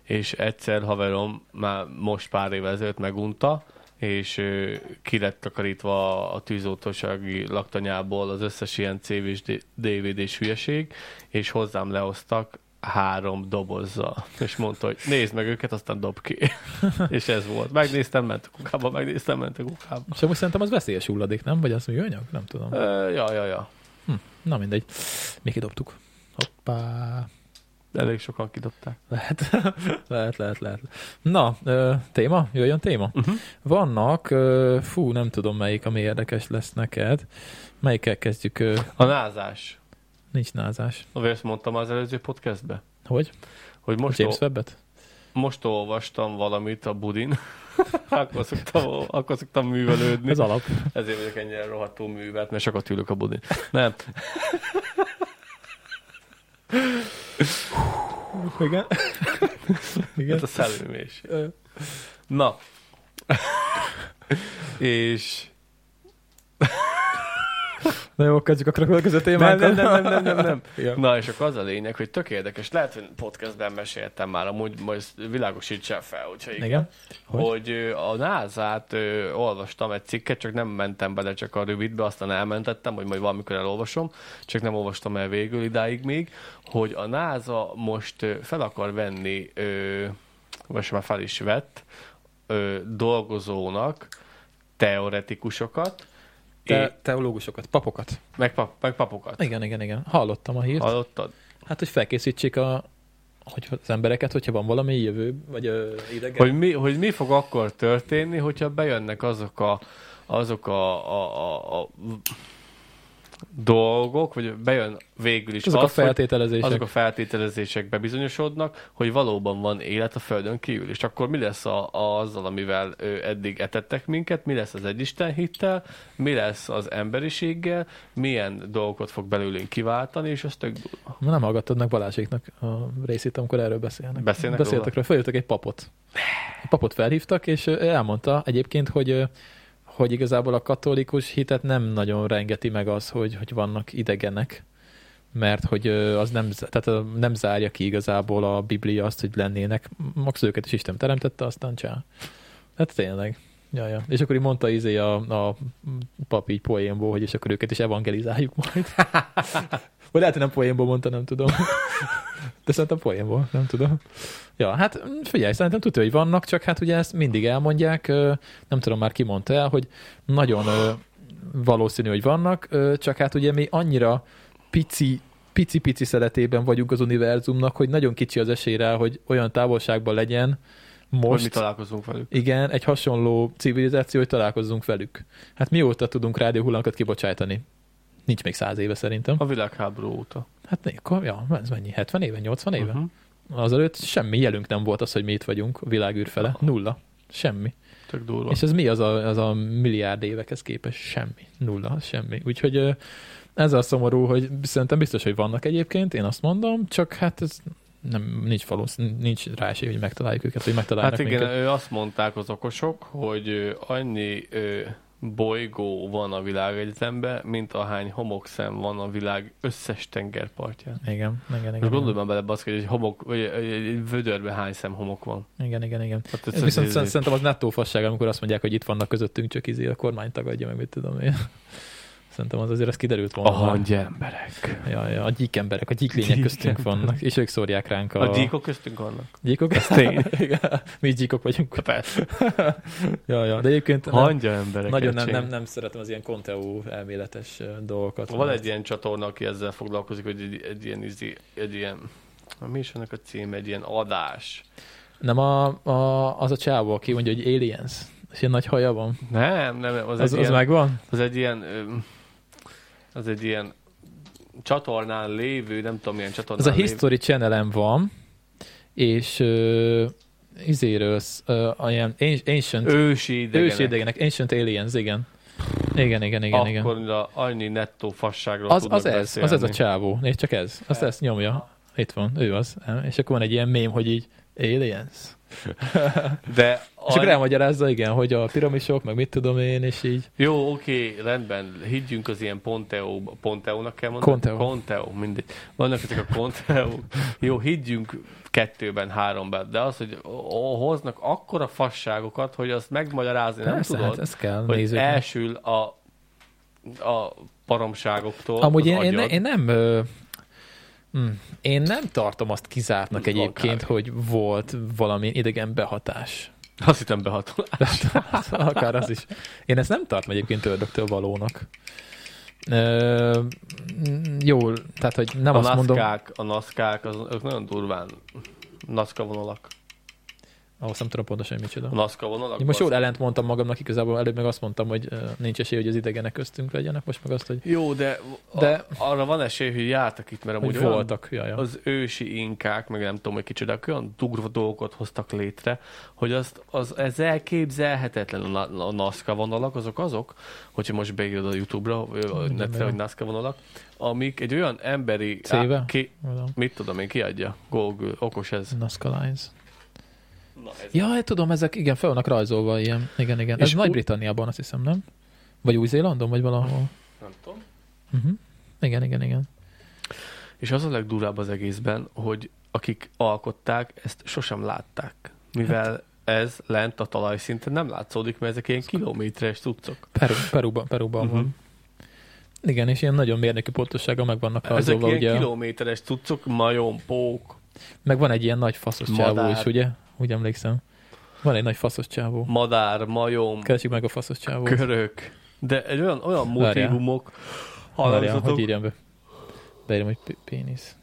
Speaker 1: és egyszer haverom már most pár évvel ezelőtt megunta, és ö, ki lett takarítva a tűzoltósági laktanyából az összes ilyen CV és D- DVD-s hülyeség, és hozzám lehoztak három dobozzal, és mondta, hogy nézd meg őket, aztán dob ki. És ez volt. Megnéztem, ment a kukába, megnéztem, ment a kukába.
Speaker 3: És amúgy szerintem az veszélyes hulladék, nem? Vagy az műanyag? Nem tudom.
Speaker 1: Ö, ja, ja, ja.
Speaker 3: Na mindegy. Még kidobtuk. Hoppá.
Speaker 1: Elég sokan kidobták.
Speaker 3: Lehet, lehet, lehet, lehet. Na, ö, téma? Jöjjön téma?
Speaker 1: Uh-huh.
Speaker 3: Vannak, ö, fú, nem tudom melyik, ami érdekes lesz neked. Melyikkel kezdjük? Ö,
Speaker 1: A názás.
Speaker 3: Nincs názás.
Speaker 1: Ahogy ezt mondtam az előző podcastbe.
Speaker 3: Hogy?
Speaker 1: Hogy most,
Speaker 3: James
Speaker 1: ol-
Speaker 3: Webbet?
Speaker 1: most olvastam valamit a budin. akkor, szoktam, akkor szoktam művelődni.
Speaker 3: Ez alap.
Speaker 1: Ezért vagyok ennyire rohadtul művelt, mert sokat ülök a budin. Nem.
Speaker 3: Igen. Igen.
Speaker 1: Ez hát a szellőmés.
Speaker 3: Ö,
Speaker 1: Na. És
Speaker 3: Na jó, kezdjük akkor a következő
Speaker 1: Nem,
Speaker 3: témánkkal.
Speaker 1: nem, nem, nem, nem, nem.
Speaker 3: Igen.
Speaker 1: Na, és akkor az a lényeg, hogy tök érdekes. Lehet, hogy podcastben meséltem már, amúgy majd ezt világosítsál fel, hogyha igen.
Speaker 3: Igen. Hogy?
Speaker 1: Hogy? hogy ö, a NASA-t ö, olvastam egy cikket, csak nem mentem bele csak a rövidbe, aztán elmentettem, hogy majd valamikor elolvasom, csak nem olvastam el végül idáig még, hogy a NASA most ö, fel akar venni, ö, most már fel is vett, ö, dolgozónak teoretikusokat, é-
Speaker 3: Te, teológusokat, papokat.
Speaker 1: meg, pap, meg papokat.
Speaker 3: Igen, igen, igen. Hallottam a hírt.
Speaker 1: Hallottad?
Speaker 3: Hát, hogy felkészítsék a, hogy az embereket, hogyha van valami jövő, vagy ö, idegen.
Speaker 1: Hogy mi, hogy mi fog akkor történni, hogyha bejönnek azok a, azok a, a, a, a dolgok, vagy bejön végül is
Speaker 3: azok a
Speaker 1: az, hogy
Speaker 3: feltételezések.
Speaker 1: azok a feltételezések bebizonyosodnak, hogy valóban van élet a Földön kívül, és akkor mi lesz a, a, azzal, amivel ö, eddig etettek minket, mi lesz az egyisten hittel, mi lesz az emberiséggel, milyen dolgokat fog belőlünk kiváltani, és azt tök durva.
Speaker 3: Ma Nem hallgattad meg Balázséknak a részét, amikor erről beszélnek.
Speaker 1: Beszélnek
Speaker 3: Beszéltek róla.
Speaker 1: róla?
Speaker 3: Följöttek egy papot. Egy papot felhívtak, és ö, elmondta egyébként, hogy ö, hogy igazából a katolikus hitet nem nagyon rengeti meg az, hogy, hogy vannak idegenek, mert hogy ö, az nem, z- tehát ö, nem zárja ki igazából a Biblia azt, hogy lennének. Max őket is Isten teremtette, aztán csá. Hát tényleg. Ja, ja. És akkor így mondta izé a, a pap így poénból, hogy és akkor őket is evangelizáljuk majd. Vagy lehet, hogy nem poénból mondta, nem tudom. De szerintem poénból, nem tudom. Ja, hát mm, figyelj, szerintem tudja, hogy vannak, csak hát ugye ezt mindig elmondják, ö, nem tudom már ki mondta el, hogy nagyon ö, valószínű, hogy vannak, ö, csak hát ugye mi annyira pici pici-pici szeletében vagyunk az univerzumnak, hogy nagyon kicsi az esély rá, hogy olyan távolságban legyen
Speaker 1: hogy mi
Speaker 3: most,
Speaker 1: találkozunk velük.
Speaker 3: igen, egy hasonló civilizáció, hogy találkozzunk velük. Hát mióta tudunk rádióhullámokat kibocsájtani? Nincs még száz éve szerintem.
Speaker 1: A világháború óta.
Speaker 3: Hát né- akkor, ja, ez mennyi? 70 éve, 80 éve?
Speaker 1: Uh-huh.
Speaker 3: Uh-huh. Azelőtt semmi jelünk nem volt az, hogy mi itt vagyunk a világ űrfele. Nulla. Semmi.
Speaker 1: Tök durva.
Speaker 3: És ez mi az a, az a milliárd évekhez képest? Semmi. Nulla, semmi. Úgyhogy ö, ez a szomorú, hogy szerintem biztos, hogy vannak egyébként, én azt mondom, csak hát ez nem, nincs valószínű, nincs rá esély, hogy megtaláljuk őket, hogy megtalálnak
Speaker 1: Hát igen,
Speaker 3: minket.
Speaker 1: ő azt mondták az okosok, hogy ö, annyi ö, bolygó van a világegyetemben, mint ahány homokszem van a világ összes tengerpartján.
Speaker 3: Igen, igen, igen.
Speaker 1: Most
Speaker 3: igen.
Speaker 1: gondolj már bele, baszki, hogy egy, homok, vagy egy, egy- egy vödörben hány szem homok van.
Speaker 3: Igen, igen, igen.
Speaker 1: Hát
Speaker 3: Ez viszont szerint- szerintem az nettó fasság, amikor azt mondják, hogy itt vannak közöttünk, csak izé a kormány tagadja, meg mit tudom én. Szerintem az azért az kiderült
Speaker 1: a
Speaker 3: volna.
Speaker 1: hangy emberek.
Speaker 3: Ja, ja, a gyík emberek, a gyík lények
Speaker 1: Gyík
Speaker 3: köztünk vannak, és ők szórják ránk a...
Speaker 1: A gyíkok köztünk vannak.
Speaker 3: Gyíkok?
Speaker 1: tény.
Speaker 3: Igen, Mi gyíkok vagyunk.
Speaker 1: Persze.
Speaker 3: Ja, ja, de egyébként nem,
Speaker 1: Hangya emberek.
Speaker 3: nagyon nem, nem, nem, szeretem az ilyen konteó elméletes ö, dolgokat.
Speaker 1: Van egy ilyen csatorna, aki ezzel foglalkozik, hogy egy, egy ilyen izi, egy ilyen, mi is annak a cím, egy ilyen adás.
Speaker 3: Nem a, a, az a csávó, aki mondja, hogy aliens, és ilyen nagy haja van.
Speaker 1: Nem, nem, az, egy
Speaker 3: Az, az, az
Speaker 1: ilyen,
Speaker 3: megvan?
Speaker 1: Az egy ilyen, ö, az egy ilyen csatornán lévő, nem tudom milyen csatornán
Speaker 3: Ez a
Speaker 1: lévő.
Speaker 3: History channel van, és ö, izéről, sz- ö, a ilyen an- Ancient
Speaker 1: Ősi idegenek.
Speaker 3: Ős idegenek, Ancient Aliens, igen. Igen, igen, igen, igen.
Speaker 1: Akkor igen. annyi nettó fasságról
Speaker 3: az,
Speaker 1: tudnak
Speaker 3: az ez,
Speaker 1: beszélni.
Speaker 3: az ez a csávó. Nézd csak ez. Azt ezt nyomja. Itt van, ő az. És akkor van egy ilyen mém, hogy így Aliens.
Speaker 1: De
Speaker 3: És akkor
Speaker 1: annyi...
Speaker 3: elmagyarázza, igen, hogy a piramisok, meg mit tudom én, és így.
Speaker 1: Jó, oké, rendben, higgyünk az ilyen Ponteo, Ponteónak kell mondani?
Speaker 3: Conteo.
Speaker 1: Conteo, mindegy. Vannak ezek a Conteo. Jó, higgyünk kettőben, háromban, de az, hogy ó- ó, hoznak akkora fasságokat, hogy azt megmagyarázni nem
Speaker 3: Persze,
Speaker 1: tudod.
Speaker 3: hát ez kell
Speaker 1: hogy
Speaker 3: nézőknek.
Speaker 1: elsül a, a paromságoktól
Speaker 3: Amúgy
Speaker 1: az
Speaker 3: én, én,
Speaker 1: agyad.
Speaker 3: ne- én nem... Ö, hm, én nem tartom azt kizártnak
Speaker 1: Akár.
Speaker 3: egyébként, hogy volt valami idegen behatás.
Speaker 1: Azt hittem behatolás.
Speaker 3: Akár az is. Én ezt nem tartom egyébként ördögtől valónak. Ö, mm, jó, tehát hogy nem
Speaker 1: a
Speaker 3: azt mondom...
Speaker 1: naszkák, a naszkák, az, ők nagyon durván naszka vonalak.
Speaker 3: Ahhoz nem tudom pontosan, hogy
Speaker 1: A
Speaker 3: micsoda.
Speaker 1: naszka vonalak.
Speaker 3: Én most jól
Speaker 1: az-
Speaker 3: ellent mondtam magamnak, igazából előbb meg azt mondtam, hogy ö, nincs esély, hogy az idegenek köztünk legyenek, most meg azt, hogy,
Speaker 1: Jó, de,
Speaker 3: De-
Speaker 1: de... A, arra van esély, hogy jártak itt, mert amúgy
Speaker 3: hogy
Speaker 1: olyan
Speaker 3: voltak. Ja, ja.
Speaker 1: az ősi inkák, meg nem tudom, hogy kicsodák, olyan durva dolgokat hoztak létre, hogy azt, az, ez elképzelhetetlen a, na- a NASCA vonalak, azok azok, hogyha most beírod a Youtube-ra, vagy a netre,
Speaker 3: bele.
Speaker 1: hogy NASCA vonalak, amik egy olyan emberi...
Speaker 3: Céve?
Speaker 1: Á, ki,
Speaker 3: Mondom.
Speaker 1: mit tudom én, kiadja? Google, okos ez.
Speaker 3: Nazca Lines.
Speaker 1: Na, ez
Speaker 3: Ja, hát tudom, ezek igen, fel vannak rajzolva ilyen. Igen, igen.
Speaker 1: És
Speaker 3: Ez
Speaker 1: ú-
Speaker 3: Nagy-Britanniában, azt hiszem, nem? Vagy Új-Zélandon, vagy valahol.
Speaker 1: nem tudom.
Speaker 3: Uh-huh. Igen, igen, igen.
Speaker 1: És az a legdurább az egészben, hogy akik alkották, ezt sosem látták. Mivel hát. ez lent a talajszinten nem látszódik, mert ezek ilyen kilométeres cuccok.
Speaker 3: Peru, Peruban, Peruban uh-huh.
Speaker 1: Mhm.
Speaker 3: van. Igen, és ilyen nagyon mérnöki pontossága megvannak
Speaker 1: ezek
Speaker 3: rajzolva,
Speaker 1: ilyen
Speaker 3: ugye.
Speaker 1: kilométeres cuccok, majompók,
Speaker 3: Meg van egy ilyen nagy faszos
Speaker 1: Madár.
Speaker 3: csávó is, ugye? Úgy emlékszem. Van egy nagy faszos csávó.
Speaker 1: madár, majom,
Speaker 3: Keresjük meg a faszos csávót.
Speaker 1: körök. De egy olyan, olyan
Speaker 3: Várjál.
Speaker 1: motivumok,
Speaker 3: Várjál, hogy
Speaker 1: hallgatok,
Speaker 3: írjam be. Beírom, hogy p- pénisz.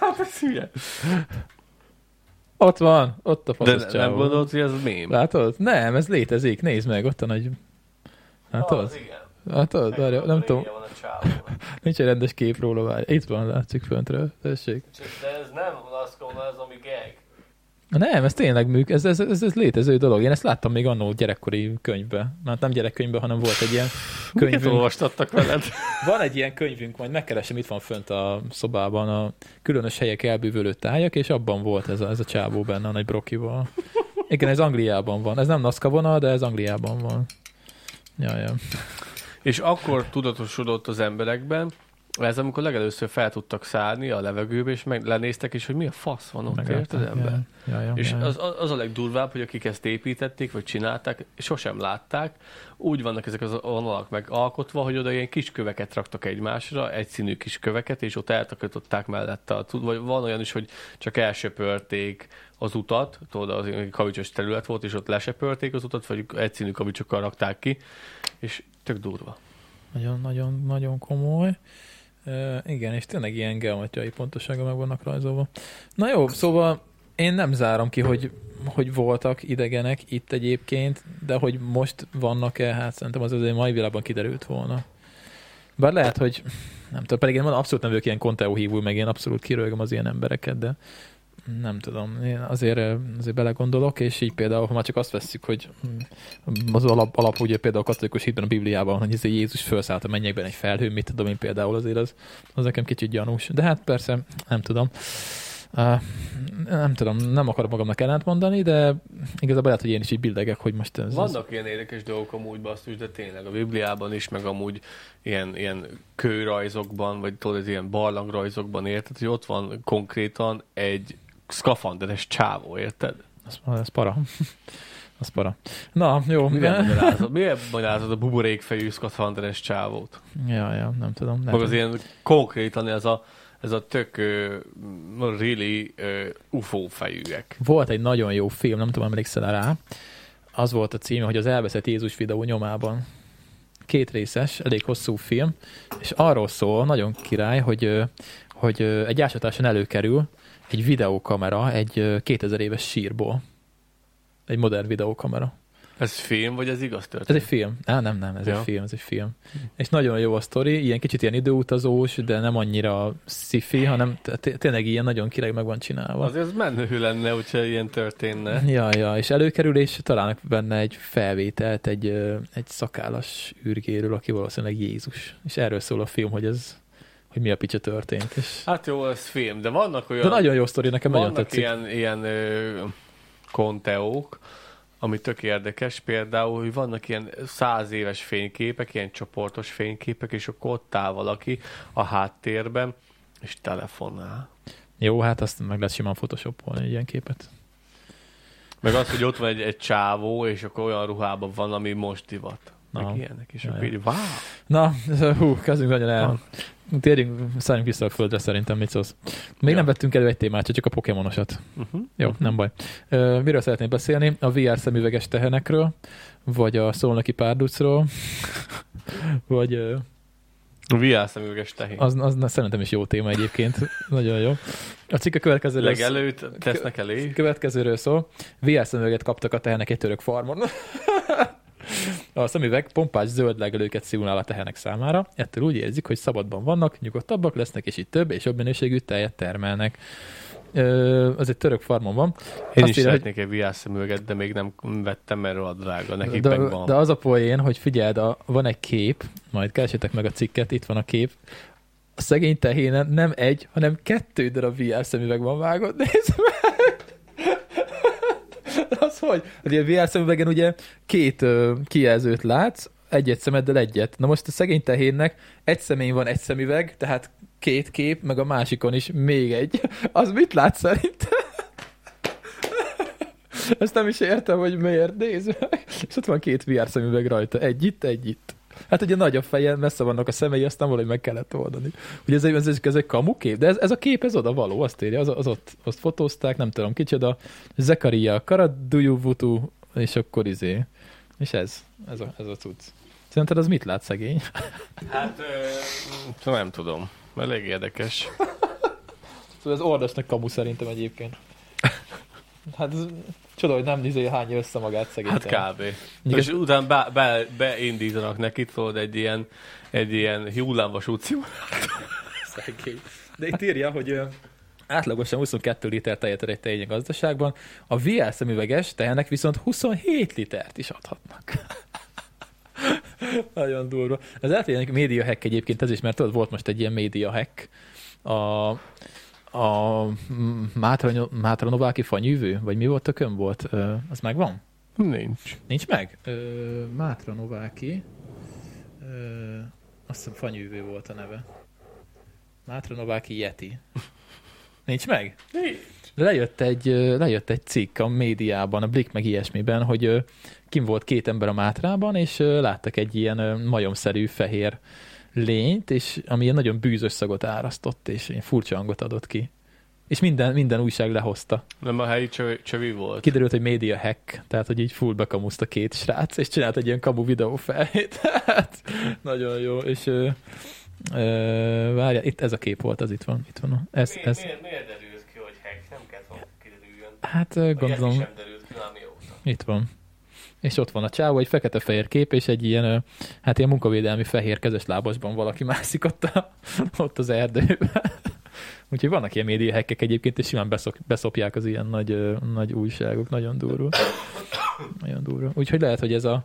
Speaker 1: hát ez hülye.
Speaker 3: Ott van, ott a
Speaker 1: De
Speaker 3: faszos
Speaker 1: ne- nem
Speaker 3: csávó.
Speaker 1: gondolod, hogy ez mém?
Speaker 3: Látod? Nem, ez létezik. Nézd meg, ott a nagy... Látod?
Speaker 1: igen.
Speaker 3: Látod? Várja, Hát nem tudom.
Speaker 1: Van a csávó.
Speaker 3: Nincs egy rendes kép róla, várj. Itt van, látszik föntről. Tessék.
Speaker 1: De ez nem Laszkóna, ez ami gag.
Speaker 3: Nem, ez tényleg műk, ez, ez, ez, ez létező dolog. Én ezt láttam még annó gyerekkori könyvben. Hát nem gyerekkönyvben, hanem volt egy ilyen
Speaker 1: Miket
Speaker 3: könyvünk.
Speaker 1: olvastattak veled?
Speaker 3: Van egy ilyen könyvünk, majd megkeresem, itt van fönt a szobában a különös helyek elbűvölő tájak, és abban volt ez a, ez a csávó benne, a nagy brokival. Igen, ez Angliában van. Ez nem NASCA vonal, de ez Angliában van. Jaj, jaj.
Speaker 1: És akkor tudatosodott az emberekben, ez amikor legelőször fel tudtak szállni a levegőbe, és meg lenéztek is, hogy mi a fasz van ott, érted ember?
Speaker 3: Jaj, jaj,
Speaker 1: És
Speaker 3: jaj.
Speaker 1: az, az a legdurvább, hogy akik ezt építették, vagy csinálták, sosem látták. Úgy vannak ezek az vonalak megalkotva, hogy oda ilyen kis köveket raktak egymásra, egyszínű kis köveket, és ott eltakarították mellette. a tud- Vagy van olyan is, hogy csak elsöpörték az utat, tudod, az ilyen kavicsos terület volt, és ott lesöpörték az utat, vagy egyszínű kavicsokkal rakták ki, és tök durva.
Speaker 3: Nagyon-nagyon-nagyon komoly. Ö, igen, és tényleg ilyen geometriai pontosága meg vannak rajzolva. Na jó, szóval én nem zárom ki, hogy, hogy voltak idegenek itt egyébként, de hogy most vannak-e, hát szerintem az azért mai világban kiderült volna. Bár lehet, hogy nem tudom, pedig én mondom, abszolút nem vagyok ilyen konteó hívő, meg én abszolút kirölgöm az ilyen embereket, de nem tudom, én azért, ö, azért belegondolok, és így például, ha már csak azt vesszük, hogy az alap, alap ugye például a katolikus hitben a Bibliában, hogy ez Jézus felszállt a mennyekben egy felhő, mit tudom én például azért az, az nekem kicsit gyanús. De hát persze, nem tudom. Uh, nem tudom, nem akarok magamnak ellent mondani, de igazából lehet, hogy én is így bildegek, hogy most ez... ez-
Speaker 1: Vannak ilyen érdekes dolgok a múltban, azt is, de tényleg a Bibliában is, meg amúgy ilyen, ilyen kőrajzokban, vagy tudod, ez ilyen barlangrajzokban, érted, hogy ott van konkrétan egy szkafanderes csávó, érted?
Speaker 3: Az, az para. az para. Na, jó.
Speaker 1: Mivel magyarázod, mivel magyarázod a buborékfejű szkafanderes csávót?
Speaker 3: Ja, ja, nem tudom. Lehet,
Speaker 1: Meg az ilyen konkrétan ez a, ez a tök ö, really ö, UFO fejűek.
Speaker 3: Volt egy nagyon jó film, nem tudom, emlékszel rá. Az volt a címe, hogy az elveszett Jézus videó nyomában. Két részes, elég hosszú film, és arról szól, nagyon király, hogy, ö, hogy ö, egy ásatáson előkerül egy videókamera egy ö, 2000 éves sírból. Egy modern videókamera.
Speaker 1: Ez film, vagy ez igaz
Speaker 3: Ez
Speaker 1: történet?
Speaker 3: egy film. Á, nem, nem, ez ja.
Speaker 1: Ja.
Speaker 3: egy film, ez egy film. És nagyon jó a sztori, ilyen kicsit ilyen időutazós, de nem annyira sci-fi, hanem t- tényleg ilyen nagyon király meg van csinálva.
Speaker 1: Azért ez menő lenne, hogyha ilyen történne.
Speaker 3: Ja, ja, és előkerül, és találnak benne egy felvételt egy, ö, egy szakállas űrgéről, aki valószínűleg Jézus. És erről szól a film, hogy ez, hogy mi a picsa történt. És...
Speaker 1: Hát jó, ez film, de vannak olyan...
Speaker 3: De nagyon jó sztori, nekem nagyon
Speaker 1: Vannak
Speaker 3: tetszik.
Speaker 1: ilyen, ilyen ö, konteók, ami tök érdekes, például, hogy vannak ilyen száz éves fényképek, ilyen csoportos fényképek, és akkor ott áll valaki a háttérben, és telefonál.
Speaker 3: Jó, hát azt meg lehet simán photoshopolni egy ilyen képet.
Speaker 1: Meg az, hogy ott van egy, egy csávó, és akkor olyan ruhában van, ami most divat. Meg
Speaker 3: Na.
Speaker 1: ilyenek, és
Speaker 3: Ja,
Speaker 1: akkor
Speaker 3: ja.
Speaker 1: így, wow!
Speaker 3: Na, hú, kezdünk nagyon el.
Speaker 1: Van.
Speaker 3: Térjünk, szálljunk vissza a földre szerintem, mit szólsz. Még
Speaker 1: Ja.
Speaker 3: nem vettünk elő egy témát, csak a pokémonosat.
Speaker 1: Uh-huh.
Speaker 3: Jó, nem baj. Ö, Miről szeretnék beszélni? A VR szemüveges tehenekről, vagy a szolnoki párducról, vagy ö,
Speaker 1: VR szemüveges tehén. Az
Speaker 3: az, az na, szerintem is jó téma egyébként. Nagyon jó. A cikk a következőről,
Speaker 1: Legelőtt tesznek elé.
Speaker 3: következőről szól. VR szemüveget kaptak a tehenek egy török farmon. A szemüveg pompás zöld legelőket szimulál a tehenek számára, ettől úgy érzik, hogy szabadban vannak, nyugodtabbak lesznek, és így több és jobb minőségű tejet termelnek. Ö, az egy török farmon van.
Speaker 1: Én
Speaker 3: Azt
Speaker 1: is
Speaker 3: írja, hogy-
Speaker 1: szeretnék egy VR szemüveget, de még nem vettem, mert a drága. Nekik
Speaker 3: de,
Speaker 1: meg van.
Speaker 3: de az a poén, hogy figyeld, a, van egy kép, majd keresétek meg a cikket, itt van a kép, a szegény tehénen nem egy, hanem kettő darab VR szemüveg van vágott, nézd Hát meg! De az hogy? Ugye a VR szemüvegen ugye két ö, kijelzőt látsz, egy-egy szemeddel egyet. Na most a szegény tehénnek egy szemén van egy szemüveg, tehát két kép, meg a másikon is még egy. Az mit lát szerintem? Ezt nem is értem, hogy miért. Nézd meg. És ott van két VR szemüveg rajta. Egy itt, egy itt. Hát ugye nagy a feje, messze vannak a szemei, aztán valahogy meg kellett oldani. Ugye ez egy, ez, egy- ez egy kamu kép, de ez, ez, a kép, ez oda való, azt írja, az, az ott, azt fotózták, nem tudom kicsoda, Zekaria Karadujuvutu, és akkor izé. És ez, ez a, ez a cucc. Szerinted az mit lát szegény?
Speaker 1: Hát, ö, nem tudom. Elég érdekes.
Speaker 3: Szóval ez ordasnak kamu szerintem egyébként. Hát ez, csoda, hogy nem izé hányja össze magát szegény.
Speaker 1: Hát kb. És
Speaker 3: Igaz-
Speaker 1: utána be, be, beindítanak neki, tudod, egy ilyen, egy ilyen hullámvas úci.
Speaker 3: szegény. De itt írja, hogy ö, átlagosan 22 liter tejet ad egy tehénje gazdaságban, a VR szemüveges tehenek viszont 27 litert is adhatnak. Nagyon durva. Ez átérnek média hack egyébként ez is, mert tudod, volt most egy ilyen média hack. A, a M- Mátra, Mátra Nováki fanyűvő, vagy mi volt tökön volt? Ö, Az megvan?
Speaker 1: Nincs.
Speaker 3: Nincs meg? Ö, Mátra Nováki. Ö, azt hiszem fanyűvő volt a neve. Mátra Nováki Yeti. Nincs meg? De lejött egy, ö, lejött egy cikk a médiában, a Blick meg ilyesmiben, hogy ö, kim volt két ember a Mátrában, és ö, láttak egy ilyen ö, majomszerű fehér lényt, és ami ilyen nagyon bűzös szagot árasztott, és ilyen furcsa hangot adott ki. És minden, minden újság lehozta.
Speaker 1: Nem a helyi csövi, csövi volt.
Speaker 3: Kiderült, hogy média hack, tehát hogy így full bekamuszta két srác, és csinált egy ilyen kamu videó felvételt. nagyon jó, és ö, ö, várja, itt ez a kép volt, az itt van, itt van. Ez, ez,
Speaker 1: miért derült ki, hogy hack? Nem kell, hogy kiderüljön.
Speaker 3: hát ö, gondolom,
Speaker 1: derült ki már mióta.
Speaker 3: itt van. És ott van a csávó, egy fekete-fehér kép, és egy ilyen, ö, hát ilyen munkavédelmi fehér kezes lábasban valaki mászik ott, a, ott az erdőben. Úgyhogy vannak ilyen média hackek egyébként, és simán beszok, beszopják az ilyen nagy, ö, nagy újságok, nagyon durva. Nagyon durva. Úgyhogy lehet, hogy ez a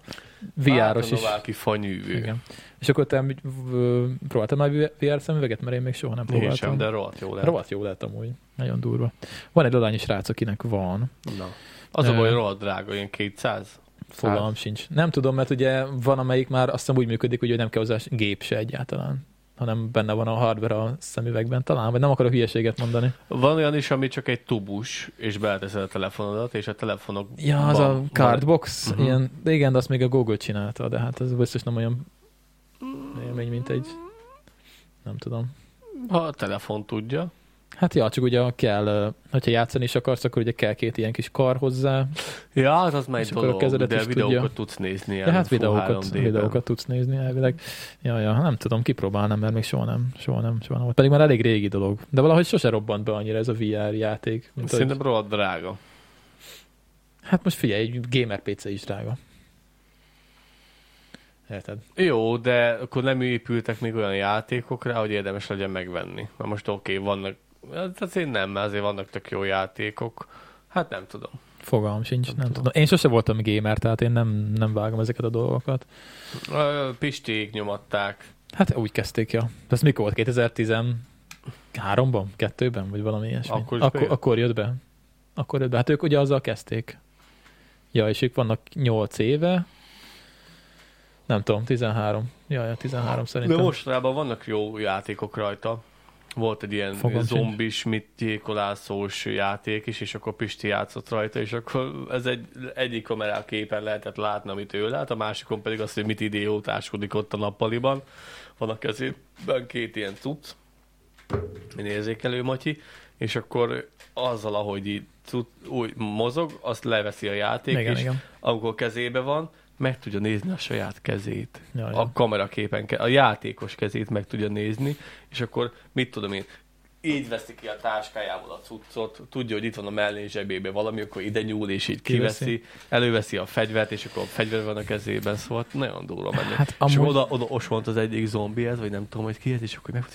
Speaker 3: VR-os is.
Speaker 1: Nováki fanyűvő.
Speaker 3: Igen. És akkor te amúgy, ö, próbáltál már VR szemüveget, mert én még soha nem
Speaker 1: Én
Speaker 3: próbáltam.
Speaker 1: sem, de rohadt jó lett.
Speaker 3: Rohadt jó lett amúgy. Nagyon durva. Van egy dolány srác, akinek van.
Speaker 1: Na. Az a baj,
Speaker 3: Ö.
Speaker 1: rohadt drága, ilyen 200.
Speaker 3: Fogalmam sincs. Nem tudom, mert ugye van, amelyik már azt hiszem úgy működik, hogy nem kell hozzá gép se egyáltalán, hanem benne van a hardware a szemüvegben talán, vagy nem akarok hülyeséget mondani.
Speaker 1: Van olyan is, ami csak egy tubus, és beleteszed a telefonodat, és a telefonok...
Speaker 3: Ja, az
Speaker 1: van-
Speaker 3: a
Speaker 1: van-
Speaker 3: cardbox,
Speaker 1: Mhm.
Speaker 3: ilyen, de igen, de azt még a Google csinálta, de hát ez biztos nem olyan élmény, mint egy, nem tudom.
Speaker 1: Ha a telefon tudja.
Speaker 3: Hát ja, csak ugye kell, ö, hogyha játszani is akarsz, akkor ugye kell két ilyen kis kar hozzá,
Speaker 1: Ja, hát az már egy
Speaker 3: És akkor a
Speaker 1: dolog,
Speaker 3: kezedet
Speaker 1: de
Speaker 3: is tudja.
Speaker 1: videókat tudsz nézni.
Speaker 3: De
Speaker 1: ilyen
Speaker 3: hát
Speaker 1: full
Speaker 3: videókat,
Speaker 1: 3D-ben.
Speaker 3: videókat tudsz nézni elvileg. Ja, ja, nem tudom, kipróbálnám, mert még soha nem, soha nem, soha nem. volt. Pedig már elég régi dolog. De valahogy sose robbant be annyira ez a VR játék. Mint hogy,
Speaker 1: Szerintem rohadt drága.
Speaker 3: hát most figyelj, egy gamer PC is drága. Érted?
Speaker 1: Jó, de akkor nem épültek még olyan játékok rá, hogy érdemes legyen megvenni. Na most oké, okay, vannak, hát azért nem, mert azért vannak tök jó játékok. Hát nem tudom.
Speaker 3: Fogalm sincs, nem,
Speaker 1: Nem
Speaker 3: nem tudom.
Speaker 1: tudom.
Speaker 3: Én sose voltam gamer, tehát én nem, nem vágom ezeket a dolgokat.
Speaker 1: Ö, Pistiék nyomatták.
Speaker 3: Hát úgy kezdték, ja. De Ez mikor volt? 2013-ban? 2-ben? Vagy valami ilyesmi?
Speaker 1: Akkor is
Speaker 3: akkor,
Speaker 1: bejött.
Speaker 3: akkor jött be. Akkor jött be. Hát ők ugye azzal kezdték. Ja, és ők vannak 8 éve. Nem tudom, 13. Ja, ja 13 szerintem.
Speaker 1: De mostanában vannak jó játékok rajta. Volt egy ilyen
Speaker 3: Fogalm
Speaker 1: Fogam
Speaker 3: sincs.
Speaker 1: zombis, mit gyilkolászós játék is, és akkor Pisti játszott rajta, és akkor ez egy, egyik kamerá képen lehetett látni, amit ő lát, a másikon pedig azt, hogy mit idiótáskodik ott a nappaliban. Van a kezében két ilyen cucc, mint érzékelő matyi, és akkor azzal, ahogy így cucc, úgy mozog, azt leveszi a játék,
Speaker 3: igen,
Speaker 1: és
Speaker 3: igen.
Speaker 1: amikor kezébe van, meg tudja nézni a saját kezét.
Speaker 3: Ja, ja.
Speaker 1: A kameraképen, ke- a játékos kezét meg tudja nézni, és akkor mit tudom én, így veszi ki a táskájából a cuccot, tudja, hogy itt van a mellén zsebébe valami, akkor ide nyúl, és így
Speaker 3: Kiveszi.
Speaker 1: kiveszi, előveszi a fegyvert, és akkor a fegyver van a kezében, szóval nagyon durva menni.
Speaker 3: Hát
Speaker 1: és akkor
Speaker 3: amúgy-
Speaker 1: oda, oda osvont az egyik zombihez, vagy nem tudom, hogy ki ez, és akkor meg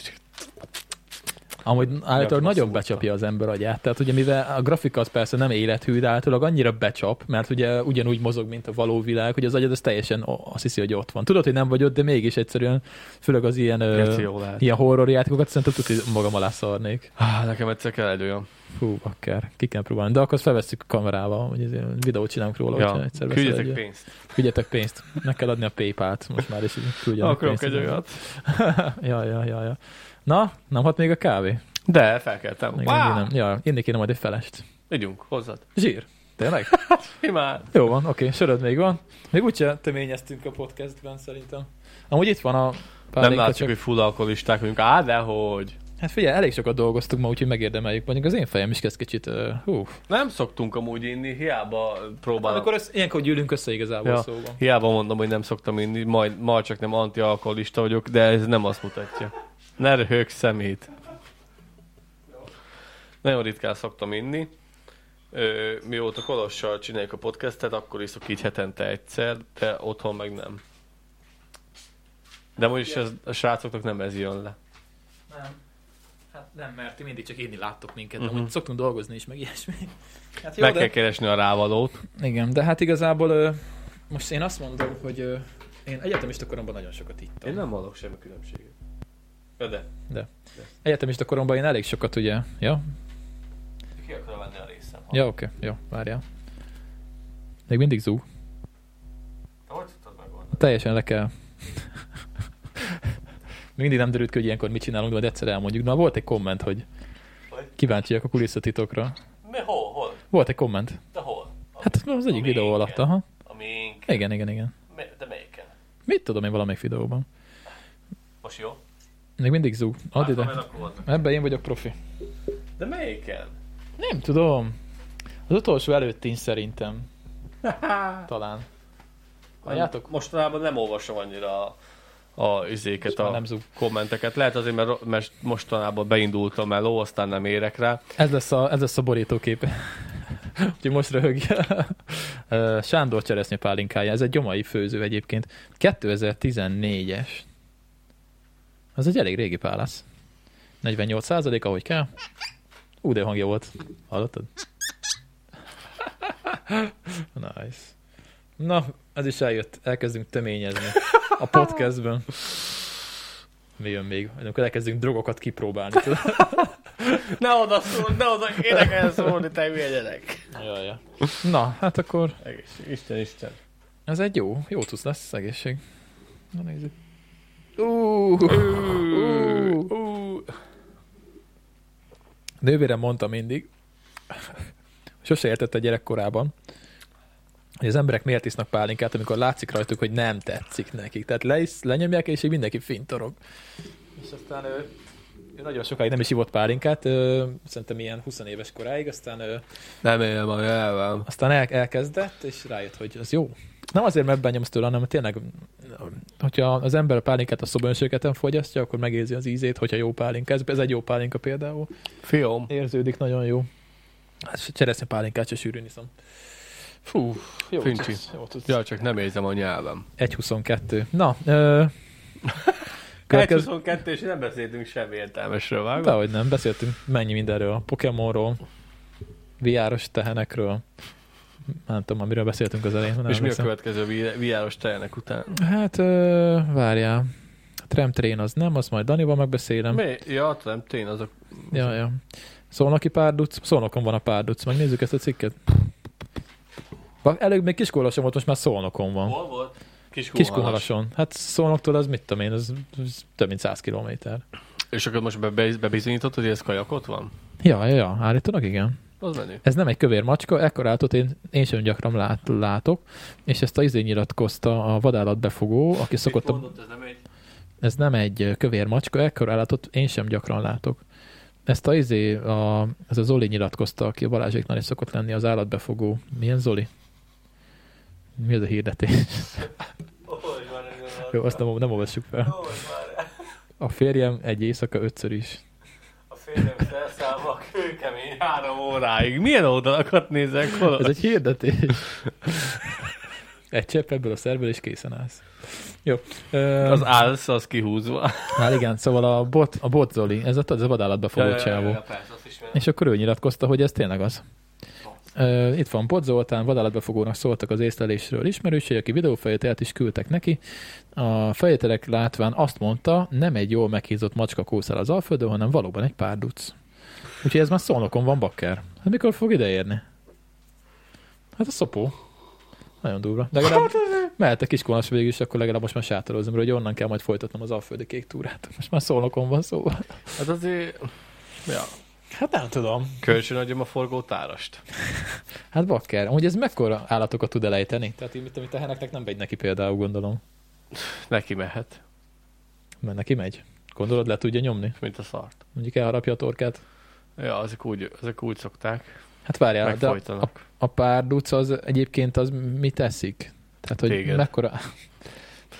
Speaker 3: Amúgy állítólag
Speaker 1: Gyakorlatilag
Speaker 3: nagyon
Speaker 1: szúrta.
Speaker 3: becsapja az ember agyát. Tehát ugye mivel a grafika az persze nem élethű, de általában annyira becsap, mert ugye ugyanúgy mozog, mint a való világ, hogy az agyad az teljesen o- azt hiszi, hogy ott van. Tudod, hogy nem vagy ott, de mégis egyszerűen, főleg az ilyen, ö,
Speaker 1: Geci, jól lehet.
Speaker 3: ilyen horror játékokat, szerintem tudod, hogy magam alá szarnék.
Speaker 1: Há, nekem Ah, egyszer kell egy olyan.
Speaker 3: Fú, akár. Ki kell próbálni. De akkor azt felveszünk kamerával, hogy ezért videót csinálunk róla, ja. hogyha
Speaker 1: Ja.
Speaker 3: egyszer veszel
Speaker 1: Küldjetek
Speaker 3: egy-
Speaker 1: pénzt.
Speaker 3: Küldjetek pénzt. Meg kell adni a PayPal-t most már, és így küldjenek
Speaker 1: Akarok egy
Speaker 3: pénzt.
Speaker 1: olyat.
Speaker 3: ja, ja, ja, ja. Na, nem hat még a kávé?
Speaker 1: De felkeltem.
Speaker 3: Még
Speaker 1: Wow!
Speaker 3: mindig nem. Ja, inni kéne majd egy felest.
Speaker 1: Igyunk, hozzád.
Speaker 3: Zsír. Tényleg?
Speaker 1: Simán.
Speaker 3: Jó van, oké, söröd még van. Még úgyse töményeztünk a podcastben szerintem. Amúgy itt van a pár
Speaker 1: Nem
Speaker 3: linka,
Speaker 1: látszik, hogy full alkoholisták vagyunk. Á, de hogy.
Speaker 3: Hát figyelj, elég sokat dolgoztuk ma, úgyhogy megérdemeljük. Mondjuk az én fejem is kezd kicsit... Uh, hú.
Speaker 1: Nem szoktunk amúgy inni, hiába próbálom.
Speaker 3: Amikor össze, ilyenkor gyűlünk össze igazából ja.
Speaker 1: Ja.
Speaker 3: szóban.
Speaker 1: Hiába mondom, hogy nem szoktam inni, majd, majd csak nem antialkoholista vagyok, de ez nem azt mutatja. Ne röhög szemét. Nagyon ritkán szoktam inni. Ö, mióta Kolossal csináljuk a podcastet, akkor iszok így hetente egyszer, de otthon meg nem. De mondjuk ez, a srácoknak nem ez jön le.
Speaker 3: Nem. Hát nem, mert ti mindig csak inni láttok minket,
Speaker 1: de Mhm. amúgy
Speaker 3: szoktunk dolgozni is, meg ilyesmi. Hát
Speaker 1: Meg kell keresni a rávalót.
Speaker 3: Igen, de hát igazából ö, most én azt mondom, hogy ö, én egyetemista koromban nagyon sokat ittam.
Speaker 1: Én nem hallok semmi különbséget. Ja, de.
Speaker 3: Egyetemista koromban én elég sokat ugye, ja?
Speaker 1: Ki akar venni a részem?
Speaker 3: Ja, oké, okay. jó, várjál. Még mindig zúg.
Speaker 1: Te hogy tudtad megoldani?
Speaker 3: Teljesen le kell. mindig nem derült ki, hogy ilyenkor mit csinálunk, de majd egyszer elmondjuk. Na, volt egy komment, hogy kíváncsiak a kulisszatitokra.
Speaker 1: Mi, hol, hol?
Speaker 3: Volt egy komment.
Speaker 1: De hol?
Speaker 3: Hát az egyik videó alatt, aha.
Speaker 1: A mink.
Speaker 3: Igen, igen, igen.
Speaker 1: Mi- De melyiken?
Speaker 3: Mit tudom én valamelyik videóban?
Speaker 1: Most jó?
Speaker 3: Még mindig zúg. Add
Speaker 1: Látom,
Speaker 3: ide.
Speaker 1: mert akkor volt.
Speaker 3: Ebben én vagyok profi.
Speaker 1: De melyiken?
Speaker 3: Nem tudom. Az utolsó előttin szerintem. Talán. Halljátok?
Speaker 1: Mostanában nem olvasom annyira a, a izéket,
Speaker 3: Már
Speaker 1: a
Speaker 3: nem
Speaker 1: nem
Speaker 3: zúg.
Speaker 1: kommenteket. Lehet azért, mert, mert mostanában beindult a meló, aztán nem érek rá.
Speaker 3: Ez lesz a, ez lesz a borítókép. Úgyhogy most röhögj. Ö, Sándor cseresznyi pálinkája. Ez egy gyomai főző egyébként. 2014-es. Az egy elég régi pálasz. 48 százalék, ahogy kell. Ú, de hangja volt. Hallottad? Nice. Na, ez is eljött. Elkezdünk töményezni a podcastben. Mi jön még? Amikor elkezdünk drogokat kipróbálni. Tudod?
Speaker 1: Ne oda szól, ne oda, én kell szólni, te hülye gyerek.
Speaker 3: Jaj, jaj. Na, hát akkor
Speaker 1: Isten, Isten.
Speaker 3: ez egy jó, jó cucc lesz, egészség. Na nézzük. Uh, Nővérem mondta mindig, sose értette gyerekkorában, hogy az emberek miért isznak pálinkát, amikor látszik rajtuk, hogy nem tetszik nekik. Tehát le is, lenyomják, és így mindenki fintorog. És aztán ő, ő nagyon sokáig nem is ivott pálinkát, ö, szerintem ilyen 20 éves koráig, aztán ő,
Speaker 1: Nem élem a jelvem.
Speaker 3: aztán el, elkezdett, és rájött, hogy az jó. Nem azért, mert benyomsz tőle, hanem tényleg, hogyha az ember a pálinkát a szobönségeten fogyasztja, akkor megérzi az ízét, hogyha jó pálinka. Ez, ez egy jó pálinka például.
Speaker 1: Fiom.
Speaker 3: Érződik nagyon jó. Hát se- cseresznye pálinkát se sűrűn iszom. Fú, jó
Speaker 1: Fincsi.
Speaker 3: tudsz, Jó tudsz.
Speaker 1: Ja, csak nem érzem a nyelvem.
Speaker 3: 1.22. Na, ö, következő...
Speaker 1: 22 és nem beszéltünk semmi értelmesről, vágod?
Speaker 3: Dehogy nem, beszéltünk mennyi mindenről. Pokémonról, VR-os tehenekről, nem tudom, amiről beszéltünk az elején. Nem
Speaker 1: És mi a
Speaker 3: emlékszem.
Speaker 1: következő vi- viáros tejenek után?
Speaker 3: Hát, ö, várjál. A Tramtrain az nem, azt majd Danival megbeszélem.
Speaker 1: Mi? Ja, nem, tény, azok
Speaker 3: Ja, ja. Szolnoki párduc, szolnokon van a párduc, megnézzük ezt a cikket. Ba- Előbb még kiskolason volt, most már szolnokon van.
Speaker 1: Hol volt? Kiskunhalas.
Speaker 3: Kiskolason. Hát szolnoktól az mit tudom én, az, az több mint 100 kilométer.
Speaker 1: És akkor most be- bebizonyítottad, hogy ez kajakot van?
Speaker 3: Ja, ja, ja, állítólag igen.
Speaker 1: Az menő.
Speaker 3: Ez nem egy kövér macska, ekkorátot én, én sem gyakran lát, látok, és ezt a izé nyilatkozta a vadállatbefogó, aki szokott a
Speaker 1: ez nem egy...
Speaker 3: ez nem egy ö, kövér macska, ekkora állatot én sem gyakran látok. Ezt a izé, a, ez a Zoli nyilatkozta, aki a Balázséknál is szokott lenni az állatbefogó. Milyen Zoli? Mi az a hirdetés? Jó, azt nem, nem olvassuk fel. A férjem egy éjszaka ötször is.
Speaker 1: A félnem elszállva kőkemény három óráig. Milyen oldalakat nézek hol?
Speaker 3: Ez egy hirdetés. Egy csepp ebből a szerből, és készen állsz. Jó. Ö,
Speaker 1: Az állsz, az kihúzva.
Speaker 3: Hát igen, szóval a bot, a bot Zoli, ez a, ez a vadállatbefogó csávó.
Speaker 1: persze, azt ismerem.
Speaker 3: És akkor ő nyilatkozta, hogy ez tényleg az. Ö, Itt van Bot Zoltán, vadállatbefogónak szóltak az észlelésről ismerősei, aki videófelvételt is küldtek neki. A felvételek látván azt mondta, nem egy jól meghízott macska kószál az Alföldön, hanem valóban egy párduc. Úgyhogy ez már szolnokon van bakker. Hát mikor fog ideérni? Hát a szopó. Nagyon durva. De legalább mehet a kiskolas végül is, akkor legalább most már sátorozom, hogy onnan kell majd folytatnom az Alföldi kék túrát. Most már szolnokon van szó.
Speaker 1: Hát azért... Ja.
Speaker 3: Hát nem tudom.
Speaker 1: Kölcsön adjam a forgótárast.
Speaker 3: Hát bakker. Amúgy ez mekkora állatokat tud elejteni? Tehát így, mit amit a heneknek nem megy neki például, gondolom.
Speaker 1: Neki mehet,
Speaker 3: Mert neki megy. Gondolod, le tudja nyomni?
Speaker 1: mint a szart.
Speaker 3: Mondjuk elharapja a torkát.
Speaker 1: Ja, azok úgy, azok úgy szokták.
Speaker 3: Hát várjál, de a,
Speaker 1: Megfojtanak.
Speaker 3: a párduc az egyébként az mit eszik? Tehát, hogy
Speaker 1: Téged.
Speaker 3: mekkora...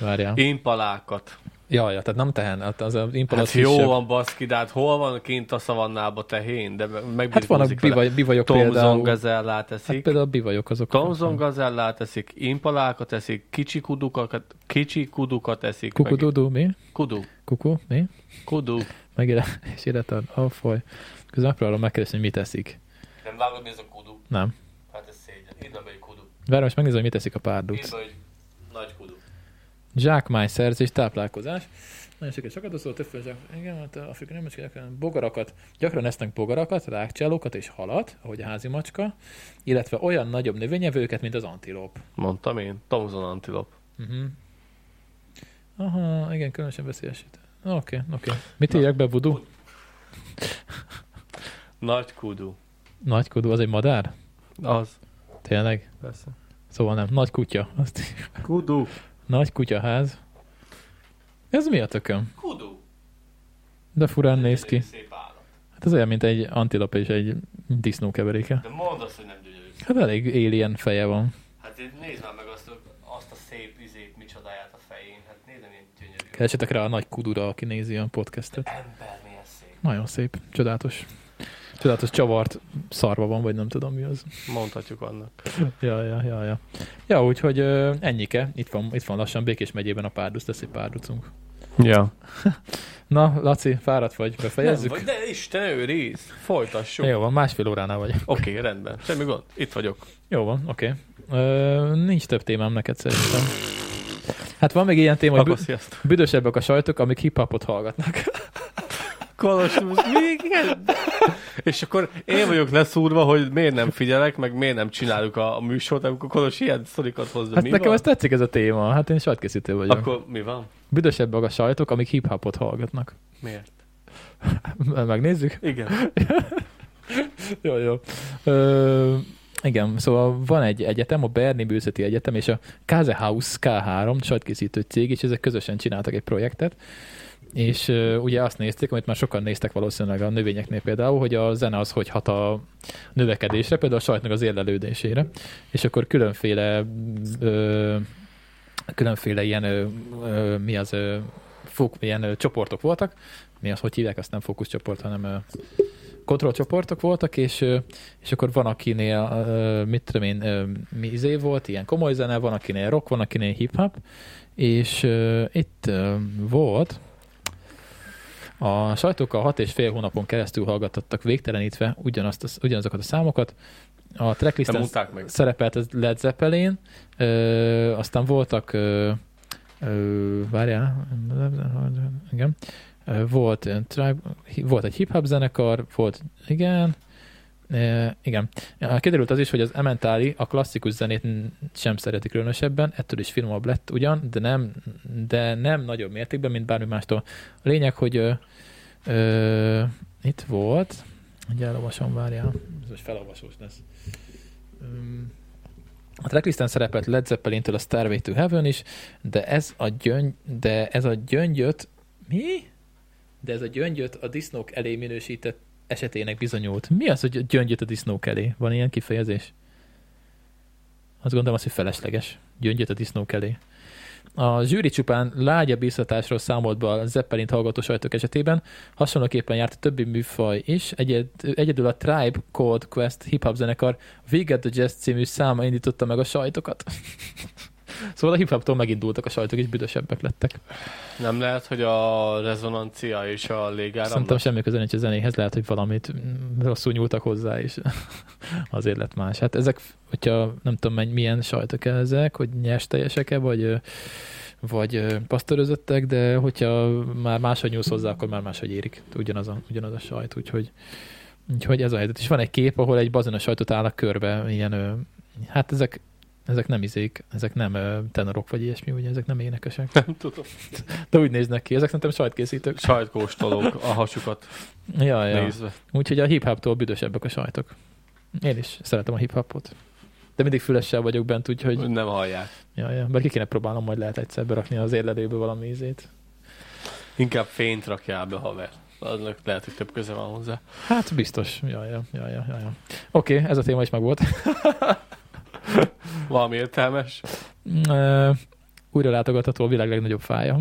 Speaker 3: Várjál.
Speaker 1: Impalákat.
Speaker 3: Jaj, ja, tehát nem tehen, hát az az impala
Speaker 1: Hát
Speaker 3: az kisebb.
Speaker 1: jó van baszki, de hát hol van kint a szavannába tehén? De megbizonyzik
Speaker 3: Hát vannak bivaj, bivajok
Speaker 1: Tomzon
Speaker 3: például.
Speaker 1: gazellát
Speaker 3: Hát
Speaker 1: eszik.
Speaker 3: például a bivajok azok.
Speaker 1: Tomzon gazellát eszik, impalákat eszik, kicsi kudukat, kicsi kudukat eszik. meg-
Speaker 3: Kukududu, mi?
Speaker 1: Kudu.
Speaker 3: Kuku, mi?
Speaker 1: Kudu.
Speaker 3: Megére, és életed, a foly. Közben megpróbálom megkeresni, hogy mit eszik.
Speaker 1: Nem vágod, mi ez a kudu?
Speaker 3: Nem.
Speaker 1: Hát ez szégyen. Írd egy kudu.
Speaker 3: Várom, most megnézem, hogy mit eszik a párduc.
Speaker 1: egy nagy kudu.
Speaker 3: Zsákmány szerzés, táplálkozás. Nagyon sokat sokat szól, többféle zsák. Igen, hát a afrikai nem gyakran bogarakat. Gyakran esznek bogarakat, rákcsálókat és halat, ahogy a házi macska, illetve olyan nagyobb növényevőket, mint az antilop.
Speaker 1: Mondtam én. Tomzon antilop.
Speaker 3: Uh-huh. Aha, igen, különösen veszélyesít. Oké, okay, oké. Okay. Mit írjak be, Vudu?
Speaker 1: Nagy kudu.
Speaker 3: Nagykodú, az egy madár?
Speaker 1: Az.
Speaker 3: Tényleg?
Speaker 1: Persze.
Speaker 3: Szóval nem. Nagy kutya. Azt
Speaker 1: Kudu.
Speaker 3: Nagy kutyaház. Ez mi a tököm?
Speaker 1: Kudu.
Speaker 3: De furán néz ki.
Speaker 1: Szép állat.
Speaker 3: Hát ez olyan, mint egy antilop és egy disznó keveréke.
Speaker 1: De mondd azt, hogy nem gyönyörű.
Speaker 3: Hát elég alien feje van.
Speaker 1: Hát én- nézd már meg azt, azt a szép izét, micsodáját a fején. Hát nézd, milyen gyönyörű.
Speaker 3: Keresetek rá a nagy kudura, aki nézi a podcastet.
Speaker 1: Ember milyen szép.
Speaker 3: Nagyon szép, csodálatos. Csodálatos csavart szarva van, vagy nem tudom mi az.
Speaker 1: Mondhatjuk annak.
Speaker 3: Ja, ja, ja, ja. Ja, úgyhogy ö, ennyike. Itt van, itt van lassan Békés megyében a párduc, lesz egy párducunk.
Speaker 1: Ja.
Speaker 3: Na, Laci, fáradt vagy, befejezzük?
Speaker 1: Nem, vagy- de Isten őriz. Folytassuk. Oké,
Speaker 3: Jó van, másfél óránál vagy.
Speaker 1: okay, rendben. Semmi gond. Itt vagyok.
Speaker 3: Jó van, oké. Okay. Nincs több témám neked szerintem. Hát van még ilyen téma, hogy
Speaker 1: Akkor
Speaker 3: bü-
Speaker 1: sziasztok.
Speaker 3: büdösebbek a sajtok, amik hiphopot hallgatnak.
Speaker 1: Kolostus, még igen. És akkor én vagyok leszúrva, hogy miért nem figyelek, meg miért nem csináljuk a, a műsort, amikor Kolos ilyen sztorikat hoz. de
Speaker 3: Hát
Speaker 1: mi
Speaker 3: nekem
Speaker 1: van?
Speaker 3: ez tetszik ez a téma. Hát én sajtkészítő vagyok. Akkor...
Speaker 1: Akkor mi van?
Speaker 3: Büdösebbek a sajtok, amik hiphopot hallgatnak.
Speaker 1: Miért?
Speaker 3: Megnézzük?
Speaker 1: Igen.
Speaker 3: Jó, jó. Ö, igen, szóval van egy egyetem, a Berni Művészeti Egyetem és a Kazehaus K3 sajtkészítő cég, és ezek közösen csináltak egy projektet, és ö, ugye azt nézték, amit már sokan néztek valószínűleg a növényeknél például, hogy a zene az hogy hat a növekedésre, például a sajtnak az érlelődésére, és akkor különféle ö, különféle ilyen ö, ö, mi az ö, fók, ilyen ö, csoportok voltak, mi az, hogy hívják, azt nem fókuszcsoport, hanem ö, kontrollcsoportok voltak, és, ö, és akkor van, akinél, ö, mit tudom én, ö, mi izé volt, ilyen komoly zene, van, akinél rock, van, akinél hip-hop, és ö, itt ö, volt, a sajtókkal hat és fél hónapon keresztül hallgattattak végtelenítve ugyanazt, a, ugyanazokat a számokat, a
Speaker 1: Nem
Speaker 3: tracklisten
Speaker 1: mondták meg.
Speaker 3: szerepelt ez Led Zeppelin, ö, aztán voltak, ö, ö, várjál, igen, ö, volt, ilyen tribe, hi- volt egy hip-hop zenekar, volt, igen, ö, igen. Ö, Kiderült az is, hogy az Ementáli a klasszikus zenét n- sem szereti különösebben, ettől is finomabb lett ugyan, de nem, de nem nagyobb mértékben, mint bármi mástól. A lényeg, hogy ö, ö, itt volt, hogy elolvasom, várjál, ez most felolvasós lesz. Öm, A tracklisten szerepelt Led Zeppelintől a Starway to Heaven is, de ez a, gyöngy, de ez a gyöngyöt... Mi? De ez a gyöngyöt a disznók elé minősített esetének bizonyult. Mi az, hogy gyöngyöt a disznók elé? Van ilyen kifejezés? Azt gondolom az, hogy felesleges. Gyöngyöt a disznók elé. A zsűri csupán lágya bíztatásról számolt be a Zeppelint hallgató sajtok esetében, hasonlóképpen járt a többi műfaj is, egyed, egyedül a Tribe Called Quest hip-hop zenekar We Got The Jazz című száma indította meg a sajtokat. szóval a hip-hoptól megindultak a sajtok, és büdösebbek lettek.
Speaker 1: Nem lehet, hogy a rezonancia és a
Speaker 3: Szerintem
Speaker 1: légáramlat.
Speaker 3: semmi köze nincs a zenéhez, lehet, hogy valamit mm, rosszul nyúltak hozzá, és azért lett más. Hát ezek, hogyha nem tudom, menj, milyen sajtok ezek, hogy nyers teljesek-e, vagy, ö, vagy ö, pasztörözöttek, de hogyha már máshogy nyúlsz hozzá, akkor már máshogy érik. Ugyanaz a, ugyanaz a sajt, úgyhogy Úgyhogy ez a helyzet. És van egy kép, ahol egy bazonos sajtot állnak körbe, ilyen, ö, hát ezek ezek nem izék, ezek nem ö, tenorok vagy ilyesmi, ugye ezek nem énekesek.
Speaker 1: Nem tudom.
Speaker 3: De úgy néznek ki, ezek szerintem sajtkészítők.
Speaker 1: Sajtkóstolók a hasukat
Speaker 3: Ja, ja.
Speaker 1: nézve.
Speaker 3: Úgyhogy a hip-hoptól büdösebbek a sajtok. Én is szeretem a hip-hopot. De mindig fülessel vagyok bent, úgyhogy...
Speaker 1: Hogy nem hallják.
Speaker 3: Ja, ja. Bár ki kéne próbálnom, majd lehet egyszer berakni az érlelőbe valami ízét.
Speaker 1: Inkább fényt rakjál be, haver. Annak lehet, hogy több köze van hozzá.
Speaker 3: Hát biztos. Ja, ja, ja, ja, ja. ja. Oké, okay, ez a téma is meg volt.
Speaker 1: Valami értelmes.
Speaker 3: Ö, Újra látogatható a világ legnagyobb fája.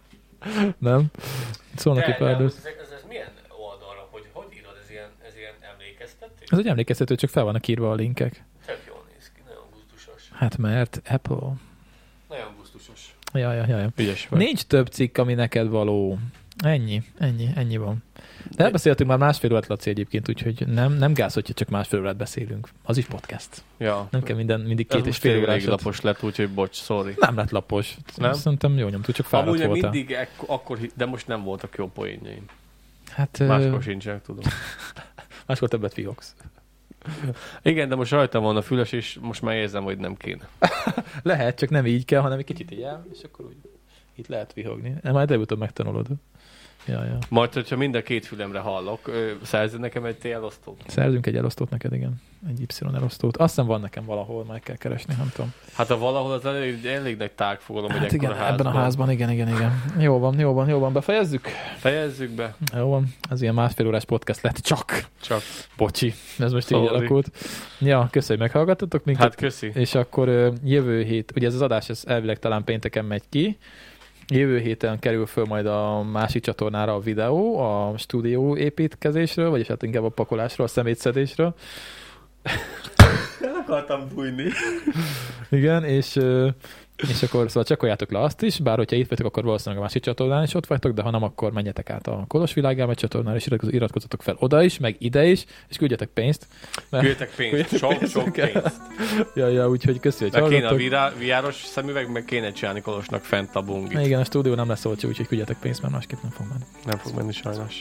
Speaker 3: Nem? Szólnak
Speaker 1: De,
Speaker 3: épp
Speaker 1: de
Speaker 3: erdős.
Speaker 1: ez, ez, ez milyen oldalra, hogy hogy írod, ez ilyen, ez ilyen emlékeztető?
Speaker 3: Ez egy emlékeztető, csak fel vannak írva a linkek.
Speaker 1: Tök jól néz ki, nagyon gusztusos.
Speaker 3: Hát mert Apple.
Speaker 1: Nagyon gusztusos.
Speaker 3: Ja, ja, ja, ja.
Speaker 1: Ügyes vagy.
Speaker 3: Nincs több cikk, ami neked való. Ennyi, ennyi, ennyi van. De elbeszéltünk már másfél órát, Laci, egyébként, úgyhogy nem, nem gáz, hogyha csak másfél órát beszélünk. Az is podcast.
Speaker 1: Ja.
Speaker 3: Nem kell minden, mindig
Speaker 1: Két ez
Speaker 3: két
Speaker 1: most
Speaker 3: és fél
Speaker 1: fél elég
Speaker 3: órás.
Speaker 1: lapos lett, úgyhogy bocs, sorry.
Speaker 3: Nem lett lapos.
Speaker 1: Nem?
Speaker 3: Nem? Szerintem jó nyomtú, csak fáradt
Speaker 1: Amúgy
Speaker 3: voltál.
Speaker 1: nem mindig, ekk- akkor, hi- de most nem voltak jó poénjaim.
Speaker 3: Hát,
Speaker 1: Máskor
Speaker 3: máskor,
Speaker 1: sincsenek, tudom.
Speaker 3: máskor többet fihogsz.
Speaker 1: Igen, de most rajtam van a füles, és most már érzem, hogy nem kéne.
Speaker 3: Lehet, csak nem így kell, hanem egy kicsit így el, és akkor úgy itt lehet vihogni. Nem, majd előbb megtanulod. Ja, ja.
Speaker 1: Majd, hogyha mind a két fülemre hallok, ö, szerzed nekem egy télosztót.
Speaker 3: Szerzünk egy elosztót neked, igen. Egy Y elosztót. Azt hiszem van nekem valahol, meg kell keresni, nem tudom.
Speaker 1: Hát ha valahol az elég, elég nagy tág fogalom, hogy
Speaker 3: Hát
Speaker 1: ekkor
Speaker 3: igen,
Speaker 1: a
Speaker 3: ebben a házban, igen, igen, igen. Jó van, jó van, jó van, befejezzük.
Speaker 1: Fejezzük be,
Speaker 3: Jó van, ez ilyen másfél órás podcast lett, csak.
Speaker 1: csak.
Speaker 3: Bocsi, ez most így
Speaker 1: Sorry.
Speaker 3: alakult. Ja, köszönjük, hogy meghallgattatok minket.
Speaker 1: Hát köszi.
Speaker 3: És akkor ö, jövő hét, ugye ez az adás ez elvileg talán pénteken megy ki, jövő héten kerül föl majd a másik csatornára a videó, a stúdió építkezésről, vagyis hát inkább a pakolásról, a szemétszedésről.
Speaker 1: Akartam bújni.
Speaker 3: Igen, és, ö, és akkor szóval csekkoljátok le azt is, bár hogyha itt vagytok, akkor valószínűleg a másik csatornán is ott vagytok, de ha nem, akkor menjetek át a Kolos Világában csatornára, és iratkoz- iratkozzatok fel oda is, meg ide is, és küldjetek pénzt.
Speaker 1: Küldjetek pénzt,
Speaker 3: Küldjetek
Speaker 1: sok,
Speaker 3: pénzt,
Speaker 1: sok
Speaker 3: igen.
Speaker 1: pénzt.
Speaker 3: Ja, ja, úgyhogy köszi, hogy
Speaker 1: Meg kéne a
Speaker 3: hallgattok.
Speaker 1: virá, viáros szemüveg, meg kéne csinálni Kolosnak fent a bungit.
Speaker 3: Igen, a stúdió nem lesz olcsó, úgyhogy küldjetek pénzt, mert másképp nem fog menni.
Speaker 1: Nem fog menni sajnos.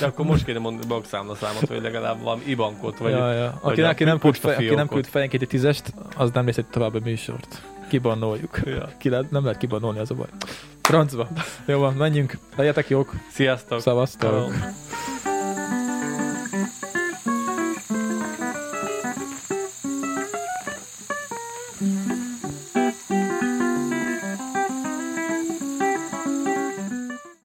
Speaker 1: De akkor most kéne mondani bankszámla számot, hogy legalább valami ibankot vagy.
Speaker 3: ja, ja.
Speaker 1: vagy
Speaker 3: Aki,
Speaker 1: a
Speaker 3: aki, nem küld,
Speaker 1: pusta
Speaker 3: fe, aki nem
Speaker 1: fiókot.
Speaker 3: küld fejenként egy tízest, az nem nézheti tovább a műsort. Kibannoljuk.
Speaker 1: Ja.
Speaker 3: Ki lehet, nem lehet kibannolni, az a baj. Francba. Jó van, menjünk. Legyetek jók.
Speaker 1: Sziasztok!
Speaker 3: Szavaztok.
Speaker 1: Hello.